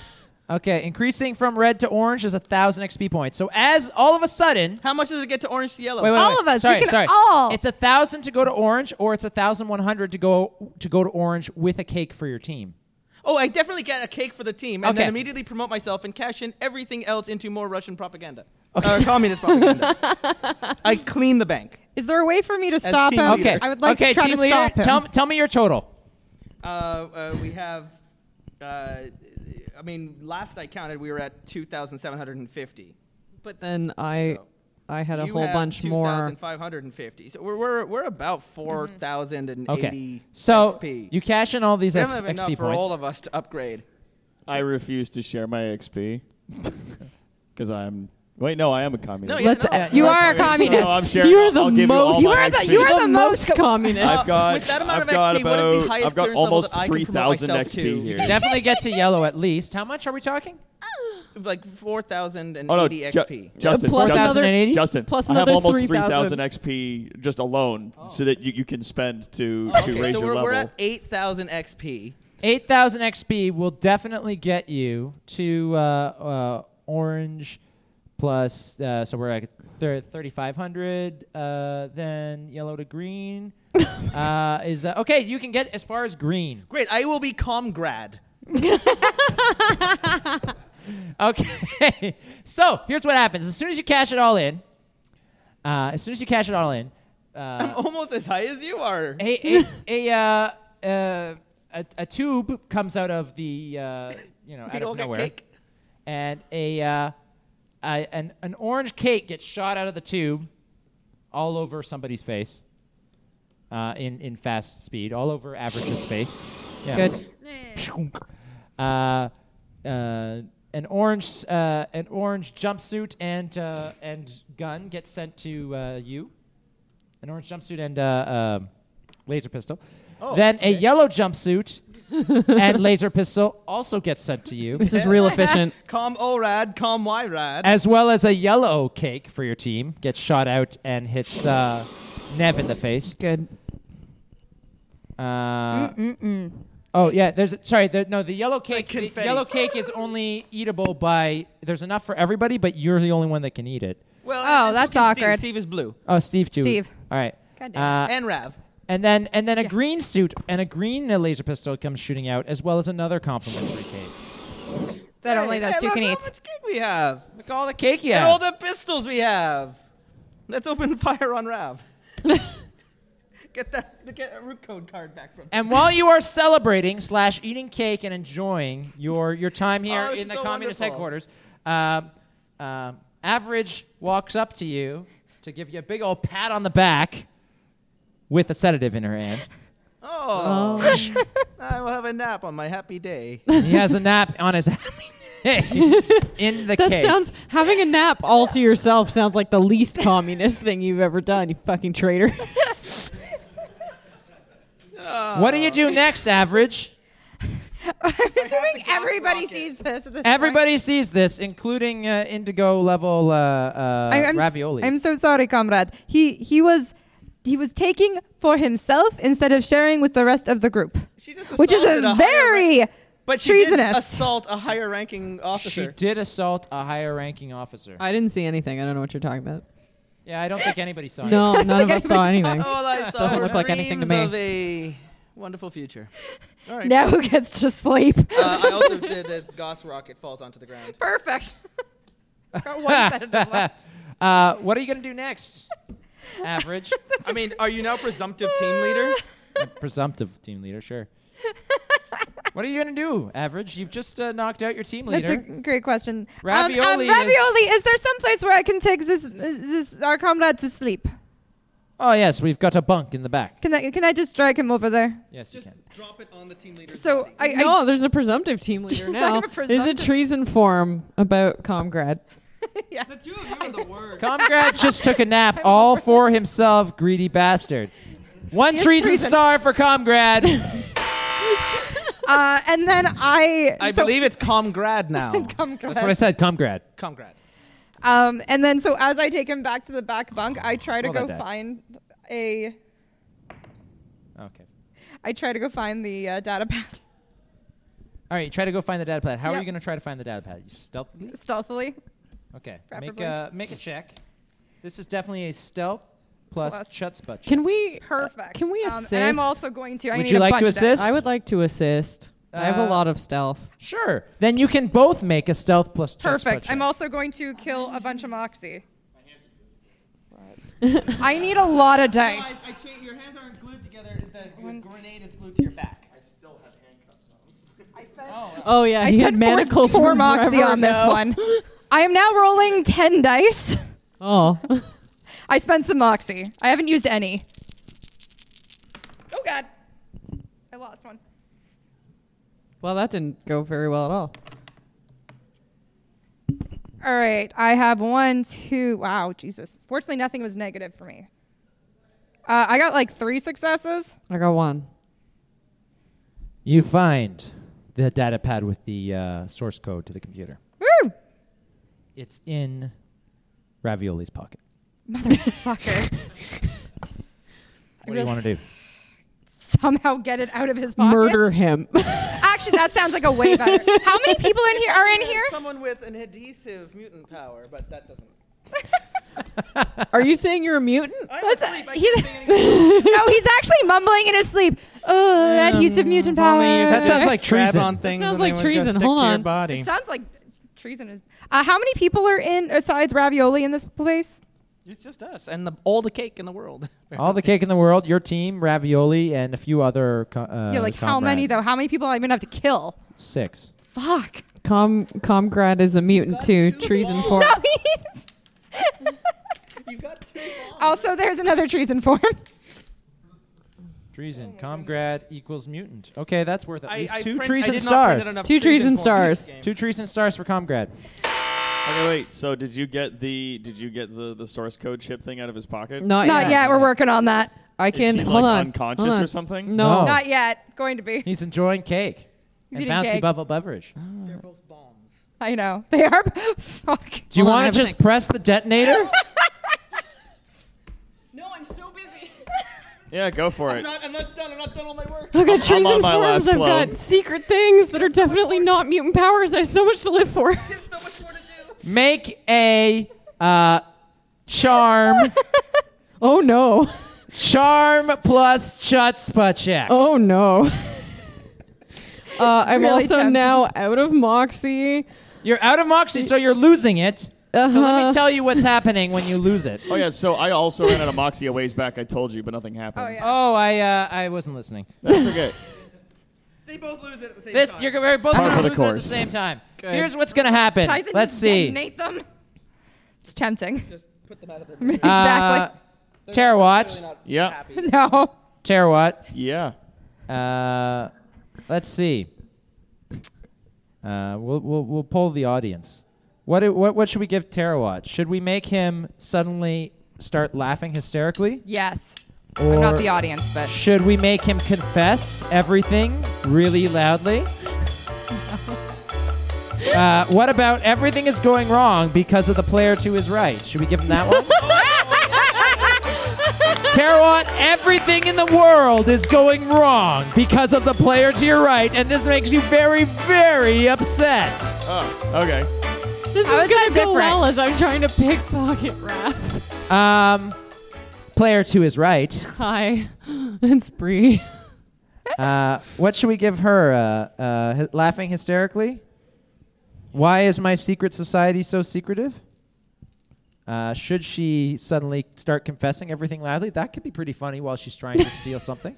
Speaker 6: Okay, increasing from red to orange is a thousand XP points. So as all of a sudden,
Speaker 1: How much does it get to orange to yellow?
Speaker 6: wait, wait,
Speaker 5: All
Speaker 6: wait.
Speaker 5: of us, we
Speaker 6: Sorry,
Speaker 5: can
Speaker 6: sorry.
Speaker 5: all.
Speaker 6: It's a thousand to go to orange, or it's a thousand one hundred to go to go to orange with a cake for your team.
Speaker 1: Oh, I definitely get a cake for the team and
Speaker 6: Okay.
Speaker 1: then immediately promote myself and cash in everything else into more Russian propaganda. Uh, communist propaganda. I clean the bank.
Speaker 5: Is there a way for me to stop
Speaker 1: team
Speaker 5: him?
Speaker 1: leader.
Speaker 6: Okay.
Speaker 5: I would like
Speaker 6: okay,
Speaker 5: to try
Speaker 6: team
Speaker 5: to
Speaker 6: leader,
Speaker 5: stop him.
Speaker 6: Tell, tell me your total.
Speaker 1: Uh, uh, we have, uh, I mean, last I counted, we were at 2,750.
Speaker 4: But then I
Speaker 1: So,
Speaker 4: I had a
Speaker 1: You
Speaker 4: whole
Speaker 1: have
Speaker 4: bunch more.
Speaker 1: 2,550. So we're, we're, we're about 4,080
Speaker 6: Okay. So
Speaker 1: XP.
Speaker 6: you cash in all these
Speaker 1: we
Speaker 6: S-
Speaker 1: don't have enough
Speaker 6: XP
Speaker 1: for all
Speaker 6: points.
Speaker 1: of us to upgrade.
Speaker 3: I refuse to share my XP because I'm. Wait, no, I am a communist.
Speaker 1: No, yeah,
Speaker 4: Let's
Speaker 1: no.
Speaker 4: add-
Speaker 5: you are a communist.
Speaker 3: So I'm sharing.
Speaker 4: You're
Speaker 3: I'll-
Speaker 4: the
Speaker 3: I'll give you all
Speaker 4: most-
Speaker 3: my
Speaker 5: you are the
Speaker 3: XP.
Speaker 5: you are the most.
Speaker 4: most communist.
Speaker 3: I've got,
Speaker 1: With that amount
Speaker 3: I've
Speaker 1: of
Speaker 3: got
Speaker 1: XP, what is
Speaker 3: about,
Speaker 1: the highest
Speaker 3: I've got
Speaker 1: clearance level
Speaker 3: almost
Speaker 1: that I can promote
Speaker 3: 3,000
Speaker 1: myself
Speaker 3: XP
Speaker 1: to?
Speaker 3: here.
Speaker 6: Definitely get to yellow at least. How much are we talking?
Speaker 1: Like 4,080
Speaker 3: Oh no, Ju-
Speaker 1: XP.
Speaker 3: Justin,
Speaker 4: Plus
Speaker 3: Justin,
Speaker 4: another-
Speaker 6: 1080?
Speaker 3: Justin,
Speaker 4: plus
Speaker 3: I have
Speaker 4: another
Speaker 3: almost
Speaker 4: 3,000
Speaker 3: XP just alone, so that you, you can spend to to
Speaker 1: Oh. Okay,
Speaker 3: raise
Speaker 1: so
Speaker 3: your
Speaker 1: we're,
Speaker 3: level.
Speaker 1: we're at 8,000 XP.
Speaker 6: 8,000 XP will definitely get you to uh, uh, orange plus, uh, so we're at thir- 3,500. Uh, then yellow to green uh, is, uh, okay, you can get as far as green.
Speaker 1: Great, I will be comgrad.
Speaker 6: Okay. so here's what happens. As soon as you cash it all in, uh, as soon as you cash it all in,
Speaker 12: I'm
Speaker 6: uh,
Speaker 12: almost as high as you are.
Speaker 6: a, a, a, uh, uh, a, a tube comes out of the uh, you know
Speaker 12: We
Speaker 6: out
Speaker 12: all
Speaker 6: of
Speaker 12: get
Speaker 6: nowhere, and a, uh, a an an orange cake gets shot out of the tube, all over somebody's face, uh, in in fast speed, all over Average's face. Yeah.
Speaker 4: Good.
Speaker 6: Uh, uh, an orange uh, an orange jumpsuit and uh, and gun gets sent to uh, you. An orange jumpsuit and uh, uh, laser pistol.
Speaker 12: Oh,
Speaker 6: then a yellow jumpsuit and laser pistol also gets sent to you.
Speaker 12: Com ORAD, com YRAD.
Speaker 6: As well as a yellow cake for your team gets shot out and hits uh, Nev in the face.
Speaker 4: Good.
Speaker 6: Uh,
Speaker 5: Mm-mm-mm.
Speaker 6: oh yeah, there's sorry. The, no, the yellow cake. the
Speaker 12: confetti.
Speaker 6: yellow cake is only eatable by. There's enough for everybody, but you're the only one that can eat it.
Speaker 5: oh, that's awkward. Uh,
Speaker 12: Steve is blue.
Speaker 6: Oh, Steve too.
Speaker 5: Steve.
Speaker 6: All right. Uh,
Speaker 5: God damn it.
Speaker 12: And Rav.
Speaker 6: And then and then a green suit and a green uh, laser pistol comes shooting out, as well as another complimentary cake.
Speaker 5: That only those two
Speaker 12: look
Speaker 5: can
Speaker 12: how
Speaker 5: eat.
Speaker 12: much cake we have.
Speaker 6: Look at all the cake you
Speaker 12: and
Speaker 6: have.
Speaker 12: all the pistols we have. Let's open fire on Rav. get that. Get a root code card back from.
Speaker 6: And while you are celebrating slash eating cake and enjoying your your time here
Speaker 12: Oh, this
Speaker 6: in
Speaker 12: is
Speaker 6: the
Speaker 12: so
Speaker 6: communist
Speaker 12: wonderful.
Speaker 6: headquarters, um, um, average walks up to you to give you a big old pat on the back with a sedative in her hand.
Speaker 12: Oh.
Speaker 6: Oh.
Speaker 12: I will have a nap on my happy day.
Speaker 6: he has a nap on his in the
Speaker 4: that
Speaker 6: cake.
Speaker 4: sounds having a nap all to yourself sounds like the least communist thing you've ever done. You fucking traitor.
Speaker 6: what do you
Speaker 12: Oh.
Speaker 6: do next, average?
Speaker 5: I'm assuming everybody sees this. At this
Speaker 6: Everybody sees this, including uh, indigo level uh, uh,
Speaker 5: I- I'm, s-
Speaker 6: ravioli.
Speaker 5: I'm so sorry, comrade. He he was he was taking for himself instead of sharing with the rest of the group, which is
Speaker 12: assaulted
Speaker 5: a
Speaker 12: a higher
Speaker 5: very
Speaker 12: But she
Speaker 5: treasonous.
Speaker 12: did assault a higher ranking officer.
Speaker 6: she did assault a higher ranking officer.
Speaker 4: I didn't see anything. I don't know what you're talking about.
Speaker 6: yeah, I don't think anybody saw
Speaker 4: No,
Speaker 6: it.
Speaker 4: none of us saw
Speaker 12: Anybody
Speaker 4: anything.
Speaker 12: All Oh, I saw
Speaker 4: Doesn't
Speaker 12: were
Speaker 4: look like anything to
Speaker 12: dreams Of
Speaker 4: me.
Speaker 12: a wonderful future. All right.
Speaker 5: Now who gets to sleep?
Speaker 12: uh, I also did that Goss rocket falls onto the ground.
Speaker 5: Perfect.
Speaker 12: Got
Speaker 6: Ah,
Speaker 12: one sedative left.
Speaker 6: Uh, what are you going to do next? Average.
Speaker 12: I mean, are you now presumptive team leader?
Speaker 6: Presumptive team leader, sure. what are you going to do, Average? You've just uh, knocked out your team
Speaker 5: That's
Speaker 6: leader.
Speaker 5: a great question. Um,
Speaker 6: Ravioli
Speaker 5: um,
Speaker 6: is-
Speaker 5: ravioli, is, there some place where I can take this, this our comrade to sleep?
Speaker 6: oh, yes, we've got a bunk in the back.
Speaker 5: Can I can I just drag him over there?
Speaker 6: Yes, you can.
Speaker 12: Drop it on the team leader.
Speaker 5: So I, I
Speaker 4: no, there's a presumptive team leader
Speaker 5: I
Speaker 4: now.
Speaker 5: have a
Speaker 4: There's a
Speaker 5: presumptive-
Speaker 4: treason form about Comgrad.
Speaker 5: yeah.
Speaker 12: The two of you are the worst.
Speaker 6: Comgrad just took a nap all for himself, greedy bastard. One
Speaker 5: He is
Speaker 6: treason,
Speaker 5: treason.
Speaker 6: star for Comgrad.
Speaker 5: Uh, and then I
Speaker 12: I
Speaker 5: so-
Speaker 12: believe it's Comgrad now.
Speaker 5: Comgrad.
Speaker 6: That's what I said, Comgrad.
Speaker 12: Comgrad.
Speaker 5: Um, and then so as I take him back to the back bunk, I try to
Speaker 6: Roll that
Speaker 5: go
Speaker 6: die.
Speaker 5: find a
Speaker 6: Okay.
Speaker 5: I try to go find the uh, data pad
Speaker 6: All right, you try to go find the data pad. How are
Speaker 5: Yep.
Speaker 6: you going to try to find the data pad? You stealthily?
Speaker 5: stealthily.
Speaker 6: Okay. Make
Speaker 5: Preferably.
Speaker 6: a, make a check. This is definitely a stealth plus,
Speaker 5: Plus.
Speaker 6: chutzpah check.
Speaker 4: Can we?
Speaker 5: Perfect.
Speaker 4: Can we
Speaker 5: Um,
Speaker 4: assist?
Speaker 5: and I'm also going to. I
Speaker 6: Would
Speaker 5: need
Speaker 6: you
Speaker 5: a
Speaker 6: like to
Speaker 5: bunch of that.
Speaker 6: assist?
Speaker 4: I would like to assist. I have a
Speaker 6: Uh,
Speaker 4: lot of stealth.
Speaker 6: Sure. Then you can both make a stealth plus chutzpah
Speaker 5: Perfect. I'm
Speaker 6: check.
Speaker 5: also going to kill a bunch of Moxie. I need a lot of dice.
Speaker 12: I can't. Your hands aren't glued together. The, grenade is glued to your back. I still have handcuffs on.
Speaker 4: Oh yeah,
Speaker 5: I
Speaker 4: he had
Speaker 5: spent four-
Speaker 4: manacles
Speaker 5: four
Speaker 4: from
Speaker 5: Moxie
Speaker 4: forever
Speaker 5: on this
Speaker 4: ago.
Speaker 5: one. I am now rolling ten dice.
Speaker 4: Oh,
Speaker 5: I spent some Moxie. I haven't used any. Oh God, I lost one.
Speaker 4: well, that didn't go very well at all.
Speaker 5: All right, I have one, two. Wow, Jesus. Fortunately, nothing was negative for me. Uh, I got like three successes.
Speaker 4: I got one.
Speaker 6: You find the data pad with the uh, source code to the computer.
Speaker 5: Woo!
Speaker 6: It's in Ravioli's pocket.
Speaker 5: Motherfucker.
Speaker 6: What do you want to do?
Speaker 5: Somehow get it out of his pocket.
Speaker 4: Murder him.
Speaker 5: Actually, that sounds like a way better. How many people in here are in here?
Speaker 12: Someone with an adhesive mutant power, but that doesn't.
Speaker 4: Are you saying you're a mutant?
Speaker 12: I'm
Speaker 5: Let's-
Speaker 12: asleep. I
Speaker 5: he's-
Speaker 12: can't say anything.
Speaker 5: No, Oh, he's actually mumbling in his sleep. Oh, adhesive mutant power.
Speaker 6: That sounds like treason.
Speaker 4: sounds like treason. Hold on.
Speaker 5: It sounds like Treason is. Uh, how many people are in besides ravioli in this place?
Speaker 1: It's just us and the, all the cake in the world.
Speaker 6: All the cake in the world, your team, ravioli, and a few other. Co- uh,
Speaker 5: yeah, like how many
Speaker 6: comrades.
Speaker 5: though? How many people am I gonna have to kill?
Speaker 6: Six.
Speaker 5: Fuck.
Speaker 4: Com Comgrad is a mutant too. Treason form.
Speaker 5: No, he's. Also, there's another treason form.
Speaker 6: Treason. Comgrad equals mutant. Okay, that's worth at
Speaker 14: I-
Speaker 6: least
Speaker 14: I
Speaker 6: two
Speaker 14: print- I
Speaker 6: treason
Speaker 14: did not print
Speaker 6: stars.
Speaker 14: out enough Two treason treason forms. stars.
Speaker 6: Two treason stars for Comgrad.
Speaker 3: Okay, wait. So did you get the did you get the, the source code chip thing out of his pocket?
Speaker 4: Not
Speaker 5: Not
Speaker 4: yet.
Speaker 5: yet. We're working on that.
Speaker 4: I
Speaker 3: Is
Speaker 4: can
Speaker 3: he, like,
Speaker 4: hold on.
Speaker 3: unconscious
Speaker 4: hold on.
Speaker 3: or something?
Speaker 6: Oh.
Speaker 4: No.
Speaker 5: Not yet. Going to be.
Speaker 6: He's enjoying cake
Speaker 5: He's
Speaker 6: and
Speaker 5: eating
Speaker 6: bouncy
Speaker 5: cake.
Speaker 6: bubble beverage.
Speaker 5: I know they are. Fuck.
Speaker 6: Do you want to just press the detonator?
Speaker 4: No, I'm so busy.
Speaker 3: Yeah, go for it.
Speaker 1: I'm not done. I'm not done all my work.
Speaker 4: I've got
Speaker 3: I'm
Speaker 4: treason
Speaker 3: on my
Speaker 4: forms.
Speaker 3: last
Speaker 4: I've
Speaker 3: blow.
Speaker 4: got secret things that are definitely not mutant powers. I have so much to live for.
Speaker 6: Make a uh, charm.
Speaker 4: oh no.
Speaker 6: Charm plus chutzpah check.
Speaker 4: Oh no. Uh, I'm
Speaker 6: Really
Speaker 4: also
Speaker 6: tempting.
Speaker 4: now out of Moxie.
Speaker 6: You're out of Moxie, so you're losing it. So
Speaker 4: Uh-huh.
Speaker 6: let me tell you what's happening when you lose it.
Speaker 3: Oh yeah, so I also ran out of Moxie a ways back. I told you, but nothing happened.
Speaker 5: yeah.
Speaker 6: Oh, I uh, I wasn't listening.
Speaker 3: That's okay.
Speaker 5: They both lose it at the same
Speaker 6: This you're we're both
Speaker 3: Par
Speaker 6: gonna
Speaker 3: for the
Speaker 6: lose it at the
Speaker 3: course.
Speaker 6: same time.
Speaker 5: Good.
Speaker 6: Here's what's gonna happen.
Speaker 5: Type in
Speaker 6: Let's
Speaker 5: just
Speaker 6: see.
Speaker 5: Detonate them. It's tempting. Just put them out of their
Speaker 6: Uh,
Speaker 5: Exactly.
Speaker 6: Terawatt.
Speaker 3: Yeah.
Speaker 5: no.
Speaker 6: Terawatt.
Speaker 3: Yeah.
Speaker 6: Uh, let's see. Uh, we'll, we'll we'll poll the audience. What do- what what should we give Terawatt? Should we make him suddenly start laughing hysterically?
Speaker 5: Yes. I'm not
Speaker 6: Or
Speaker 5: the audience, but
Speaker 6: Should we make him confess everything really loudly? Uh, what about everything is going wrong because of the player to his right? Should we give him that one? Tarawat, everything in the world is going wrong because of the player to your right, and this makes you very, very upset.
Speaker 3: Oh, okay.
Speaker 4: This
Speaker 5: How
Speaker 4: is
Speaker 5: is that
Speaker 4: gonna go
Speaker 5: different?
Speaker 4: well as I'm trying to pickpocket Raph.
Speaker 6: Um, player to his right.
Speaker 4: Hi, it's Bree.
Speaker 6: Uh, what should we give her? Uh, uh, hy- laughing hysterically? Why is my secret society so secretive? Uh, should she suddenly start confessing everything loudly? That could be pretty funny while she's trying to steal something.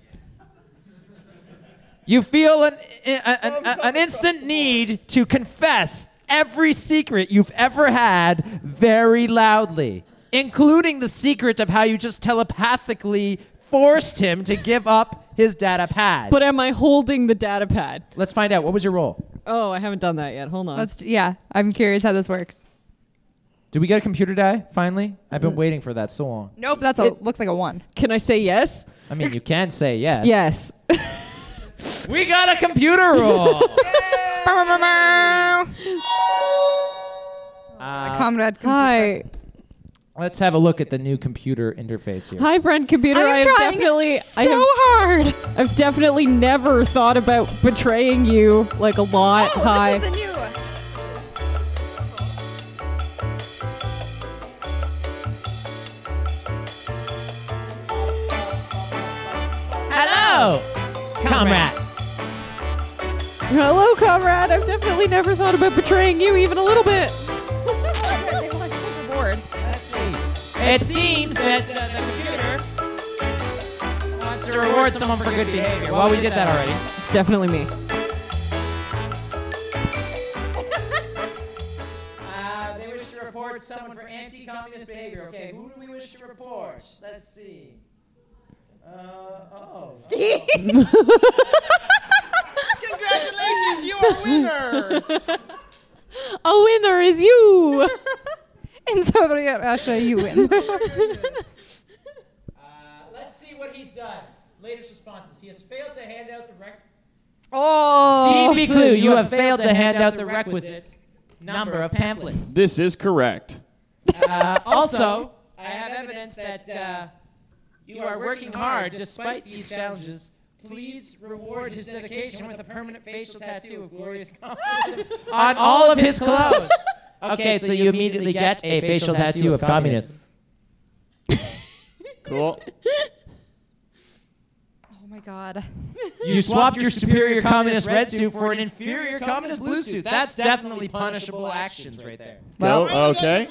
Speaker 6: You feel an, i- a- an, a- an instant need to confess every secret you've ever had very loudly, including the secret of how you just telepathically forced him to give up his data pad.
Speaker 4: But am I holding the data pad?
Speaker 6: Let's find out. What was your role?
Speaker 4: Oh, I haven't done that yet. Hold on.
Speaker 5: let's. Yeah, I'm curious how this works.
Speaker 6: Did we get a computer die finally? I've been waiting for that so long.
Speaker 5: Nope, that's a looks like a one.
Speaker 4: Can I say yes?
Speaker 6: I mean, you can say yes.
Speaker 4: Yes.
Speaker 6: We got a computer roll. uh,
Speaker 5: Comrade.
Speaker 4: Hi.
Speaker 6: let's have a look at the new computer interface here.
Speaker 4: Hi, friend computer.
Speaker 5: I
Speaker 4: I
Speaker 5: am
Speaker 4: have
Speaker 5: trying
Speaker 4: definitely
Speaker 5: so
Speaker 4: I have,
Speaker 5: hard.
Speaker 4: I've definitely never thought about betraying you like a lot.
Speaker 5: Oh,
Speaker 4: Hi.
Speaker 5: This is the new.
Speaker 6: Hello, comrade.
Speaker 4: Hello, comrade. I've definitely never thought about betraying you even a little bit.
Speaker 5: They want to take a board.
Speaker 6: It seems that uh, the computer wants to reward someone for good behavior. Well, we did that already.
Speaker 4: It's definitely me.
Speaker 15: Uh, they wish to report someone for anti-communist behavior. Okay, who do we wish to report? Let's see. Uh, oh.
Speaker 1: Congratulations, you are a winner.
Speaker 4: A winner is you.
Speaker 5: In Soviet Russia, you win.
Speaker 15: Uh, let's see what he's done. Latest responses. He has failed to hand out the rec-
Speaker 5: oh.
Speaker 6: CB Clue, you have failed to hand out the requisite number of pamphlets.
Speaker 3: This is correct.
Speaker 15: Uh,
Speaker 6: Also,
Speaker 15: I have evidence that uh, you are working hard despite these challenges. Please reward his dedication with a permanent facial tattoo of glorious communism.
Speaker 6: on all of his clothes. Okay, so you immediately get a facial tattoo of communism.
Speaker 3: Cool.
Speaker 5: Oh my god.
Speaker 6: You swapped your superior communist red suit for an inferior communist blue suit. That's definitely punishable actions right there.
Speaker 3: oh, okay.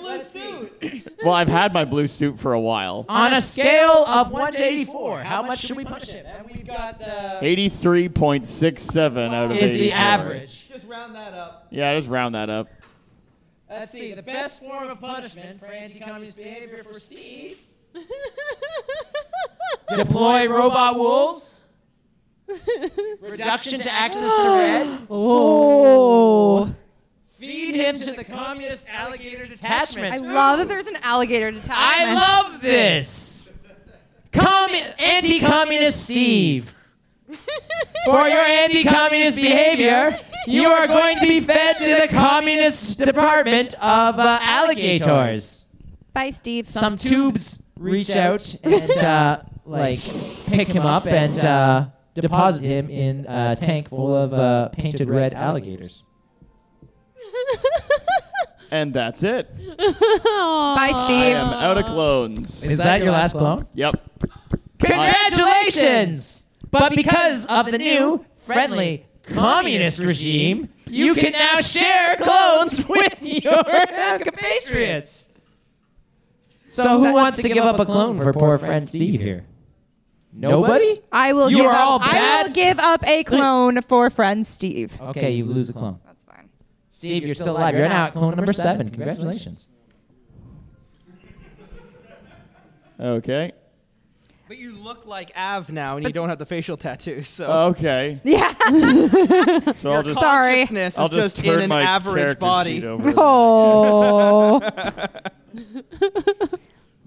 Speaker 3: well, I've had my blue suit for a while.
Speaker 6: On a scale of 1 to 84, how much should we punish him? And we've got the.
Speaker 3: 83.67 out of
Speaker 6: Is
Speaker 3: 84.
Speaker 6: the average.
Speaker 12: Just round that up.
Speaker 3: Yeah, just round that up.
Speaker 6: Let's see, the best form of punishment for anti communist behavior for Steve. Deploy robot wolves. Reduction to access to red.
Speaker 4: Oh.
Speaker 6: Feed him to the communist alligator detachment.
Speaker 5: I love that there's an alligator detachment.
Speaker 6: I love this. Commun- anti-communist Steve. For your anti-communist behavior, you are going to be fed to the communist department of uh, alligators.
Speaker 5: Bye, Steve.
Speaker 6: Some tubes reach out and uh, like pick him up and uh, deposit him in a tank full of uh, painted red alligators.
Speaker 3: And that's it.
Speaker 5: Bye,
Speaker 3: I
Speaker 5: Steve.
Speaker 3: am out of clones.
Speaker 6: Is that your last clone?
Speaker 3: Yep.
Speaker 6: Congratulations! But because of the new friendly communist regime, you can now share clones with your compatriots. So who wants to give up a clone for poor friend Steve here? Nobody?
Speaker 5: I will.
Speaker 6: You
Speaker 5: give
Speaker 6: are
Speaker 5: up,
Speaker 6: all
Speaker 5: I will
Speaker 6: bad. Oh.
Speaker 5: give up a clone for friend Steve.
Speaker 6: Okay, you lose a clone. That's fine. Steve, you're still alive. You're now at clone number seven. Congratulations.
Speaker 3: Okay.
Speaker 1: But you look like Av now, and you don't have the facial tattoos. So
Speaker 3: Okay.
Speaker 5: Yeah.
Speaker 3: So Oh, I'll just
Speaker 5: Sorry.
Speaker 1: consciousness is
Speaker 3: I'll
Speaker 1: just,
Speaker 3: just
Speaker 1: in
Speaker 3: turn
Speaker 1: an
Speaker 3: my
Speaker 1: average
Speaker 3: character
Speaker 1: body.
Speaker 3: sheet over.
Speaker 5: Oh.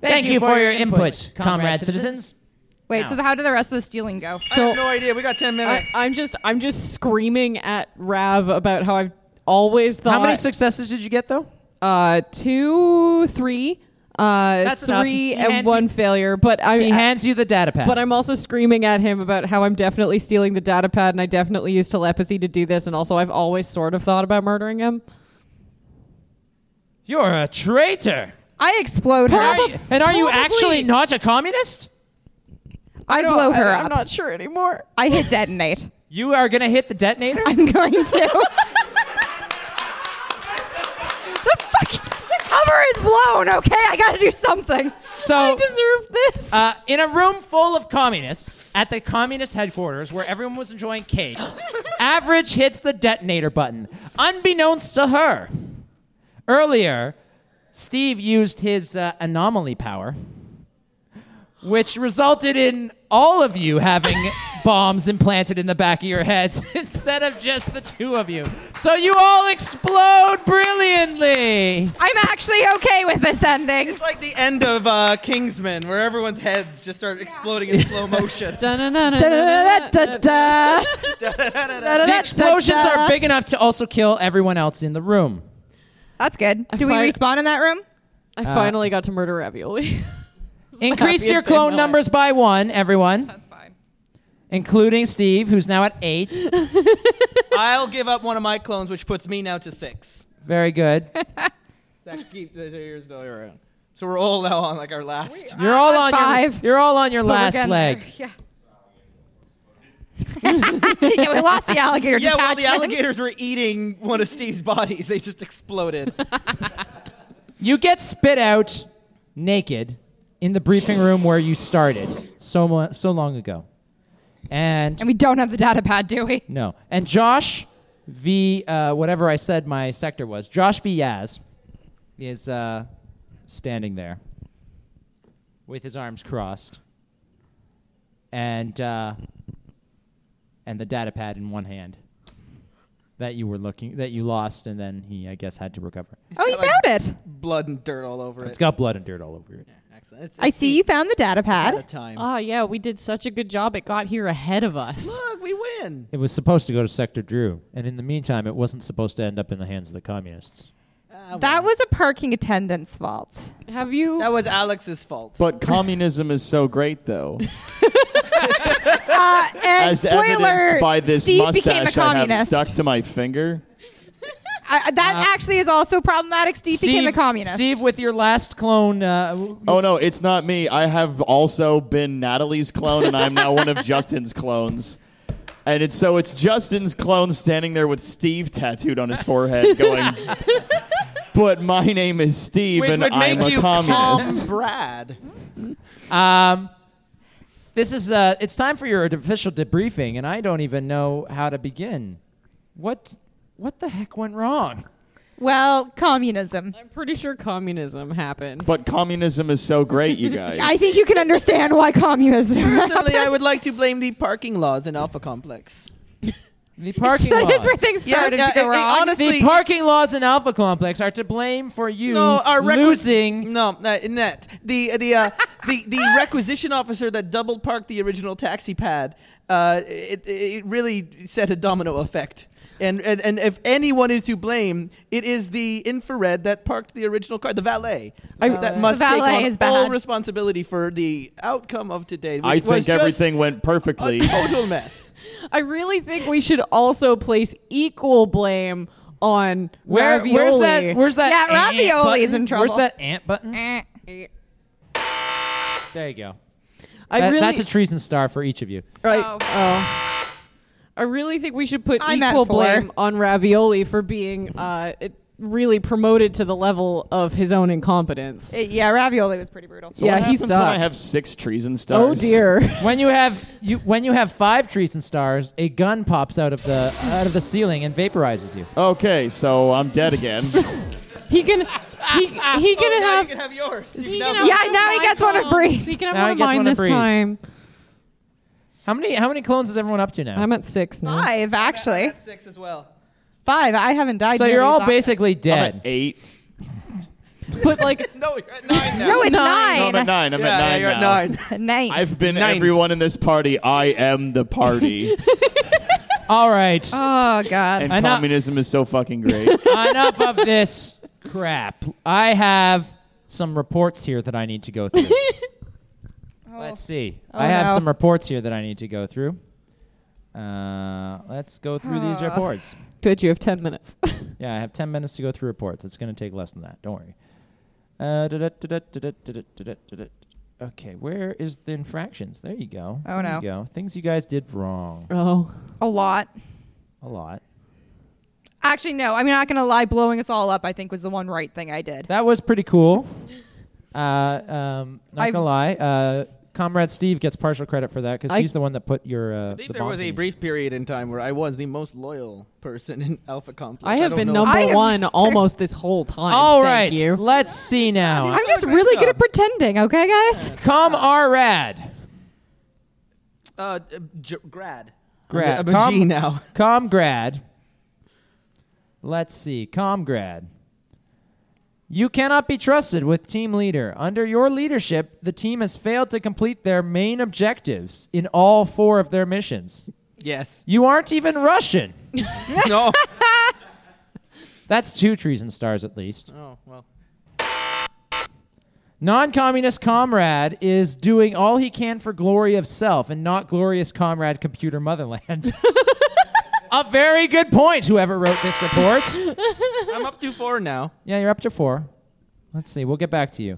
Speaker 6: Thank you for your input, comrade citizens.
Speaker 5: Wait.
Speaker 4: Now.
Speaker 5: So how did the rest of the stealing go?
Speaker 4: So- have no
Speaker 1: idea. We got ten
Speaker 4: I, am just I'm just screaming at Rav about how I've always thought.
Speaker 11: How many successes did you get though?
Speaker 4: Uh, two, three. Uh,
Speaker 11: That's enough.
Speaker 4: three
Speaker 11: He
Speaker 4: and
Speaker 11: hands
Speaker 4: one
Speaker 11: you-
Speaker 4: failure. But I
Speaker 11: He hands you the data pad.
Speaker 4: But I'm also screaming at him about how I'm definitely stealing the data pad and I definitely use telepathy to do this. And also, I've always sort of thought about murdering him.
Speaker 6: You're a traitor.
Speaker 5: I explode her.
Speaker 6: And are you actually not a communist?
Speaker 5: I blow her up.
Speaker 4: not sure anymore.
Speaker 5: I hit detonate.
Speaker 6: You are going to hit the detonator?
Speaker 5: I'm going to. the fuck? The cover is blown. Okay, I got to do something.
Speaker 6: So
Speaker 4: I deserve this.
Speaker 6: Uh, in a room full of communists at the communist headquarters where everyone was enjoying cake, Average hits the detonator button, unbeknownst to her. Earlier, Steve used his uh, anomaly power, which resulted in all of you having bombs implanted in the back of your heads instead of just the two of you. So you all explode brilliantly.
Speaker 5: I'm actually okay with this ending.
Speaker 1: It's like the end of uh, Kingsman, where everyone's heads just start exploding in slow motion.
Speaker 4: Da-da-da-da-da-da.
Speaker 6: The explosions are big enough to also kill everyone else in the room.
Speaker 5: That's good. Do we
Speaker 4: fi-
Speaker 5: respawn in that room?
Speaker 4: I
Speaker 6: Uh,
Speaker 4: finally got to murder Ravioli.
Speaker 6: Increase your
Speaker 4: happiest day of
Speaker 6: clone
Speaker 4: my life.
Speaker 6: numbers by one, everyone. That's fine. Including Steve, who's now at eight.
Speaker 1: I'll give up one of my clones, which puts me now to six.
Speaker 6: Very good.
Speaker 1: That keep the ears though around. So we're all now on like our last.
Speaker 6: You're all on
Speaker 5: Five.
Speaker 6: your you're all on your last leg.
Speaker 5: Yeah. yeah, we lost the alligator
Speaker 1: yeah, while the
Speaker 5: detachments.
Speaker 1: alligators were eating one of Steve's bodies, they just exploded.
Speaker 6: You get spit out naked in the briefing room where you started so mu- so long ago. And
Speaker 5: And we don't have the data pad, do we?
Speaker 6: no. And Josh V uh, whatever I said my sector was. Josh V Yaz is uh, standing there with his arms crossed. And uh, and the data pad in one hand that you were looking that you lost and then he I guess had to recover.
Speaker 5: Oh, you found it.
Speaker 1: Blood and dirt all over
Speaker 6: It's
Speaker 1: it.
Speaker 6: got blood and dirt all over it.
Speaker 1: Excellent. It's-
Speaker 5: I
Speaker 1: it's
Speaker 5: see you found the data
Speaker 1: out of
Speaker 5: pad.
Speaker 1: time.
Speaker 4: Ah, yeah, we did such a good job. It got here ahead of us.
Speaker 1: Look, we win.
Speaker 6: It was supposed to go to Sector Drew, and in the meantime, it wasn't supposed to end up in the hands of the communists.
Speaker 5: That was a parking attendant's fault.
Speaker 4: Have you?
Speaker 1: That was Alex's fault.
Speaker 3: But communism is so great, though.
Speaker 5: Uh, and
Speaker 3: As
Speaker 5: spoiler,
Speaker 3: evidenced by this
Speaker 5: Steve became a
Speaker 3: mustache I have
Speaker 5: communist.
Speaker 3: stuck to my finger.
Speaker 5: I- I- that
Speaker 1: Uh,
Speaker 5: actually is also problematic. Steve, became a communist.
Speaker 6: Steve, with your last clone, uh,
Speaker 3: Oh no, it's not me. I have also been Natalie's clone, and I'm now one of Justin's clones. And it's so it's Justin's clone standing there with Steve tattooed on his forehead, going, "But my name is Steve,
Speaker 1: Which
Speaker 3: and
Speaker 1: would
Speaker 3: I'm
Speaker 1: make
Speaker 3: a
Speaker 1: you
Speaker 3: communist."
Speaker 1: calm Brad.
Speaker 16: Um,
Speaker 6: this is uh, it's time for your official debriefing, and I don't even know how to begin. What what the heck went wrong?
Speaker 5: Well, communism.
Speaker 4: I'm pretty sure communism happened.
Speaker 3: But communism is so great, you guys.
Speaker 5: I think you can understand why communism.
Speaker 1: Personally, I would like to blame the parking laws in Alpha Complex.
Speaker 6: The parking
Speaker 1: That
Speaker 6: laws.
Speaker 1: is where things started to go wrong.
Speaker 6: honestly, the parking laws in Alpha Complex are to blame for you
Speaker 1: No, our requi-
Speaker 6: losing.
Speaker 1: No, uh, net the the uh, the the requisition officer that double parked the original taxi pad. Uh, it it really set a domino effect. And, and and if anyone is to blame, it is the infrared that parked the original car, the valet,
Speaker 4: I-
Speaker 1: that must
Speaker 5: The valet
Speaker 1: take on
Speaker 5: is
Speaker 1: all
Speaker 5: bad.
Speaker 1: responsibility for the outcome of today. Which
Speaker 3: I
Speaker 1: was
Speaker 3: think
Speaker 1: just
Speaker 3: everything went perfectly.
Speaker 1: a total mess.
Speaker 4: I really think we should also place equal blame on
Speaker 6: Where-
Speaker 4: ravioli.
Speaker 6: where's that- where's that
Speaker 5: Yeah,
Speaker 6: ant
Speaker 5: ravioli is
Speaker 6: button?
Speaker 5: in trouble.
Speaker 6: Where's that ant button?
Speaker 5: Eh.
Speaker 6: There you go.
Speaker 4: I
Speaker 6: That-
Speaker 4: really,
Speaker 6: that's a treason star for each of you.
Speaker 4: Right.
Speaker 5: Oh.
Speaker 4: Oh. I really think we should put
Speaker 5: I'm at
Speaker 4: equal
Speaker 5: four.
Speaker 4: blame on Ravioli for being uh, it- really promoted to the level of his own incompetence.
Speaker 5: Uh, yeah, ravioli was pretty brutal.
Speaker 3: So
Speaker 4: Yeah,
Speaker 3: what
Speaker 4: he
Speaker 3: happens when I
Speaker 4: sucked.
Speaker 3: have six treason
Speaker 4: oh
Speaker 3: stars?
Speaker 4: dear.
Speaker 6: When you have you when you have five treason stars, a gun pops out of the out of the ceiling and vaporizes you.
Speaker 3: Okay, so I'm dead again.
Speaker 4: He can he, he
Speaker 6: Oh,
Speaker 4: can have
Speaker 1: Oh, You can have yours.
Speaker 4: he
Speaker 1: You
Speaker 4: can
Speaker 1: can
Speaker 4: have
Speaker 5: Yeah,
Speaker 4: one
Speaker 5: now he
Speaker 4: my
Speaker 5: gets one of
Speaker 4: columns.
Speaker 5: Bree's.
Speaker 4: He can have
Speaker 6: Now
Speaker 4: one
Speaker 6: he
Speaker 4: of
Speaker 6: gets
Speaker 4: mine
Speaker 6: one of
Speaker 4: this
Speaker 6: Bree's.
Speaker 4: time.
Speaker 6: How many how many clones is everyone up to now?
Speaker 4: I'm at six now.
Speaker 5: Five, actually.
Speaker 1: have six as well.
Speaker 5: Five. I haven't died.
Speaker 6: so
Speaker 5: nearly
Speaker 6: you're
Speaker 5: as
Speaker 6: all
Speaker 5: often.
Speaker 6: basically
Speaker 3: I'm at
Speaker 6: dead.
Speaker 3: eight.
Speaker 4: But like
Speaker 1: No, you're at nine now.
Speaker 5: No, it's nine.
Speaker 3: No, I'm at nine. I'm
Speaker 1: yeah,
Speaker 3: at
Speaker 1: yeah,
Speaker 3: nine
Speaker 1: you're
Speaker 3: now.
Speaker 1: at nine.
Speaker 5: Nine.
Speaker 3: I've been
Speaker 1: Nine.
Speaker 3: everyone in this party. I am the party.
Speaker 6: All right.
Speaker 5: oh God.
Speaker 3: and
Speaker 6: I know-
Speaker 3: communism is so fucking great.
Speaker 6: Enough of this crap. I have some reports here that I need to go through. Let's see. I have
Speaker 5: Oh. no.
Speaker 6: some reports here that I need to go through. Uh, let's go through these reports.
Speaker 4: good, you have ten minutes.
Speaker 6: Yeah, I have 10 minutes to go through reports. It's going to take less than that. Don't worry. Uh, da-da, da-da, da-da, da-da, da-da, da-da. Okay, where is the infractions? There you go.
Speaker 5: Oh,
Speaker 6: There
Speaker 5: no.
Speaker 6: You go. Things you guys did wrong.
Speaker 4: oh.
Speaker 5: A lot.
Speaker 6: A lot.
Speaker 5: Actually, no. I'm not gonna lie. Blowing us all up, I think, was the one right thing I did.
Speaker 6: That was pretty cool. Uh, um, not
Speaker 5: I've-
Speaker 6: gonna lie. Uh, Comrade Steve gets partial credit for that because
Speaker 4: I-
Speaker 6: he's the one that put your. Uh,
Speaker 1: I think
Speaker 6: the
Speaker 1: there
Speaker 6: bombs
Speaker 1: was a
Speaker 6: in.
Speaker 1: brief period in time where I was the most loyal person in Alpha Complex.
Speaker 4: I have
Speaker 1: don't
Speaker 4: been
Speaker 1: know.
Speaker 4: number
Speaker 5: I am-
Speaker 4: one almost this whole time.
Speaker 6: All right,
Speaker 4: Thank you.
Speaker 6: let's see now.
Speaker 5: I'm just really good at pretending. Okay, guys.
Speaker 6: Com Rad.
Speaker 1: Uh, uh, j- grad.
Speaker 6: Grad.
Speaker 1: I'm a- I'm a G now.
Speaker 6: Com Grad. Let's see. Com Grad. You cannot be trusted with team leader. Under your leadership, the team has failed to complete their main objectives in all four of their missions.
Speaker 1: Yes.
Speaker 6: You aren't even Russian.
Speaker 1: no.
Speaker 6: That's two treason stars at least.
Speaker 1: Oh well.
Speaker 6: Non communist comrade is doing all he can for glory of self and not glorious comrade computer motherland. A very good point, whoever wrote this report.
Speaker 1: I'm up to four now.
Speaker 6: yeah, you're up to four. Let's see. We'll get back to you.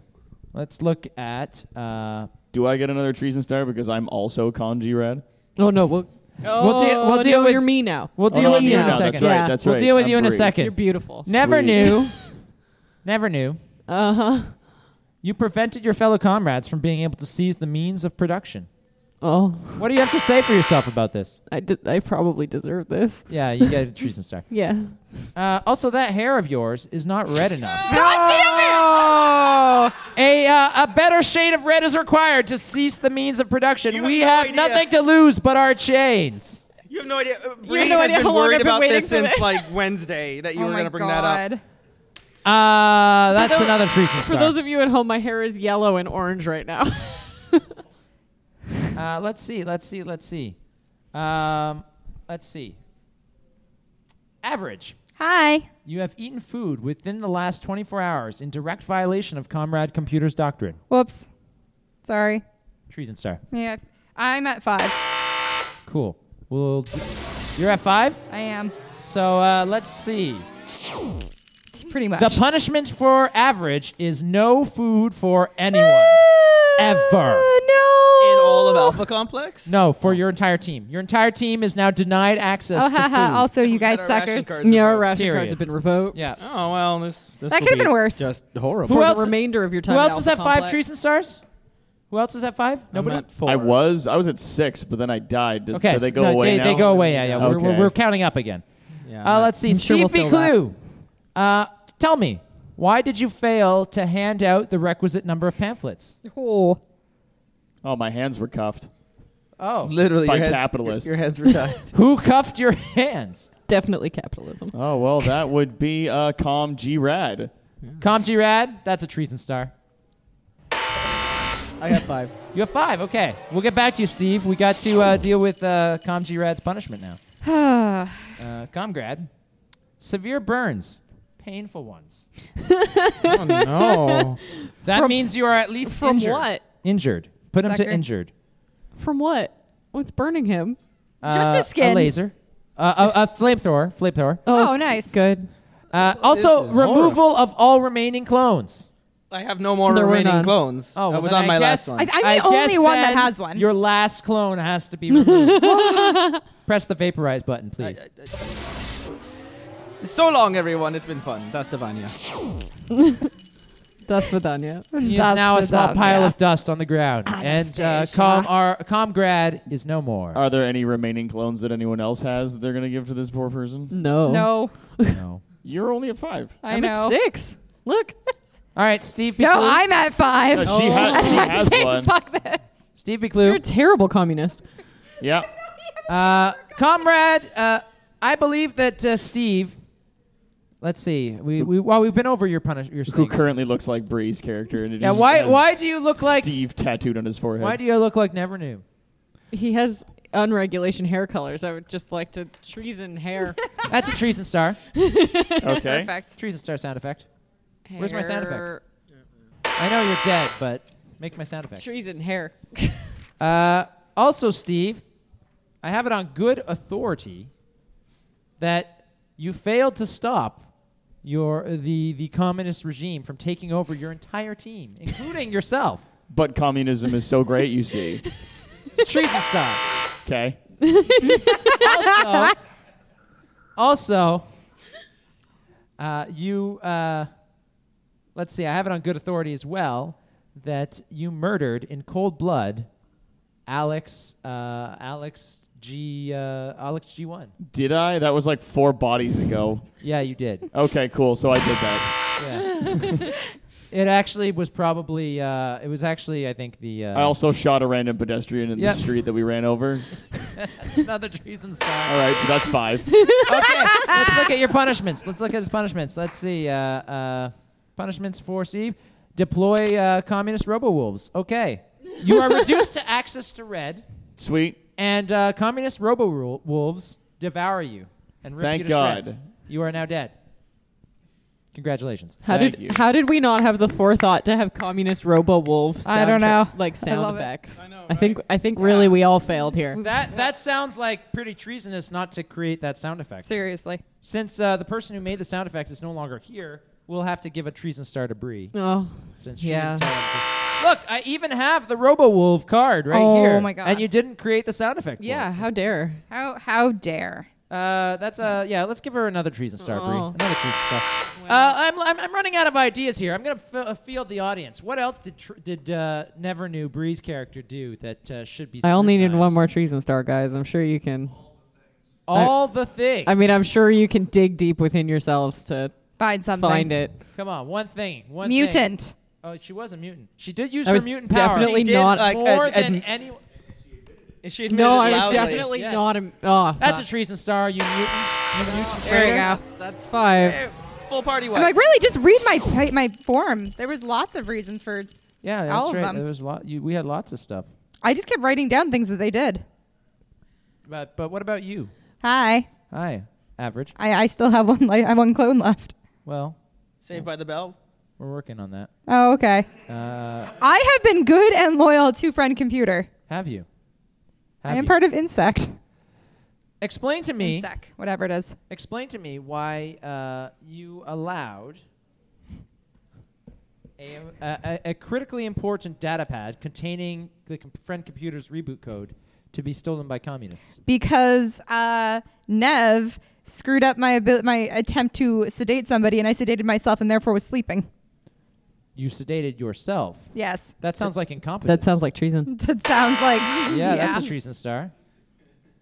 Speaker 6: Let's look at. Uh,
Speaker 3: Do I get another treason star because I'm also kanji red?
Speaker 4: Oh no, we'll
Speaker 6: We'll deal- we'll
Speaker 4: Oh,
Speaker 6: deal
Speaker 4: no,
Speaker 6: with-
Speaker 4: you're me now.
Speaker 6: we'll
Speaker 3: Oh,
Speaker 6: deal
Speaker 3: no,
Speaker 6: with
Speaker 3: I'm
Speaker 6: you
Speaker 3: here
Speaker 6: in a
Speaker 3: now.
Speaker 6: 2nd
Speaker 3: That's right.
Speaker 4: Yeah.
Speaker 3: That's
Speaker 6: we'll
Speaker 3: right.
Speaker 6: deal with
Speaker 3: I'm
Speaker 6: you in a
Speaker 3: free.
Speaker 6: second.
Speaker 4: You're beautiful.
Speaker 6: Never
Speaker 3: Sweet.
Speaker 6: knew. Never knew.
Speaker 4: Uh huh.
Speaker 6: You prevented your fellow comrades from being able to seize the means of production.
Speaker 4: Oh,
Speaker 6: What do you have to say for yourself about this?
Speaker 4: I did, I probably deserve this.
Speaker 6: Yeah, you get a treason star.
Speaker 4: Yeah.
Speaker 6: Uh, also, that hair of yours is not red enough. God damn it! A, uh, a better shade of red is required to cease the means of production.
Speaker 1: You
Speaker 6: we
Speaker 1: have
Speaker 6: have,
Speaker 1: no idea.
Speaker 6: nothing to lose but our chains.
Speaker 1: You have no idea. Uh, Bree
Speaker 4: no
Speaker 1: has
Speaker 4: idea
Speaker 1: been
Speaker 4: how long
Speaker 1: worried
Speaker 4: I've been
Speaker 1: about
Speaker 4: waiting
Speaker 1: this
Speaker 4: for
Speaker 1: since
Speaker 4: this.
Speaker 1: like Wednesday that you
Speaker 5: oh
Speaker 1: were
Speaker 5: my
Speaker 1: going to bring
Speaker 5: God.
Speaker 1: that up.
Speaker 6: Uh, that's another treason
Speaker 4: For
Speaker 6: star.
Speaker 4: those of you at home, my hair is yellow and orange right now.
Speaker 6: uh, let's see, let's see, let's see. Um, let's see. Average.
Speaker 5: Hi.
Speaker 6: You have eaten food within the last 24 hours in direct violation of Comrade Computer's doctrine.
Speaker 5: Whoops. Sorry.
Speaker 6: Treason star.
Speaker 5: Yeah. I'm at five.
Speaker 6: Cool. We'll d- You're at five?
Speaker 5: I am.
Speaker 6: So uh, let's see.
Speaker 5: Pretty much.
Speaker 6: The punishment for average is no food for anyone ever
Speaker 5: no.
Speaker 6: in
Speaker 12: all of Alpha Complex?
Speaker 6: No, for your entire team. Your entire team is now denied access
Speaker 5: Oh,
Speaker 6: to
Speaker 5: ha,
Speaker 6: food.
Speaker 5: ha. Also, you guys suckers.
Speaker 4: Yeah, our ration
Speaker 6: Period.
Speaker 4: cards have been revoked.
Speaker 6: Yeah.
Speaker 1: Oh well, this, this will
Speaker 5: That could've
Speaker 1: be
Speaker 5: been worse.
Speaker 1: Just
Speaker 6: Who
Speaker 1: horrible.
Speaker 6: else-
Speaker 4: remainder of your time
Speaker 6: Who
Speaker 4: at
Speaker 6: else is at
Speaker 4: Alpha
Speaker 6: five
Speaker 4: Complex.
Speaker 6: trees and stars? Who else is at five? Nobody.
Speaker 3: I was. I was at six, but then I died. Does,
Speaker 6: okay,
Speaker 3: do they
Speaker 6: so
Speaker 3: go
Speaker 6: no,
Speaker 3: away
Speaker 6: They,
Speaker 3: now?
Speaker 6: they go away. Yeah, yeah. We're, we're,
Speaker 3: Okay.
Speaker 6: we're counting up again.
Speaker 3: Yeah.
Speaker 6: uh, let's see.
Speaker 3: I'm sure we'll
Speaker 6: Stevie
Speaker 3: fill that.
Speaker 6: Clue. Uh, tell me, why did you fail to hand out the requisite number of pamphlets?
Speaker 4: Oh.
Speaker 3: Oh, my hands were cuffed.
Speaker 6: Oh,
Speaker 12: Literally,
Speaker 3: by
Speaker 12: your heads-
Speaker 3: capitalists.
Speaker 12: your- your heads were tied.
Speaker 6: Who cuffed your hands?
Speaker 4: Definitely capitalism.
Speaker 3: Oh well, that would be uh, Com G Rad.
Speaker 6: Com G Rad. That's a treason star.
Speaker 12: I got five.
Speaker 6: You have five. Okay, we'll get back to you, Steve. We got to uh, deal with uh, Com G Rad's punishment now. Uh, Comgrad, severe burns, painful ones. oh no, that
Speaker 4: From-
Speaker 6: means you are at least
Speaker 4: from
Speaker 6: injured.
Speaker 4: what?
Speaker 11: Injured. Put him
Speaker 4: Sucker.
Speaker 11: to injured.
Speaker 4: From what? What's burning him?
Speaker 6: Uh, A laser. Uh, a, a flamethrower. Flamethrower.
Speaker 5: Oh, nice.
Speaker 4: Good.
Speaker 6: Uh, also,
Speaker 12: This is
Speaker 6: removal of all remaining clones.
Speaker 12: I have no more
Speaker 6: There were
Speaker 12: remaining
Speaker 6: none.
Speaker 12: clones.
Speaker 6: Oh,
Speaker 12: I
Speaker 6: well,
Speaker 12: was
Speaker 6: then
Speaker 12: on
Speaker 6: I
Speaker 12: my
Speaker 6: guess-
Speaker 12: last one.
Speaker 5: I, I'm the
Speaker 6: guess
Speaker 5: only one that
Speaker 6: then
Speaker 5: has one.
Speaker 6: Your last clone has to be removed. Press the vaporize button, please.
Speaker 12: so long, everyone. It's been fun. That's Devania.
Speaker 4: That's Vidania.
Speaker 6: He is now a small pile of dust on the ground, and uh,
Speaker 4: Anastasia.
Speaker 6: Com our Comgrad is no more.
Speaker 3: Are there any remaining clones that anyone else has that they're gonna give to this poor person?
Speaker 4: No.
Speaker 5: No,
Speaker 6: No.
Speaker 3: You're only at five.
Speaker 5: I
Speaker 4: I'm
Speaker 5: know.
Speaker 4: at six. Look.
Speaker 6: All right, Steve.
Speaker 5: No,
Speaker 6: Biclou.
Speaker 5: I'm at five.
Speaker 3: No, Uh, she has-
Speaker 6: Oh.
Speaker 3: she has
Speaker 5: Saying,
Speaker 3: one.
Speaker 5: Fuck this.
Speaker 6: Steve
Speaker 4: You're
Speaker 6: Biclou.
Speaker 4: a terrible communist.
Speaker 3: Yeah.
Speaker 6: Uh, comrade, uh, I believe that uh, Steve. Let's see. We, we well, we've been over your punish your
Speaker 3: Who
Speaker 6: stakes.
Speaker 3: currently looks like Bree's character? And it
Speaker 6: Yeah.
Speaker 3: just
Speaker 6: Why
Speaker 3: has
Speaker 6: why do you look like
Speaker 3: Steve tattooed on his forehead?
Speaker 6: why do you look like Never Knew?
Speaker 4: He has unregulation hair colors. I would just like to treason hair.
Speaker 6: That's a treason star.
Speaker 3: okay.
Speaker 5: Perfect.
Speaker 6: Treason star sound effect. Where's my
Speaker 4: hair.
Speaker 6: sound effect? I know you're dead, but make my sound effect.
Speaker 4: Treason hair.
Speaker 6: Uh, also, Steve, I have it on good authority that you failed to stop your the the communist regime from taking over your entire team, including yourself.
Speaker 3: But communism is so great, you see.
Speaker 6: Treason star.
Speaker 3: Okay.
Speaker 6: Also, also uh, you uh, let's see. I have it on good authority as well that you murdered in cold blood Alex uh, Alex G uh, Alex G one.
Speaker 3: Did I? That was like four bodies ago.
Speaker 6: Yeah, you did.
Speaker 3: Okay, cool. So I did that.
Speaker 6: Yeah. it actually was probably. Uh, it was actually, I think the. Uh,
Speaker 3: I also shot a random pedestrian in
Speaker 6: Yep.
Speaker 3: the street that we ran over.
Speaker 6: That's another treason star.
Speaker 3: All right, so that's five.
Speaker 6: okay, let's look at your punishments. Let's look at his punishments. Let's see. Uh, uh, punishments for Steve: deploy uh, communist robo wolves. Okay, you are reduced to access to red,
Speaker 3: Sweet.
Speaker 6: and uh, communist robo wolves devour you and rip
Speaker 3: Thank
Speaker 6: you to
Speaker 3: God.
Speaker 6: shreds. You are now dead. Congratulations.
Speaker 4: How
Speaker 3: Thank
Speaker 4: did
Speaker 3: you.
Speaker 4: how did we not have the forethought to have communist robo wolves?
Speaker 5: I don't know.
Speaker 4: Like
Speaker 5: I
Speaker 4: sound
Speaker 5: love it. Mm,
Speaker 4: effects. I, think I think really we all failed here.
Speaker 6: That that sounds like pretty treasonous not to create that sound effect.
Speaker 5: Seriously.
Speaker 6: Since uh, the person who made the sound effect is no longer here, we'll have to give a treason star to Bree.
Speaker 4: Oh,
Speaker 6: Since she
Speaker 4: Yeah.
Speaker 6: didn't tell him to- Look, I even have the RoboWolf card right
Speaker 5: Oh
Speaker 6: here.
Speaker 5: my God.
Speaker 6: And you didn't create the sound effect. for
Speaker 4: yeah. How dare?
Speaker 5: How how
Speaker 6: it.
Speaker 5: dare?
Speaker 6: Uh, that's uh, yeah. Let's give her another treason star, Bree.
Speaker 4: Oh.
Speaker 6: Another treason star. Uh, I'm, I'm I'm running out of ideas here. I'm gonna f- uh, field the audience. What else did tr- did uh, Never Knew Bree's character do that uh, should be?
Speaker 4: I only needed one
Speaker 6: scrutinized?
Speaker 4: more treason star, guys. I'm sure you can.
Speaker 6: All the things.
Speaker 4: I mean, I'm sure you can dig deep within yourselves to
Speaker 5: Find something.
Speaker 4: find it.
Speaker 6: Come on, one thing. One thing.
Speaker 5: Mutant.
Speaker 6: Oh, she was a mutant. She did use
Speaker 4: I
Speaker 6: her
Speaker 4: was
Speaker 6: mutant power.
Speaker 4: definitely
Speaker 6: She
Speaker 4: She did, not-
Speaker 12: like,
Speaker 6: more
Speaker 12: ad-
Speaker 6: than
Speaker 12: ad-
Speaker 6: anyone.
Speaker 12: She admitted
Speaker 4: No,
Speaker 12: it
Speaker 4: I was
Speaker 12: loudly.
Speaker 4: definitely
Speaker 6: Yes.
Speaker 4: not. A, oh,
Speaker 6: That's a treason star. You mutant. You mutant.
Speaker 5: There you go.
Speaker 4: that's, that's five.
Speaker 12: Hey, Full party
Speaker 5: I'm
Speaker 12: wipe.
Speaker 5: like, really? Just read my pa- my form. There was lots of reasons for.
Speaker 6: Yeah, that's
Speaker 5: All of
Speaker 6: right.
Speaker 5: them.
Speaker 6: There was lot. You, we had lots of stuff.
Speaker 5: I just kept writing down things that they did.
Speaker 6: But but what about you?
Speaker 5: Hi,
Speaker 6: Hi, average.
Speaker 5: I, I still have one li- I have one clone left.
Speaker 6: Well,
Speaker 12: Saved by the Bell.
Speaker 6: we're working on that.
Speaker 5: Oh, okay.
Speaker 6: Uh,
Speaker 5: I have been good and loyal to friend computer.
Speaker 6: have you?
Speaker 5: I
Speaker 6: Have
Speaker 5: am
Speaker 6: you?
Speaker 5: part of insect.
Speaker 6: Explain to me.
Speaker 5: Insect, whatever it is.
Speaker 6: Explain to me why uh, you allowed a, a critically important data pad containing the com- friend computer's reboot code to be stolen by communists.
Speaker 5: because uh, Nev screwed up my abil- my attempt to sedate somebody, and I sedated myself, and therefore was sleeping.
Speaker 6: You sedated yourself.
Speaker 5: Yes.
Speaker 6: That sounds like incompetence.
Speaker 4: That sounds like treason.
Speaker 5: That sounds like
Speaker 6: yeah, that's a treason star.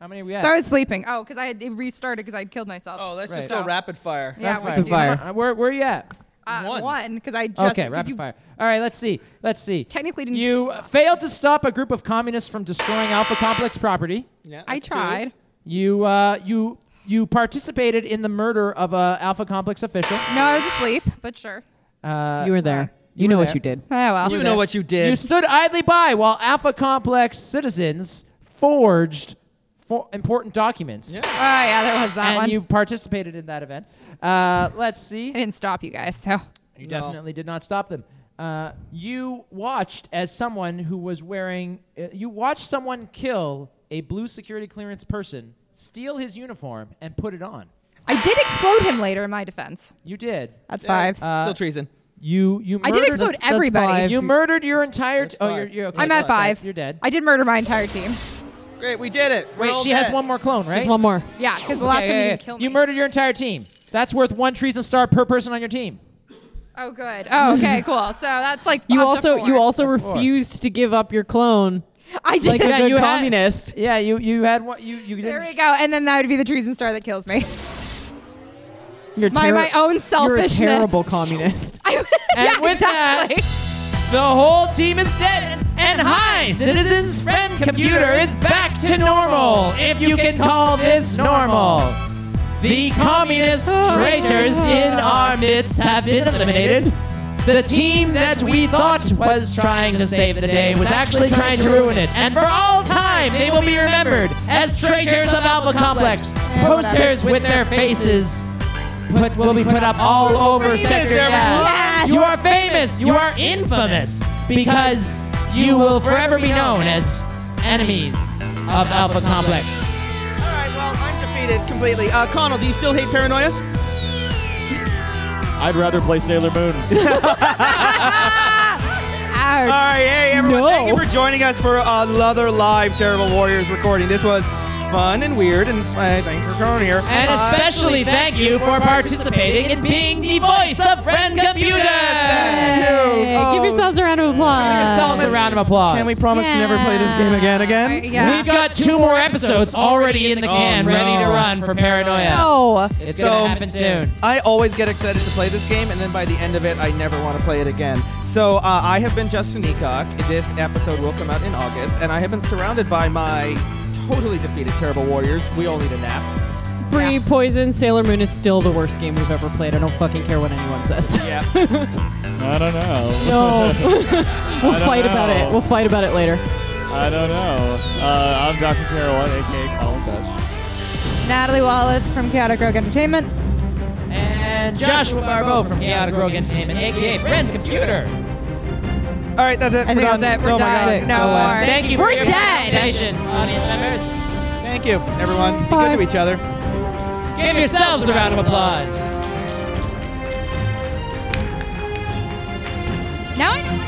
Speaker 6: How many we
Speaker 5: So I was sleeping. Oh, because I had it restarted because I would killed myself.
Speaker 1: Oh, let's
Speaker 6: just
Speaker 1: go rapid fire.
Speaker 5: Yeah,
Speaker 6: Rapid
Speaker 5: we can do
Speaker 6: fire.
Speaker 5: that.
Speaker 6: Uh, Where, where are you at?
Speaker 5: Uh, one because I just
Speaker 6: okay,
Speaker 5: 'cause
Speaker 6: rapid
Speaker 5: you
Speaker 6: fire. All right, let's see. Let's see.
Speaker 5: Technically, didn't
Speaker 6: you failed to stop a group of communists from destroying Alpha Complex property.
Speaker 5: Yeah, I that's two. tried.
Speaker 6: You uh, you you participated in the murder of a Alpha Complex official.
Speaker 5: No, I was asleep, but sure.
Speaker 6: Uh,
Speaker 4: You were there. You, know what you did.
Speaker 5: Oh well.
Speaker 1: You know what you did.
Speaker 6: You stood idly by while Alpha Complex citizens forged for important documents.
Speaker 5: Oh yeah, there was that
Speaker 6: and
Speaker 5: one.
Speaker 6: you participated in that event. Uh, let's see. I
Speaker 5: didn't stop you guys, so
Speaker 6: you
Speaker 5: No.
Speaker 6: definitely did not stop them. Uh, you watched as someone who was wearing. Uh, you watched someone kill a blue security clearance person, steal his uniform, and put it on.
Speaker 5: I did explode him later in my defense.
Speaker 6: You did.
Speaker 5: That's five.
Speaker 6: Uh,
Speaker 1: Still treason.
Speaker 6: You you.
Speaker 5: I did
Speaker 6: murdered-
Speaker 5: explode everybody.
Speaker 6: You murdered your entire. T- oh,
Speaker 5: five.
Speaker 6: you're, you're okay.
Speaker 5: I'm
Speaker 6: that's
Speaker 5: at
Speaker 6: fine.
Speaker 5: five.
Speaker 6: You're dead.
Speaker 5: I did murder my entire team.
Speaker 1: Great, we did it. We're
Speaker 6: Wait,
Speaker 1: all
Speaker 6: she has
Speaker 1: dead.
Speaker 6: one more clone, right?
Speaker 4: Just one more.
Speaker 5: Yeah, because the last
Speaker 6: Yeah,
Speaker 5: time
Speaker 6: yeah,
Speaker 5: you
Speaker 6: yeah.
Speaker 5: didn't kill me.
Speaker 6: You murdered your entire team. That's worth one treason star per person on your team.
Speaker 5: Oh, good. Oh, okay, cool. So that's like
Speaker 4: You
Speaker 5: up to
Speaker 4: also
Speaker 5: four.
Speaker 4: you also
Speaker 6: That's four.
Speaker 4: refused to give up your clone.
Speaker 5: I did.
Speaker 4: Like a
Speaker 5: Yeah,
Speaker 4: good
Speaker 5: you had-
Speaker 4: communist.
Speaker 6: Yeah, you you had one. You you
Speaker 5: There
Speaker 6: didn't.
Speaker 5: we go, and then that would be the treason star that kills me.
Speaker 4: You're
Speaker 5: By
Speaker 4: terri-
Speaker 5: my own selfishness.
Speaker 4: You're a terrible communist.
Speaker 6: And with that, the whole team is dead. And hi, citizens, friend computer is back to normal, if you can call this normal. The communist traitors in our midst have been eliminated. The team that we thought was trying to save the day was actually trying to ruin it. And for all time, they will be remembered as traitors of Alpha Complex. Posters with their faces put, will be put up all over Sector F. You are famous. You are infamous because you will forever be known as enemies of Alpha Complex.
Speaker 1: All right, well, I'm defeated completely. Uh, Connell, do you still hate paranoia?
Speaker 3: I'd rather play Sailor Moon.
Speaker 1: All right, hey everyone, thank you for joining us for another live Terrible Warriors recording. This was fun and weird, and uh, thanks for coming here.
Speaker 17: And
Speaker 1: Uh,
Speaker 17: especially thank you for participating in being the voice of Friend Computer.
Speaker 1: Hey,
Speaker 4: give yourselves a round of applause.
Speaker 6: a round of applause.
Speaker 1: Oh. Can we promise to never play this game again? Again?
Speaker 6: We've got two more episodes already
Speaker 17: Oh,
Speaker 6: in the can, ready to run for Paranoia.
Speaker 5: No.
Speaker 6: It's gonna happen soon.
Speaker 1: I always get excited to play this game, and then by the end of it, I never want to play it again. So uh, I have been Justin Eacock. This episode will come out in August, and I have been surrounded by my totally defeated terrible warriors. We all need a nap.
Speaker 4: Free poison. Sailor Moon is still the worst game we've ever played. I don't fucking care what anyone says.
Speaker 1: Yeah.
Speaker 3: I don't know.
Speaker 4: No.
Speaker 3: I
Speaker 4: we'll
Speaker 3: don't
Speaker 4: fight about
Speaker 3: know.
Speaker 4: it. We'll fight about it later.
Speaker 3: I don't know. Uh, I'm Dr. Tara One, aka Colin Best.
Speaker 5: Natalie Wallace from Chaotic Rogue Entertainment.
Speaker 6: And Joshua Barbeau from Chaotic Rogue Entertainment, aka Friend Computer.
Speaker 1: All right, that's it.
Speaker 5: I
Speaker 1: We're
Speaker 5: think
Speaker 1: done.
Speaker 5: that's it. We're
Speaker 1: oh
Speaker 5: done.
Speaker 1: my god.
Speaker 5: No
Speaker 1: Go away.
Speaker 5: more.
Speaker 6: Thank you for
Speaker 5: We're
Speaker 6: your
Speaker 5: dead.
Speaker 6: participation, audience members.
Speaker 1: Thank you, everyone. Be good to each other.
Speaker 6: Give yourselves a round of applause.
Speaker 5: Now I know